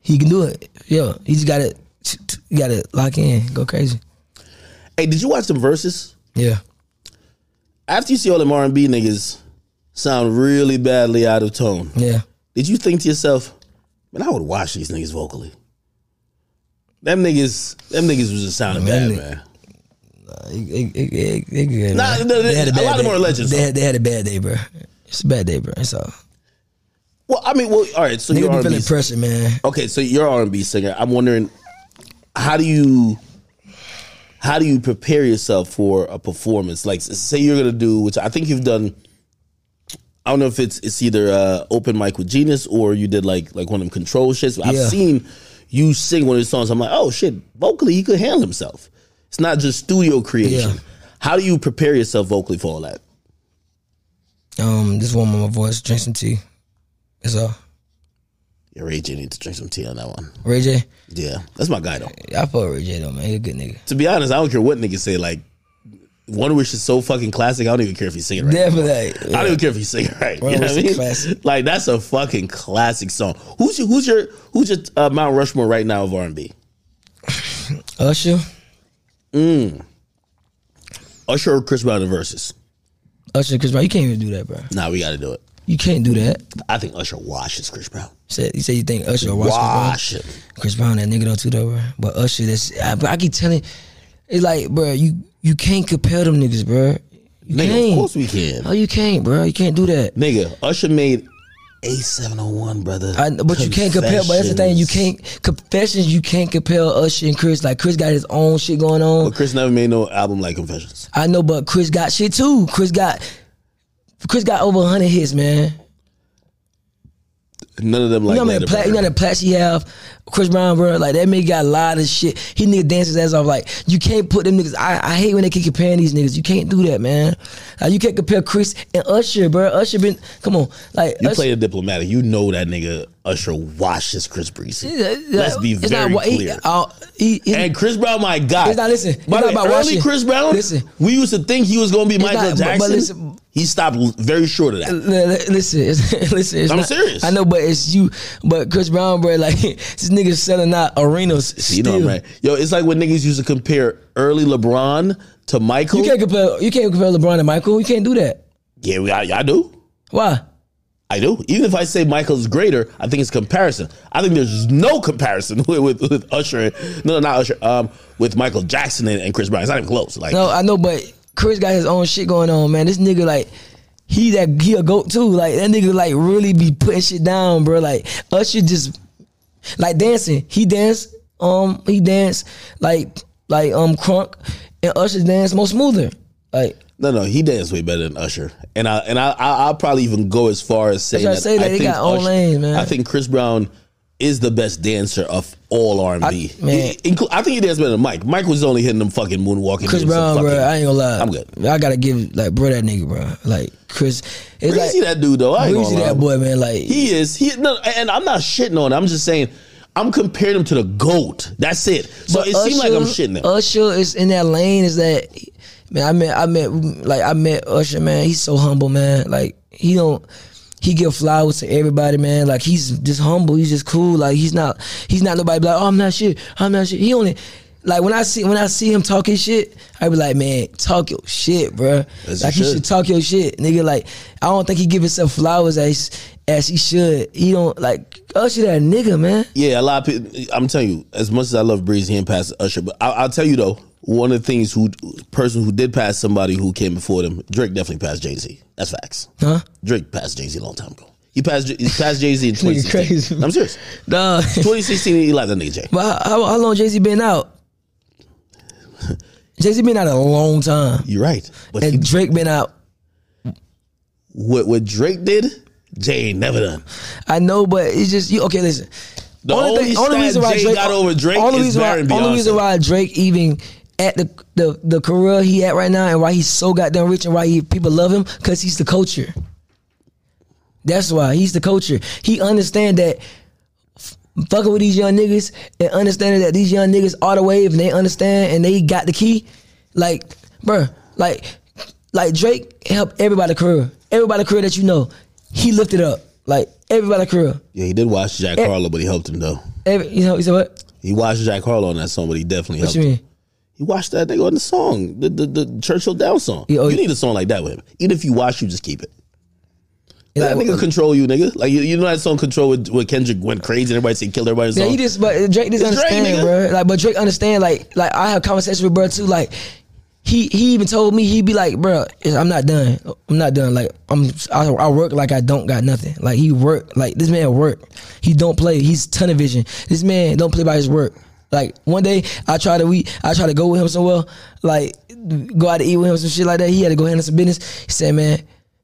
Speaker 2: He can do it. Yeah, he just gotta, you gotta lock in, go crazy.
Speaker 1: Hey, did you watch them verses?
Speaker 2: Yeah,
Speaker 1: After you see all them R and B niggas sound really badly out of tone,
Speaker 2: yeah.
Speaker 1: did you think to yourself, man, I would watch these niggas vocally? Them niggas, them niggas was just sounding bad,
Speaker 2: Man,
Speaker 1: man.
Speaker 2: It- it- it- it- it-
Speaker 1: Nah, no, no, a lot of
Speaker 2: day.
Speaker 1: them are legends,
Speaker 2: They had, they had a bad day, bro. It's a bad day, bro. That's all.
Speaker 1: Well, I mean, well, all right. So
Speaker 2: Nigga
Speaker 1: you're
Speaker 2: be
Speaker 1: R&B.
Speaker 2: feeling pressure, man.
Speaker 1: okay, so you're R and B singer. I'm wondering, how do you, how do you prepare yourself for a performance? Like, s- say you're gonna do, which I think you've done. I don't know if it's it's either uh, open mic with Genius or you did like like one of them control shits. I've
Speaker 2: Yeah.
Speaker 1: seen you sing one of his songs. I'm like, oh shit, vocally he could handle himself. It's not just studio creation.
Speaker 2: Yeah.
Speaker 1: How do you prepare yourself vocally for all that?
Speaker 2: Um, just warm up my voice, drink some tea. That's all.
Speaker 1: Yeah, Ray J needs to drink some tea on that one.
Speaker 2: Ray J,
Speaker 1: Yeah, that's my guy though.
Speaker 2: I fuck with Ray J though, man. He a good nigga.
Speaker 1: To be honest, I don't care what niggas say. Like, One Wish is so fucking classic. I don't even care if he's singing right.
Speaker 2: Definitely. like,
Speaker 1: I
Speaker 2: yeah.
Speaker 1: don't even care if he's singing right.
Speaker 2: One
Speaker 1: you know
Speaker 2: Wish
Speaker 1: what I
Speaker 2: is
Speaker 1: mean?
Speaker 2: classic.
Speaker 1: Like that's a fucking classic song. Who's your who's your who's your uh, Mount Rushmore right now of R and B?
Speaker 2: uh, Usher,
Speaker 1: Usher or Chris Brown in verses?
Speaker 2: Usher, Chris Brown. You can't even do that, bro.
Speaker 1: Nah, we got to do it.
Speaker 2: You can't do that.
Speaker 1: I think Usher washes Chris Brown.
Speaker 2: Say, you say you think Usher or Wash
Speaker 1: Wash him.
Speaker 2: Chris Brown? Chris Brown, that nigga though too though, bro. But Usher, that's I, but I keep telling, it's like, bro, you you can't compare them niggas, bro. You
Speaker 1: Nigga,
Speaker 2: can't.
Speaker 1: of course we can.
Speaker 2: No, you can't, bro. You can't do that.
Speaker 1: Nigga, Usher made A701, brother.
Speaker 2: I, but you can't compare. But that's the thing. You
Speaker 1: Confessions.
Speaker 2: can't confessions. You can't compare Usher and Chris. Like Chris got his own shit going on.
Speaker 1: But Chris never made no album like Confessions.
Speaker 2: I know, but Chris got shit too. Chris got Chris got over hundred hits, man.
Speaker 1: None of them like
Speaker 2: You know how
Speaker 1: Letter
Speaker 2: many plat, you know
Speaker 1: Writer.
Speaker 2: that plats he have, Chris Brown, bro. Like that nigga got a lot of shit. He nigga dances ass off. Like you can't put them niggas. I, I hate when they keep comparing these niggas. You can't do that, man. Like, you can't compare Chris and Usher, bro. Usher been come on, like
Speaker 1: You
Speaker 2: Usher,
Speaker 1: play a diplomatic. You know that nigga Usher washes Chris
Speaker 2: Yeah,
Speaker 1: Breezy.
Speaker 2: yeah,
Speaker 1: Let's be
Speaker 2: it's
Speaker 1: very
Speaker 2: not, he-
Speaker 1: clear.
Speaker 2: uh, he- he-
Speaker 1: and Chris Brown, my God.
Speaker 2: It's not- listen, it's
Speaker 1: By the
Speaker 2: not
Speaker 1: way,
Speaker 2: about
Speaker 1: early
Speaker 2: watching.
Speaker 1: Chris Brown,
Speaker 2: Listen.
Speaker 1: we used to think he was going to be Michael
Speaker 2: not- but- but
Speaker 1: Jackson.
Speaker 2: listen.
Speaker 1: he stopped l- very short of that.
Speaker 2: L- l- Listen, it's- <laughs> listen. It's
Speaker 1: I'm
Speaker 2: not-
Speaker 1: serious.
Speaker 2: I know, but it's you. But Chris Brown, bro, like <laughs> this nigga selling out arenas. Still.
Speaker 1: You know, man. Yo, it's like when niggas used to compare early LeBron to Michael.
Speaker 2: You can't compare. You can't compare LeBron and Michael. You can't do that.
Speaker 1: yeah, we, I, I do.
Speaker 2: Why?
Speaker 1: I do. Even if I say Michael's greater, I think it's comparison. I think there's no comparison <laughs> with, with, with Usher. and- No, no, not Usher. Um, with Michael Jackson and, and Chris Brown, it's not even close. Like,
Speaker 2: No, I know, but Chris got his own shit going on, man. This nigga like. He that he a goat too. Like that nigga like really be putting shit down, bro. Like Usher just like dancing. He danced, um, he danced like like um crunk and Usher danced more smoother. Like
Speaker 1: no, no, he danced way better than Usher. And I and I, I I'll probably even go as far as saying
Speaker 2: what I
Speaker 1: that
Speaker 2: say,
Speaker 1: I
Speaker 2: like, they got own lanes, man.
Speaker 1: I think Chris Brown is the best dancer of all R and B.
Speaker 2: I- man.
Speaker 1: I think he danced better than Mike. Mike was only hitting them fucking moonwalking.
Speaker 2: Chris
Speaker 1: and some
Speaker 2: Brown, bro.
Speaker 1: fucking-
Speaker 2: I ain't gonna lie.
Speaker 1: I'm good.
Speaker 2: I gotta give like bro that nigga, bro. Like Chris, it's
Speaker 1: Breezy
Speaker 2: like
Speaker 1: that dude though. I ain't
Speaker 2: Breezy
Speaker 1: gonna lie.
Speaker 2: that boy, man. Like
Speaker 1: He is. He no, and I'm not shitting on. Him. I'm just saying. I'm comparing him to the goat. That's it. So
Speaker 2: but
Speaker 1: it seemed like I'm shitting him.
Speaker 2: Usher is in that lane. Is that man? I met, I met, like I met Usher, man. He's so humble, man. Like he don't. He give flowers to everybody, man. Like he's just humble. He's just cool. Like he's not. He's not nobody. Like oh, I'm not shit. I'm not shit. He only. Like when I see when I see him talking shit, I be like, man, talk your shit, bruh.
Speaker 1: As you
Speaker 2: like you
Speaker 1: should.
Speaker 2: should talk your shit, nigga. Like I don't think he give himself flowers as as he should. He don't like Usher that nigga, man.
Speaker 1: yeah, a lot of people. I'm telling you, as much as I love Breezy and past Usher, but I, I'll tell you though, one of the things who person who did pass somebody who came before them, Drake definitely passed Jay Z. That's facts.
Speaker 2: Huh?
Speaker 1: Drake passed Jay Z a long time ago. He passed he passed Jay Z in
Speaker 2: <laughs> Nigga
Speaker 1: 2016.
Speaker 2: crazy.
Speaker 1: I'm serious. <laughs>
Speaker 2: Dog.
Speaker 1: 2016, he like that nigga Jay.
Speaker 2: But how, how, how long Jay Z been out? Jay Z been out a long time,
Speaker 1: You're right. But he,
Speaker 2: and Drake been out.
Speaker 1: what what Drake did, Jay ain't never done.
Speaker 2: I know, but it's just you. Okay, listen.
Speaker 1: The only stat Jay got over Drake is
Speaker 2: reason
Speaker 1: Baron
Speaker 2: why, only reason
Speaker 1: Beyonce.
Speaker 2: why Drake even at the, the the career he at right now, and why he's so goddamn rich, and why he, people love him, because he's the culture. That's why he's the culture. He understand that f- fucking with these young niggas and understanding that these young niggas are the wave and they understand and they got the key. Like, bruh, like, like Drake helped everybody career, everybody career that you know. He lifted up like everybody career.
Speaker 1: Yeah, he did watch Jack Harlow, but he helped him though.
Speaker 2: Every, you know, you said what?
Speaker 1: He watched Jack Harlow on that song, but he definitely
Speaker 2: What
Speaker 1: helped.
Speaker 2: you mean?
Speaker 1: He watched that nigga on the song, the the, the Churchill Down song.
Speaker 2: Yeah, oh,
Speaker 1: you
Speaker 2: yeah.
Speaker 1: need a song like that with him. Even if you watch, you just keep it.
Speaker 2: Yeah,
Speaker 1: that
Speaker 2: like,
Speaker 1: nigga control you, nigga. Like you, you know that song "Control" with, with Kendrick went crazy and everybody said killed everybody's
Speaker 2: yeah,
Speaker 1: song.
Speaker 2: he just but Drake just
Speaker 1: It's Drake,
Speaker 2: understand,
Speaker 1: nigga.
Speaker 2: bro. Like, but Drake understand. Like, like I have conversations with bro too. Like, he he even told me he be like, bro, I'm not done. I'm not done. Like, I'm I, I work like I don't got nothing. Like he work like this man work. He don't play. He's ton of vision. This man don't play by his work. Like one day I try to we I try to go with him somewhere. Like go out to eat with him some shit like that. He had to go handle some business. He said, man,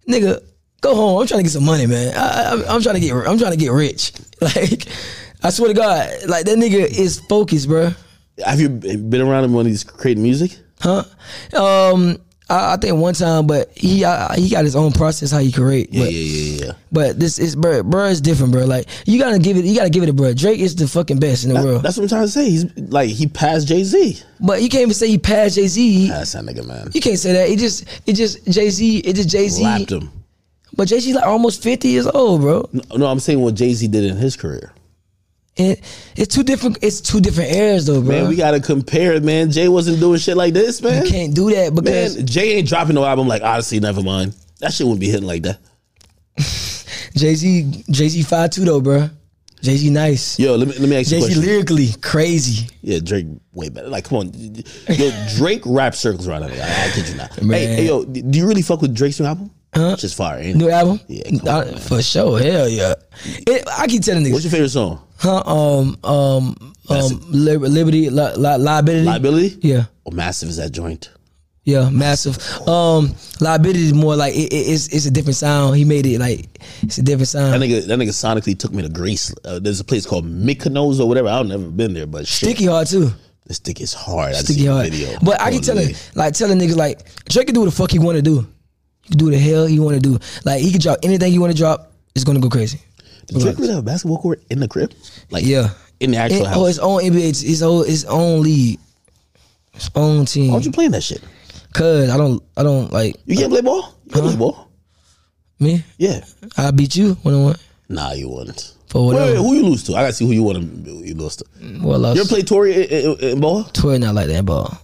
Speaker 2: nigga, go home. I'm trying to get some money, man. I, I, I'm trying to get I'm trying to get rich. <laughs> Like, I swear to God, like that nigga is focused, bro.
Speaker 1: Have you been around him when he's creating music?
Speaker 2: Huh? Um, I, I think one time, but he I, he got his own process how he create.
Speaker 1: Yeah,
Speaker 2: but,
Speaker 1: yeah, yeah, yeah.
Speaker 2: but this is bro, bro is different, bro. Like you gotta give it, you gotta give it a bro. Drake is the fucking best in the world.
Speaker 1: That's what I'm trying to say. He's like he passed Jay Z.
Speaker 2: But you can't even say he passed Jay Z.
Speaker 1: That's that nigga, man.
Speaker 2: You can't say that. It just, it just Jay Z. It just Jay Z.
Speaker 1: Lapped him.
Speaker 2: But Jay Z like almost fifty years old, bro.
Speaker 1: No, I'm saying what Jay Z did in his career.
Speaker 2: It, it's two different. It's two different eras, though, bro.
Speaker 1: Man, we gotta compare it, man. Jay wasn't doing shit like this, man.
Speaker 2: you can't do that because
Speaker 1: Man, Jay ain't dropping no album like Odyssey, never mind. That shit wouldn't be hitting like that.
Speaker 2: Jay Z, Jay Z five two though, bro. Jay Z nice.
Speaker 1: Yo, let me let me ask you
Speaker 2: Jay
Speaker 1: a
Speaker 2: Z
Speaker 1: question.
Speaker 2: lyrically crazy.
Speaker 1: yeah, Drake way better. Like, come on, yo, Drake rap circles around that nigga. I, I kid you not. Hey,
Speaker 2: Man.
Speaker 1: hey, yo, d- do you really fuck with Drake's new album? Which is fire. Ain't it?
Speaker 2: New album?
Speaker 1: Yeah, come on,
Speaker 2: I- for sure. Hell yeah. It, I keep telling niggas,
Speaker 1: What's your favorite song?
Speaker 2: huh? Um, um,
Speaker 1: That's
Speaker 2: um, li- liberty, li- li- liability.
Speaker 1: Liability?
Speaker 2: yeah,
Speaker 1: Oh, Massive is that joint.
Speaker 2: yeah, massive. Um, liability is more like it, it, it's it's a different sound. He made it like it's a different
Speaker 1: That
Speaker 2: sound.
Speaker 1: nigga, that nigga sonically took me to Greece. Uh, there's a place called Mykonos or whatever. I've never been there, but shit,
Speaker 2: Sticky hard too.
Speaker 1: the stick is hard. I
Speaker 2: Sticky
Speaker 1: seen
Speaker 2: hard.
Speaker 1: The video.
Speaker 2: But I keep
Speaker 1: Holy.
Speaker 2: telling like telling niggas like Drake can do what the fuck he want to do. He can do what the hell he want to do. Like he can drop anything he want to drop. It's gonna go crazy.
Speaker 1: Did Drake really have a basketball court in the crib? Like,
Speaker 2: Yeah.
Speaker 1: in the actual
Speaker 2: It,
Speaker 1: house.
Speaker 2: oh, his own NBA, it's his own his own league, his own team.
Speaker 1: Why don't you playing that shit?
Speaker 2: Cause I don't, I don't like
Speaker 1: You can't play ball. You can't play ball.
Speaker 2: me.
Speaker 1: Yeah.
Speaker 2: I beat you one on one
Speaker 1: Nah, you wouldn't.
Speaker 2: for
Speaker 1: Wait, wait,
Speaker 2: whatever.
Speaker 1: who you lose to? I gotta see who you want to you lose to. You
Speaker 2: well, I
Speaker 1: ever
Speaker 2: was
Speaker 1: play Tory in, in, in ball?
Speaker 2: Tory not like that ball.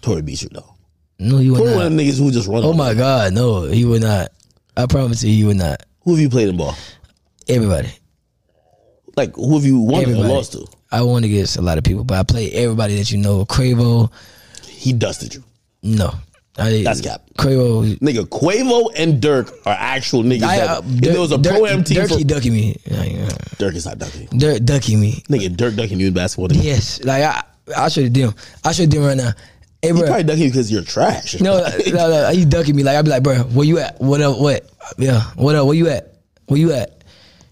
Speaker 1: Tory beat you though.
Speaker 2: No, you would
Speaker 1: Tory
Speaker 2: not.
Speaker 1: one of them niggas who just run.
Speaker 2: Oh
Speaker 1: on
Speaker 2: my
Speaker 1: you.
Speaker 2: God, no, he would not. I promise you, he would not.
Speaker 1: Who have you played in ball?
Speaker 2: Everybody,
Speaker 1: Like who have you won
Speaker 2: Everybody.
Speaker 1: or lost to?
Speaker 2: I won against a lot of people, but I played everybody that you know. Quavo,
Speaker 1: He dusted you.
Speaker 2: no, I didn't.
Speaker 1: That's cap.
Speaker 2: Quavo.
Speaker 1: Nigga, Quavo and Dirk are actual niggas.
Speaker 2: I,
Speaker 1: that,
Speaker 2: uh,
Speaker 1: if there was a pro am team
Speaker 2: Dirk,
Speaker 1: for
Speaker 2: Dirkie ducky me. Like, uh,
Speaker 1: Dirk is not ducking.
Speaker 2: Dirk ducky me.
Speaker 1: Nigga, Dirk ducking you in basketball. Nigga.
Speaker 2: Yes, like I, I should have them. I should have them right now. Hey,
Speaker 1: He
Speaker 2: bro,
Speaker 1: probably ducking you because you're trash.
Speaker 2: No,
Speaker 1: <laughs>
Speaker 2: no, no. You ducking me. Like I'd be like, bro, where you at? What up? What? Yeah. What up? Where you at? Where you at?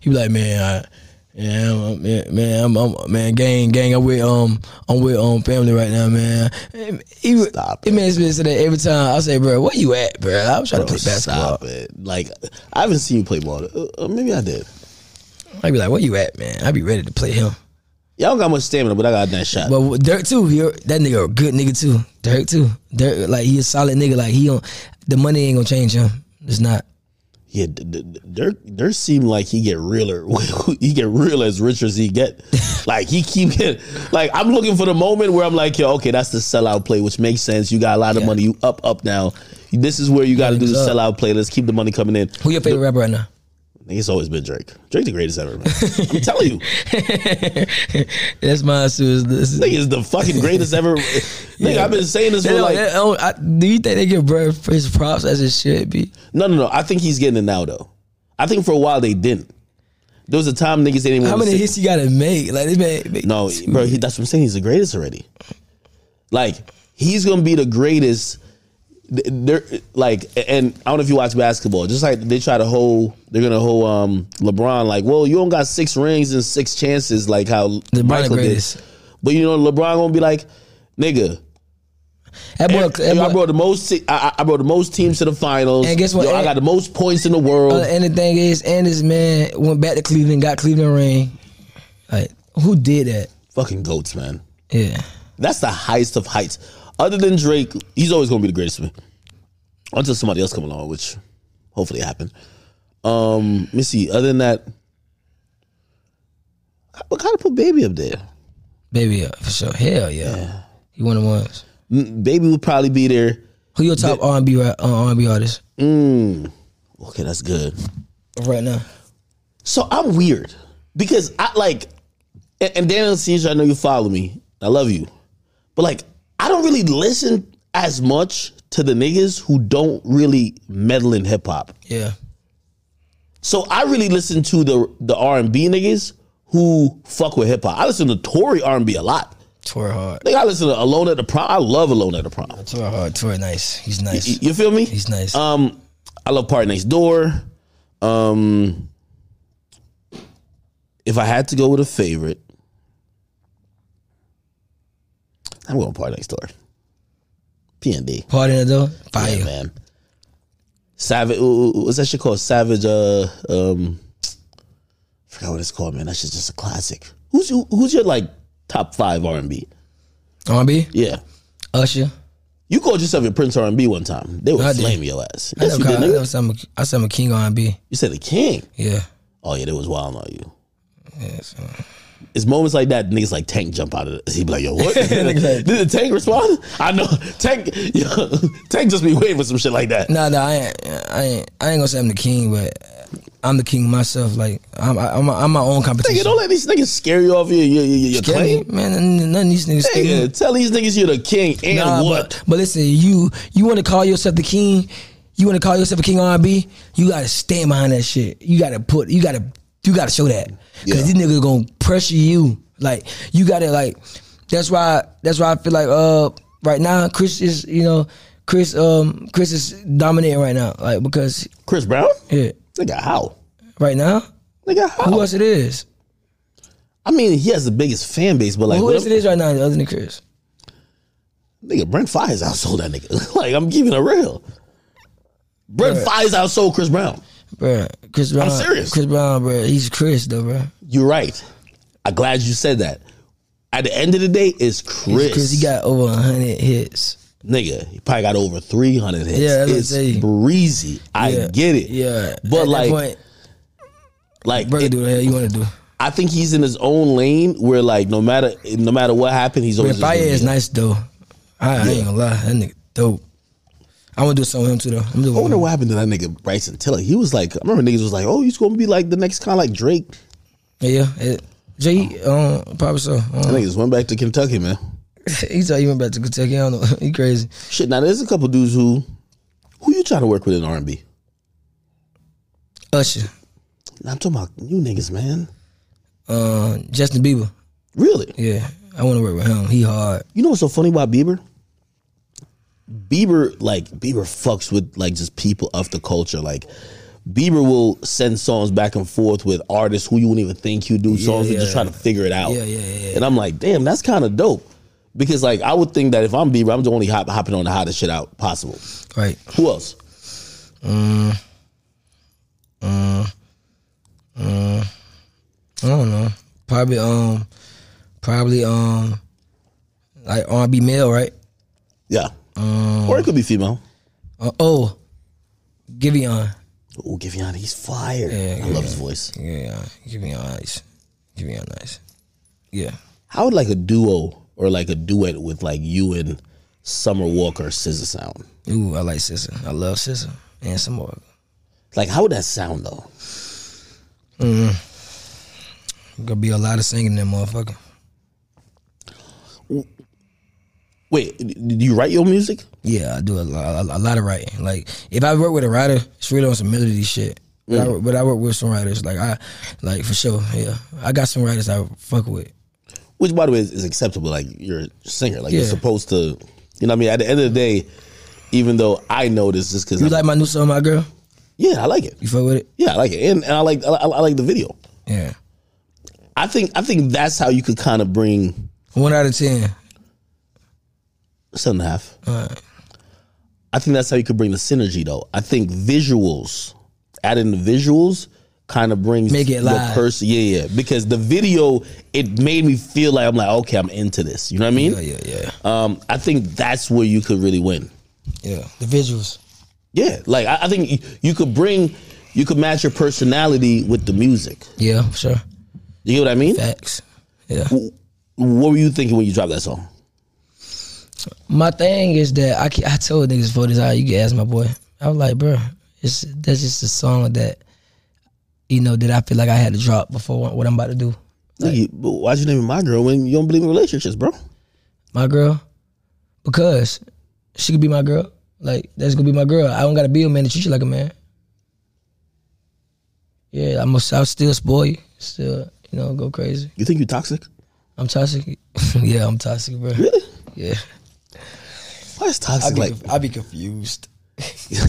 Speaker 2: He be like, man, I, yeah, I'm, I'm- yeah, man, I'm, I'm, man, gang, gang. I'm with um, I'm with um, family right now, man. He, would-
Speaker 1: Stop
Speaker 2: It makes me say that every time I say, bro, where you at, bro? I'm trying to
Speaker 1: Bro,
Speaker 2: play basketball.
Speaker 1: stop it. Like I haven't seen you play ball. Uh, uh, maybe I did.
Speaker 2: I'd be like, where you at, man? I'd be ready to play him.
Speaker 1: Y'all don't got much stamina, but I got that shot.
Speaker 2: But with Dirk too, he, that nigga a good nigga too. Dirk too. Dirk like he a solid nigga. Like he don't. The money ain't gonna change him. It's not.
Speaker 1: Yeah, D- D- D- Dirk Dirk seemed like he get realer. <laughs> he get real as rich as he
Speaker 2: <laughs>
Speaker 1: get. Like he keep getting. Like I'm looking for the moment where I'm like, yo, okay, that's the sellout play, which makes sense. You got a lot of money. You up up now. This is where you got to do the
Speaker 2: it's up.
Speaker 1: sellout play. Let's keep the money coming in.
Speaker 2: Who your favorite rapper right now?
Speaker 1: It's always been Drake. Drake the greatest ever. Man.
Speaker 2: <laughs>
Speaker 1: I'm telling you,
Speaker 2: That's mine too. Is this,
Speaker 1: nigga is the fucking greatest ever.
Speaker 2: <laughs>
Speaker 1: Nigga, I've been saying this
Speaker 2: They
Speaker 1: for
Speaker 2: don't-
Speaker 1: like
Speaker 2: they don't- I- do you think they give Bird his props as it should be?
Speaker 1: no, no, no. I think he's getting it now though. I think for a while they didn't. There was a time niggas they didn't.
Speaker 2: How
Speaker 1: wanna
Speaker 2: many
Speaker 1: say-
Speaker 2: hits you gotta make? Like this man, make-
Speaker 1: No, bro, he, that's what I'm saying. He's the greatest already. Like he's gonna be the greatest. Th- They're like, and I don't know if you watch basketball. Just like they try to hold, they're gonna hold um, LeBron. Like, well, you don't got six rings and six chances, like how
Speaker 2: the
Speaker 1: Michael
Speaker 2: greatest.
Speaker 1: did. But you know, LeBron gonna be like, nigga.
Speaker 2: That boy,
Speaker 1: Yo, I
Speaker 2: that boy
Speaker 1: brought the most. te- I, I- I brought the most teams to the finals.
Speaker 2: And guess what?
Speaker 1: Yo, I
Speaker 2: And-
Speaker 1: got the most points in the world.
Speaker 2: uh, and the thing is, and this man went back to Cleveland, got Cleveland a ring. Like who did that?
Speaker 1: Fucking goats, man.
Speaker 2: Yeah,
Speaker 1: That's the highest of heights. Other than Drake, he's always going to be the greatest man. Until somebody else come along, which hopefully happen. Um, let me see. Other than that, I would kind of put Baby up there.
Speaker 2: baby, yeah, for sure. Hell yeah, he one of the ones.
Speaker 1: Mm, Baby would probably be there.
Speaker 2: Who your top R and B uh, R and B artist
Speaker 1: Okay, that's good.
Speaker 2: right now?
Speaker 1: So I'm weird because I like, and, and Daniel Caesar, I know you follow me. I love you, but like, I don't really listen as much to the niggas who don't really meddle in hip hop.
Speaker 2: Yeah,
Speaker 1: So I really listen to the the R and B niggas who fuck with hip hop. I listen to Tory R and B a lot.
Speaker 2: tour hard,
Speaker 1: Like I listen to Alone at the Prom. I love Alone at the Prom. Y-
Speaker 2: tour hard, tour nice. He's nice.
Speaker 1: You feel me?
Speaker 2: He's nice.
Speaker 1: Um, I love Party Next Door. Um, if I had to go with a favorite, I'm going Party Next Door. PND.
Speaker 2: Party in the door, fire.
Speaker 1: Yeah, man. Savage, ooh, ooh, what's that shit called? Savage, uh, um, forgot what it's called, man. That shit's just a classic. Who's who, who's your like top five R and B?
Speaker 2: R and B,
Speaker 1: Yeah,
Speaker 2: Usher.
Speaker 1: you called yourself a Prince R and B one time. They
Speaker 2: I
Speaker 1: would
Speaker 2: did.
Speaker 1: flame your ass.
Speaker 2: I
Speaker 1: Yes, you did.
Speaker 2: know Kyle- I
Speaker 1: nigga.
Speaker 2: know some- I said I'm a king R and B.
Speaker 1: You said the king.
Speaker 2: Yeah.
Speaker 1: Oh yeah, they was wild on you.
Speaker 2: Yeah, so.
Speaker 1: It's moments like that niggas like Tank jump out of it. He be like, yo, what?
Speaker 2: <laughs>
Speaker 1: Did the Tank respond? I know Tank. Yo, <laughs> Tank just be waiting for some shit like that.
Speaker 2: Nah, nah, I ain't, I ain't, I ain't gonna say I'm the king, but I'm the king myself. Like I'm, I'm, I'm my own
Speaker 1: Nigga,
Speaker 2: competition.
Speaker 1: don't let these niggas scare you off your your, your, your
Speaker 2: Get
Speaker 1: claim.
Speaker 2: me? man, none- none of these niggas. scare me.
Speaker 1: Nigga, tell these niggas you're the king and
Speaker 2: Nah,
Speaker 1: what?
Speaker 2: But, but listen, you, you want to call yourself the king? You want to call yourself a king R&B? You got to stand behind that shit. You got to put. You got to. You got to show that
Speaker 3: Yeah.
Speaker 2: because these niggas gonna pressure you. Like you got to like. That's why. That's why I feel like uh right now Chris is you know Chris um Chris is dominating right now like because
Speaker 1: Chris Brown?
Speaker 2: yeah
Speaker 1: Nigga, how?
Speaker 2: right now
Speaker 1: Nigga, how?
Speaker 2: who else it is
Speaker 1: I mean, he has the biggest fan base, but like,
Speaker 2: who
Speaker 1: what
Speaker 2: else
Speaker 1: if-
Speaker 2: it is right now other than Chris
Speaker 1: nigga, Brent Fires outsold that nigga. <laughs> like, I'm keeping it real. Brent Fires outsold Chris Brown.
Speaker 2: bruh Chris Brown
Speaker 1: serious.
Speaker 2: Chris Brown bruh he's Chris though bruh
Speaker 1: You're right. I'm glad you said that. At the end of the day, it's Chris.
Speaker 2: Chris he got over hundred hits
Speaker 1: nigga, he probably got over 300 hits.
Speaker 2: Yeah, that's what I
Speaker 1: it's
Speaker 2: say.
Speaker 1: breezy. I
Speaker 2: Yeah.
Speaker 1: get it.
Speaker 2: yeah
Speaker 1: But
Speaker 2: At that
Speaker 1: like,
Speaker 2: point,
Speaker 1: like
Speaker 2: Bro,
Speaker 1: it-
Speaker 2: do whatever you want to do.
Speaker 1: I think he's in his own lane where like no matter no matter what happened, he's
Speaker 2: But
Speaker 1: always.
Speaker 2: Fire
Speaker 1: just
Speaker 2: is
Speaker 1: gonna
Speaker 2: nice though. I, I ain't gonna lie, that nigga dope. I want to do something with him too though. I'm
Speaker 1: be- I
Speaker 2: doing
Speaker 1: wonder what happened to that nigga Bryson Tiller. He was like, I remember niggas was like, "Oh, he's gonna be like the next kind of like Drake."
Speaker 2: Yeah, yeah. Jay, um, probably so.
Speaker 1: That
Speaker 2: Um,
Speaker 1: niggas went back to Kentucky, man.
Speaker 2: <laughs> he thought he went back to Kentucky. I don't know. <laughs> He crazy.
Speaker 1: Shit, now there's a couple dudes who, who you trying to work with in R and B?
Speaker 2: Usher,
Speaker 1: I'm talking about you niggas, man.
Speaker 2: uh, Justin Bieber.
Speaker 1: Really?
Speaker 2: Yeah, I want to work with him. He hard.
Speaker 1: You know what's so funny about Bieber? Bieber, like Bieber, fucks with like just people of the culture. Like Bieber will send songs back and forth with artists who you wouldn't even think he would do songs with, just
Speaker 2: yeah.
Speaker 1: trying to figure it out.
Speaker 2: Yeah, yeah, yeah.
Speaker 1: And I'm like, damn, that's kind of dope. Because like I would think that if I'm Bieber, I'm the only hop, hopping on the hottest shit out possible.
Speaker 2: Right.
Speaker 1: Who else?
Speaker 2: I don't know. Probably um, probably um, like R&B male, right?
Speaker 1: Yeah.
Speaker 2: Um,
Speaker 1: or it could be female.
Speaker 2: Uh, oh, Giveon.
Speaker 1: Oh, Giveon, he's fire.
Speaker 2: Yeah,
Speaker 1: I love his voice.
Speaker 2: Yeah, Giveon nice. Giveon nice. Yeah.
Speaker 1: How would like a duo or like a duet with like you and Summer Walker scissor sound?
Speaker 2: Ooh, I like Sissa. I love Sissa and some more.
Speaker 1: Like, how would that sound though?
Speaker 2: Gonna be a lot of singing in that motherfucker.
Speaker 1: Wait, do you write your music?
Speaker 2: Yeah, I do a lot, a lot of writing. Like if I work with a writer, it's really on some melody shit. But, I, but I work with some writers, like I, like for sure. Yeah, I got some writers I fuck with.
Speaker 1: Which, by the way, is, is acceptable. Like, you're a singer. Like, you're
Speaker 2: Yeah.
Speaker 1: supposed to, you know what I mean? At the end of the day, even though I know this just because,
Speaker 2: You like my new song, my girl?
Speaker 1: yeah, I like it.
Speaker 2: You fuck with it?
Speaker 1: Yeah, I like it. And, and I like I, I like the video.
Speaker 2: Yeah.
Speaker 1: I think I think that's how you could kind of bring
Speaker 2: One out of ten.
Speaker 1: seven and a half. I think that's how you could bring the synergy though. I think visuals, adding the visuals kind of brings
Speaker 2: Make it
Speaker 1: the
Speaker 2: live.
Speaker 1: person. Yeah, yeah. Because the video, it made me feel like I'm like, okay, I'm into this. You know what I mean?
Speaker 2: Yeah, yeah, yeah.
Speaker 1: Um, I think that's where you could really win.
Speaker 2: Yeah. The visuals.
Speaker 1: Yeah, like I, I think you, you could bring, you could match your personality with the music.
Speaker 2: Yeah, for sure.
Speaker 1: You get what I mean?
Speaker 2: Facts. Yeah.
Speaker 1: What were you thinking when you dropped that song?
Speaker 2: My thing is that I, ca- I told niggas before this, how you can ask my boy. I was like, bro, it's that's just a song that you know that I feel like I had to drop before what- what I'm about to do.
Speaker 1: Nigga, but why'd you name it my girl when you don't believe in relationships, bro?
Speaker 2: My girl, because she could be my girl. Like that's gonna be my girl. I don't gotta be a man to treat you like a man. Yeah, I'm gonna I'll still spoil you, still you know go crazy.
Speaker 1: You think you toxic?
Speaker 2: I'm toxic. <laughs> yeah, I'm toxic, bro.
Speaker 1: Really?
Speaker 2: Yeah,
Speaker 1: Why is toxic like?
Speaker 2: I be confused.
Speaker 1: Yo,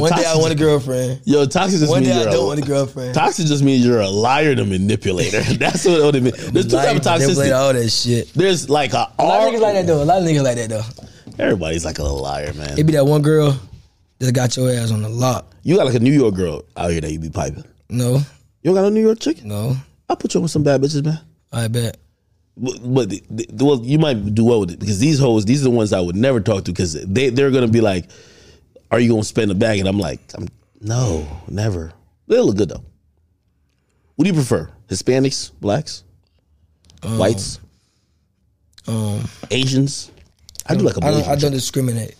Speaker 2: One day
Speaker 1: toxic-
Speaker 2: I want a girlfriend.
Speaker 1: Yo, toxic just
Speaker 2: One
Speaker 1: means
Speaker 2: day I
Speaker 1: you're
Speaker 2: don't
Speaker 1: a,
Speaker 2: want a girlfriend.
Speaker 1: Toxic just means you're a liar and a manipulator. <laughs> That's what, what it means. There's two types of
Speaker 2: Like, they played
Speaker 1: toxicity.
Speaker 2: all that shit.
Speaker 1: There's like a
Speaker 2: A lot of
Speaker 1: R.
Speaker 2: niggas like that though. A lot of niggas like that though.
Speaker 1: Everybody's like a little liar, man.
Speaker 2: It be that one girl that got your ass on the lock.
Speaker 1: You got like a New York girl out here that you be piping.
Speaker 2: No,
Speaker 1: You don't got no New York chick?
Speaker 2: no,
Speaker 1: I put you on with some bad bitches, man.
Speaker 2: I bet.
Speaker 1: But, but the, the- well, you might do well with it because these hoes, these are the ones I would never talk to because they they're gonna be like, "Are you gonna spend a bag?" And I'm like, "I'm no, never." They look good though. What do you prefer, Hispanics, blacks, whites,
Speaker 2: Um,
Speaker 1: Asians? I do like a
Speaker 2: I don't,
Speaker 1: Asian.
Speaker 2: I don't discriminate.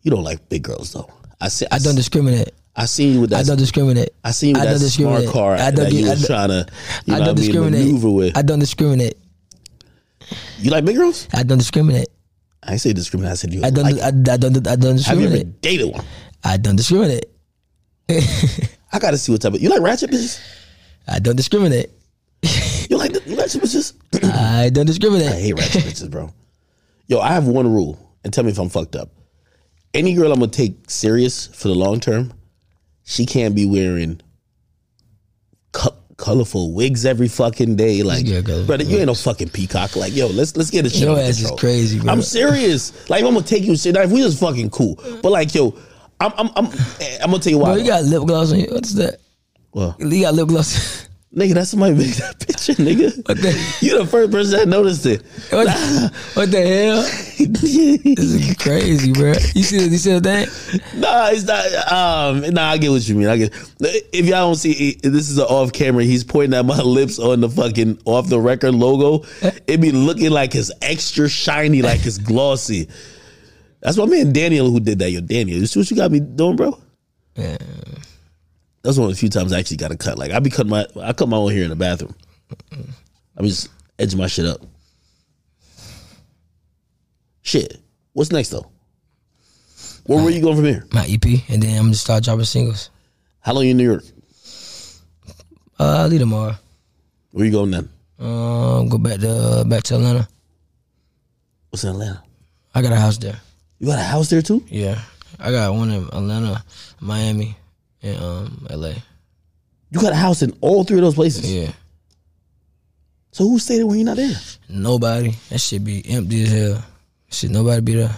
Speaker 1: you don't like big girls though. I see. I,
Speaker 2: I don't discriminate.
Speaker 1: I seen you with
Speaker 2: I
Speaker 1: that. I,
Speaker 2: don't discriminate.
Speaker 1: seen you with
Speaker 2: I
Speaker 1: that
Speaker 2: don't
Speaker 1: smart
Speaker 2: discriminate.
Speaker 1: car
Speaker 2: I don't
Speaker 1: that
Speaker 2: get-
Speaker 1: you
Speaker 2: I
Speaker 1: was
Speaker 2: don't-
Speaker 1: trying to, you know
Speaker 2: I don't
Speaker 1: what I mean,
Speaker 2: discriminate.
Speaker 1: maneuver with.
Speaker 2: I don't discriminate.
Speaker 1: you like big girls?
Speaker 2: I don't discriminate.
Speaker 1: I I ain't say discriminate. I said you.
Speaker 2: I don't.
Speaker 1: like
Speaker 2: I, I don't. I don't
Speaker 1: Have you ever
Speaker 2: discriminate.
Speaker 1: dated one?
Speaker 2: I don't discriminate.
Speaker 1: I gotta see what type of you like ratchet bitches.
Speaker 2: I don't discriminate.
Speaker 1: You like the- you like ratchet bitches?
Speaker 2: I don't
Speaker 1: I
Speaker 2: discriminate.
Speaker 1: hate
Speaker 2: <laughs>
Speaker 1: ratchet bitches, bro. Yo, I have one rule, and tell me if I'm fucked up. Any girl I'm gonna take serious for the long term, she can't be wearing co- colorful wigs every fucking day. Like,
Speaker 2: Yeah, girl,
Speaker 1: brother, you ain't no fucking peacock. Like, yo, let's let's get a shit.
Speaker 2: Your
Speaker 1: under
Speaker 2: ass is
Speaker 1: control.
Speaker 2: crazy, bro.
Speaker 1: I'm serious. Like, if I'm gonna take you shit. Like, if we just fucking cool, but like, yo, I'm I'm I'm, I'm gonna tell you why.
Speaker 2: Bro, Oh, you got lip gloss on you. What's that?
Speaker 1: Well,
Speaker 2: You got lip gloss. <laughs>
Speaker 1: Nigga, that's somebody made that picture, nigga.
Speaker 2: What the-
Speaker 1: You the first person that noticed it.
Speaker 2: What, the- what the hell? This is crazy, bro. You see, you see that?
Speaker 1: nah, it's not. Um, nah, I get what you mean. I get. If y'all don't see, this is an off camera. He's pointing at my <laughs> lips on the fucking off the record logo. It be looking like it's extra shiny, like it's glossy. That's my man Daniel who did that. Yo, Daniel, you see what you got me doing, bro?
Speaker 2: Yeah.
Speaker 1: That's one of the few times I actually got a cut. Like I be cutting my, I cut my own hair in the bathroom. I be just edging my shit up. Shit. What's next though? Where were you going from here?
Speaker 2: My EP, and then I'm gonna start dropping singles.
Speaker 1: How long you in New York?
Speaker 2: Uh, I'll leave tomorrow.
Speaker 1: Where you going then?
Speaker 2: Um, go back to back to Atlanta.
Speaker 1: What's in Atlanta?
Speaker 2: I got a house there.
Speaker 1: You got a house there too?
Speaker 2: Yeah, I got one in Atlanta, Miami, and um LA.
Speaker 1: You got a house in all three of those places.
Speaker 2: Yeah,
Speaker 1: So who stayed there when you're not there?
Speaker 2: nobody. That should be empty as hell. Should nobody be there?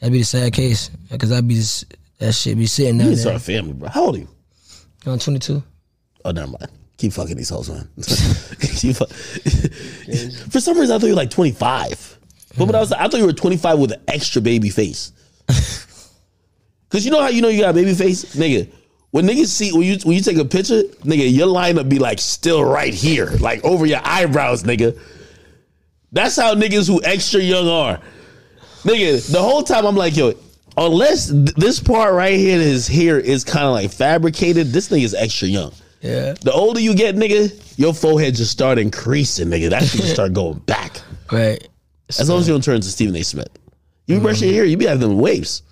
Speaker 2: That'd be the sad case because I'd be just, that shit be sitting
Speaker 1: You
Speaker 2: down
Speaker 1: didn't start
Speaker 2: there.
Speaker 1: a family, bro. How old are you?
Speaker 2: I'm 22.
Speaker 1: Oh, never mind. Keep fucking these hoes, man. Keep fu- For some reason, I thought you were like 25. But when I was, I thought you were 25 with an extra baby face. Cause you know how you know you got a baby face, nigga. When niggas see when you when you take a picture, nigga, your lineup be like still right here, like over your eyebrows, nigga. That's how niggas who extra young are, nigga. The whole time I'm like, yo, unless th- this part right here is here is kind of like fabricated, this nigga's extra young.
Speaker 2: Yeah,
Speaker 1: The older you get, nigga, your forehead just start increasing, nigga. That shit just start going back.
Speaker 2: right.
Speaker 1: As long as you don't turn into Stephen A. Smith. You brush your hair, you be having them waves.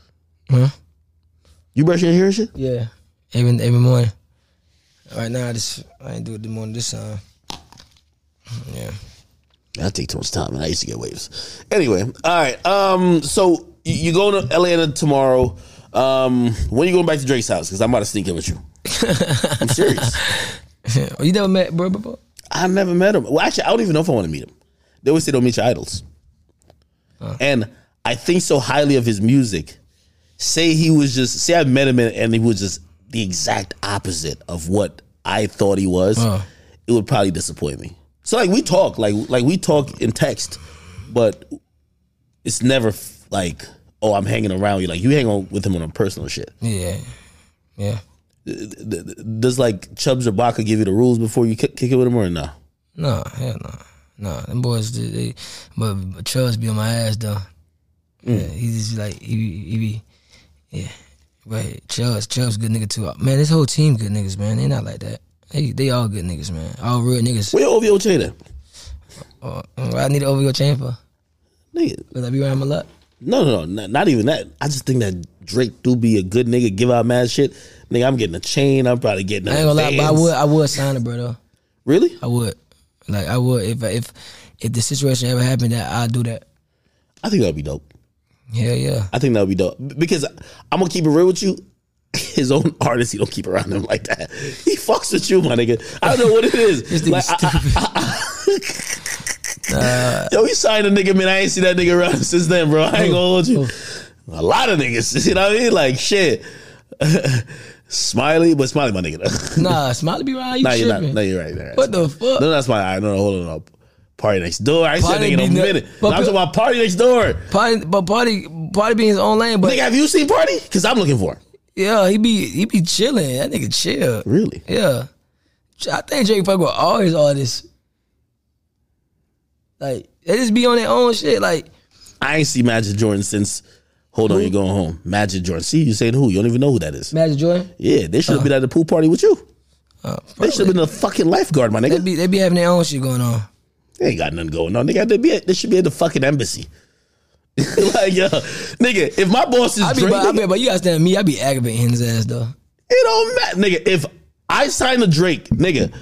Speaker 2: Huh?
Speaker 1: You brush your hair and shit?
Speaker 2: Yeah, every every morning. Right now, I just I ain't do it the morning this time. Yeah,
Speaker 1: That take too much time, and I used to get waves. Anyway, all right. Um, so you you going to Atlanta tomorrow. Um, when you going back to Drake's house? Because I'm about to sneak in with you. I'm serious.
Speaker 2: oh, you never met bro before?
Speaker 1: I never met him. Well, actually, I don't even know if I want to meet him. They always say don't meet your idols. And I think so highly of his music. Say he was just say I met him and, and he was just the exact opposite of what I thought he was.
Speaker 2: Uh.
Speaker 1: It would probably disappoint me. So like we talk, like like we talk in text, but it's never f- like oh I'm hanging around you. Like you hang on with him on a personal shit.
Speaker 2: Yeah, yeah.
Speaker 1: Th- th- Does like Chubbs or Baca give you the rules before you kick, kick it with him or no?
Speaker 2: No, hell no, no. Them boys, they, they but, but Charles be on my ass though. Yeah, he just like he be- he be, yeah. But Chubbs, Chubbs good nigga too. Man, this whole team good niggas, man. They not like that. They they all good niggas, man. All real niggas.
Speaker 1: Where your OVO chain at?
Speaker 2: Oh, I need to over your chain for.
Speaker 1: Nigga,
Speaker 2: Cause I be around him a lot.
Speaker 1: No, no, no, not, not even that. I just think that Drake do be a good nigga, give out mad shit. Nigga, I'm getting a chain. I'm probably getting.
Speaker 2: I ain't gonna lie, but I would I would sign it, bro. Though.
Speaker 1: Really?
Speaker 2: I would. Like I would if if if the situation ever happened that I'd do that.
Speaker 1: I think that'd be dope.
Speaker 2: Yeah,
Speaker 1: <laughs>
Speaker 2: yeah.
Speaker 1: I think that'd be dope B- because I'm gonna keep it real with you. <laughs> His own <laughs> artist, he don't keep around him like that. He fucks with you, my nigga. I don't know what it is.
Speaker 2: <laughs> This nigga
Speaker 1: Like, I-
Speaker 2: stupid. <laughs>
Speaker 1: <laughs> yo, he signed a nigga, man. I ain't seen that nigga around <laughs> since then, bro. I ain't gonna hold
Speaker 2: Oh,
Speaker 1: you. A lot of niggas, <laughs> you know what I mean? Like shit. <laughs> Smiley, but Smiley, my <laughs> nigga.
Speaker 2: nah, Smiley be right. You
Speaker 1: No, you're not.
Speaker 2: tripping?
Speaker 1: No, you're right. there.
Speaker 2: What the fuck?
Speaker 1: No, that's my. I no, no, hold on. Up. Party next door. I ain't said
Speaker 2: Party
Speaker 1: nigga in a
Speaker 2: be ne-
Speaker 1: minute.
Speaker 2: but
Speaker 1: No, I'm talking
Speaker 2: pe-
Speaker 1: about party next door.
Speaker 2: Party, but party, party be in his own lane. But
Speaker 1: Nigga, have you seen Party? Because I'm looking for him.
Speaker 2: yeah, he be he be chilling. That nigga chill.
Speaker 1: Really?
Speaker 2: Yeah, I think Drake fuck with all his artists. Like they just be on their own shit. Like
Speaker 1: I ain't see Magic Jordan since. Hold on, you going home? Magic Jordan. See, you saying who? You don't even know who that is.
Speaker 2: Magic Jordan.
Speaker 1: Yeah, they
Speaker 2: Uh-huh.
Speaker 1: should have been at the pool party with you.
Speaker 2: Uh,
Speaker 1: They should have been a fucking lifeguard, my
Speaker 2: they
Speaker 1: nigga.
Speaker 2: be they be having their own shit going on.
Speaker 1: They ain't got nothing going on. They got. They be. At, they should be at the fucking embassy. <laughs> like, yo, nigga, if my boss is
Speaker 2: I be,
Speaker 1: drinking,
Speaker 2: but, I be, but you understand me. I be aggravating his ass though.
Speaker 1: it don't matter, nigga. If I sign a Drake, nigga,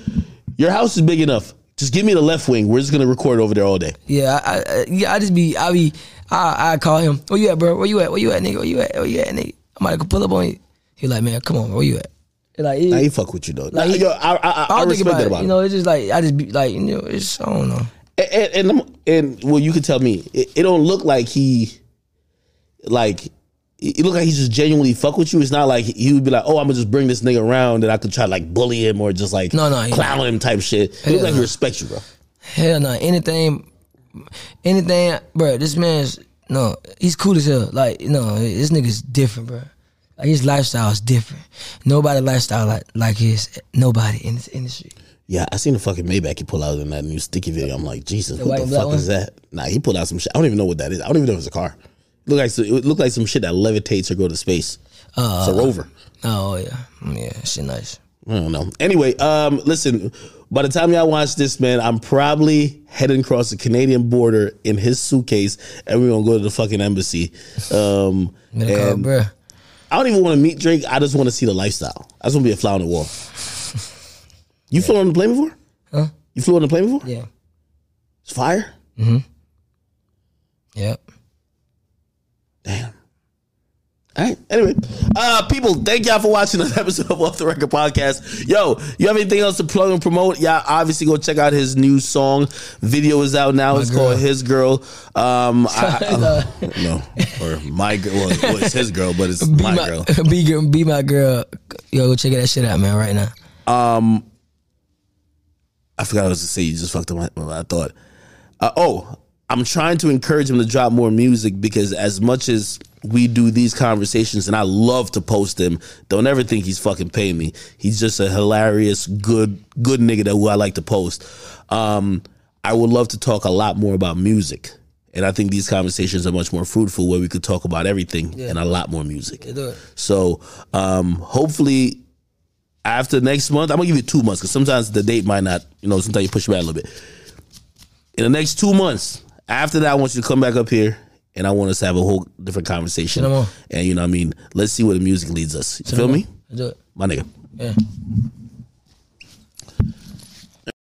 Speaker 1: your house is big enough. Just give me the left wing. We're just gonna record over there all day.
Speaker 2: Yeah, I, I yeah, I just be, I be, I, I call him. Where you at, bro? Where you at? Where you at, nigga? Where you at? Where you at, nigga? I'm about to go pull up on you. He like, man, come on, where you at? He like, yeah.
Speaker 1: Nah, he fuck with you though. Nah,
Speaker 2: he-
Speaker 1: yo, I, I, I,
Speaker 2: I
Speaker 1: I
Speaker 2: don't think
Speaker 1: respect
Speaker 2: about
Speaker 1: that
Speaker 2: it.
Speaker 1: about
Speaker 2: You
Speaker 1: him.
Speaker 2: know, it's just like I just be like, you know, it's I don't know.
Speaker 1: and and and, I'm- and well, you can tell me. It, it don't look like he, like, it it look like he just genuinely fuck with you. It's not like he would be like, oh, I'm gonna just bring this nigga around and I could try to like bully him or just like
Speaker 2: No, no, he-
Speaker 1: clown him type shit. It look
Speaker 2: Yeah.
Speaker 1: like he respects you, bro.
Speaker 2: Hell no, anything, anything, bro. This man's no, he's cool as hell. Like no, this nigga's different, bro. Like his lifestyle is different. Nobody lifestyle like like his. Nobody in this industry.
Speaker 1: Yeah, I seen the fucking Maybach he pulled out in that new sticky video. I'm like, Jesus,
Speaker 2: white
Speaker 1: what
Speaker 2: and
Speaker 1: the
Speaker 2: black
Speaker 1: fuck is that? Nah, he pulled out some shit. I don't even know what that is. I don't even know if it's a car. Look like so- it looked like some shit that levitates or go to space.
Speaker 2: Uh,
Speaker 1: it's a rover.
Speaker 2: Oh yeah, yeah, shit nice.
Speaker 1: I don't know. Anyway, um, listen. By the time y'all watch this, man, I'm probably heading across the Canadian border in his suitcase, and we're gonna go to the fucking embassy. Um,
Speaker 2: Middle call,
Speaker 1: and
Speaker 2: bro.
Speaker 1: I don't even want to meet Drake. I just want to see the lifestyle. I just want to be a fly on the wall. You flew on the plane before?
Speaker 2: Huh?
Speaker 1: You flew on the plane before?
Speaker 2: Yeah.
Speaker 1: It's fire.
Speaker 2: Yep.
Speaker 1: Damn. All right. Anyway, uh, people, thank y'all for watching another <laughs> episode of Off the Record Podcast. Yo, you have anything else to plug and promote? Y'all obviously go check out his new song. Video is out now. it's
Speaker 2: Girl.
Speaker 1: called His Girl. Um, I, I- no, or my girl. Well, well, it's his girl, but it's my, girl.
Speaker 2: <laughs> Be, girl- be my girl. Yo, go check that shit out, man, right now.
Speaker 1: I forgot what I was to say. You just fucked up my, my thought. Uh, oh, I'm trying to encourage him to drop more music because as much as we do these conversations and I love to post him, don't ever think he's fucking paying me. He's just a hilarious, good, good nigga that who I like to post. Um, I would love to talk a lot more about music. And I think these conversations are much more fruitful where we could talk about everything and a lot more music.
Speaker 2: do it.
Speaker 1: So um, hopefully after next month, I'm gonna give you two months because sometimes the date might not, you know, sometimes you push it back a little bit. In the next two months, after that, I want you to come back up here and I want us to have a whole different conversation.
Speaker 2: Come on.
Speaker 1: And you know what I mean? Let's see where the music leads us. You feel me?
Speaker 2: Do it.
Speaker 1: My nigga.
Speaker 2: Yeah.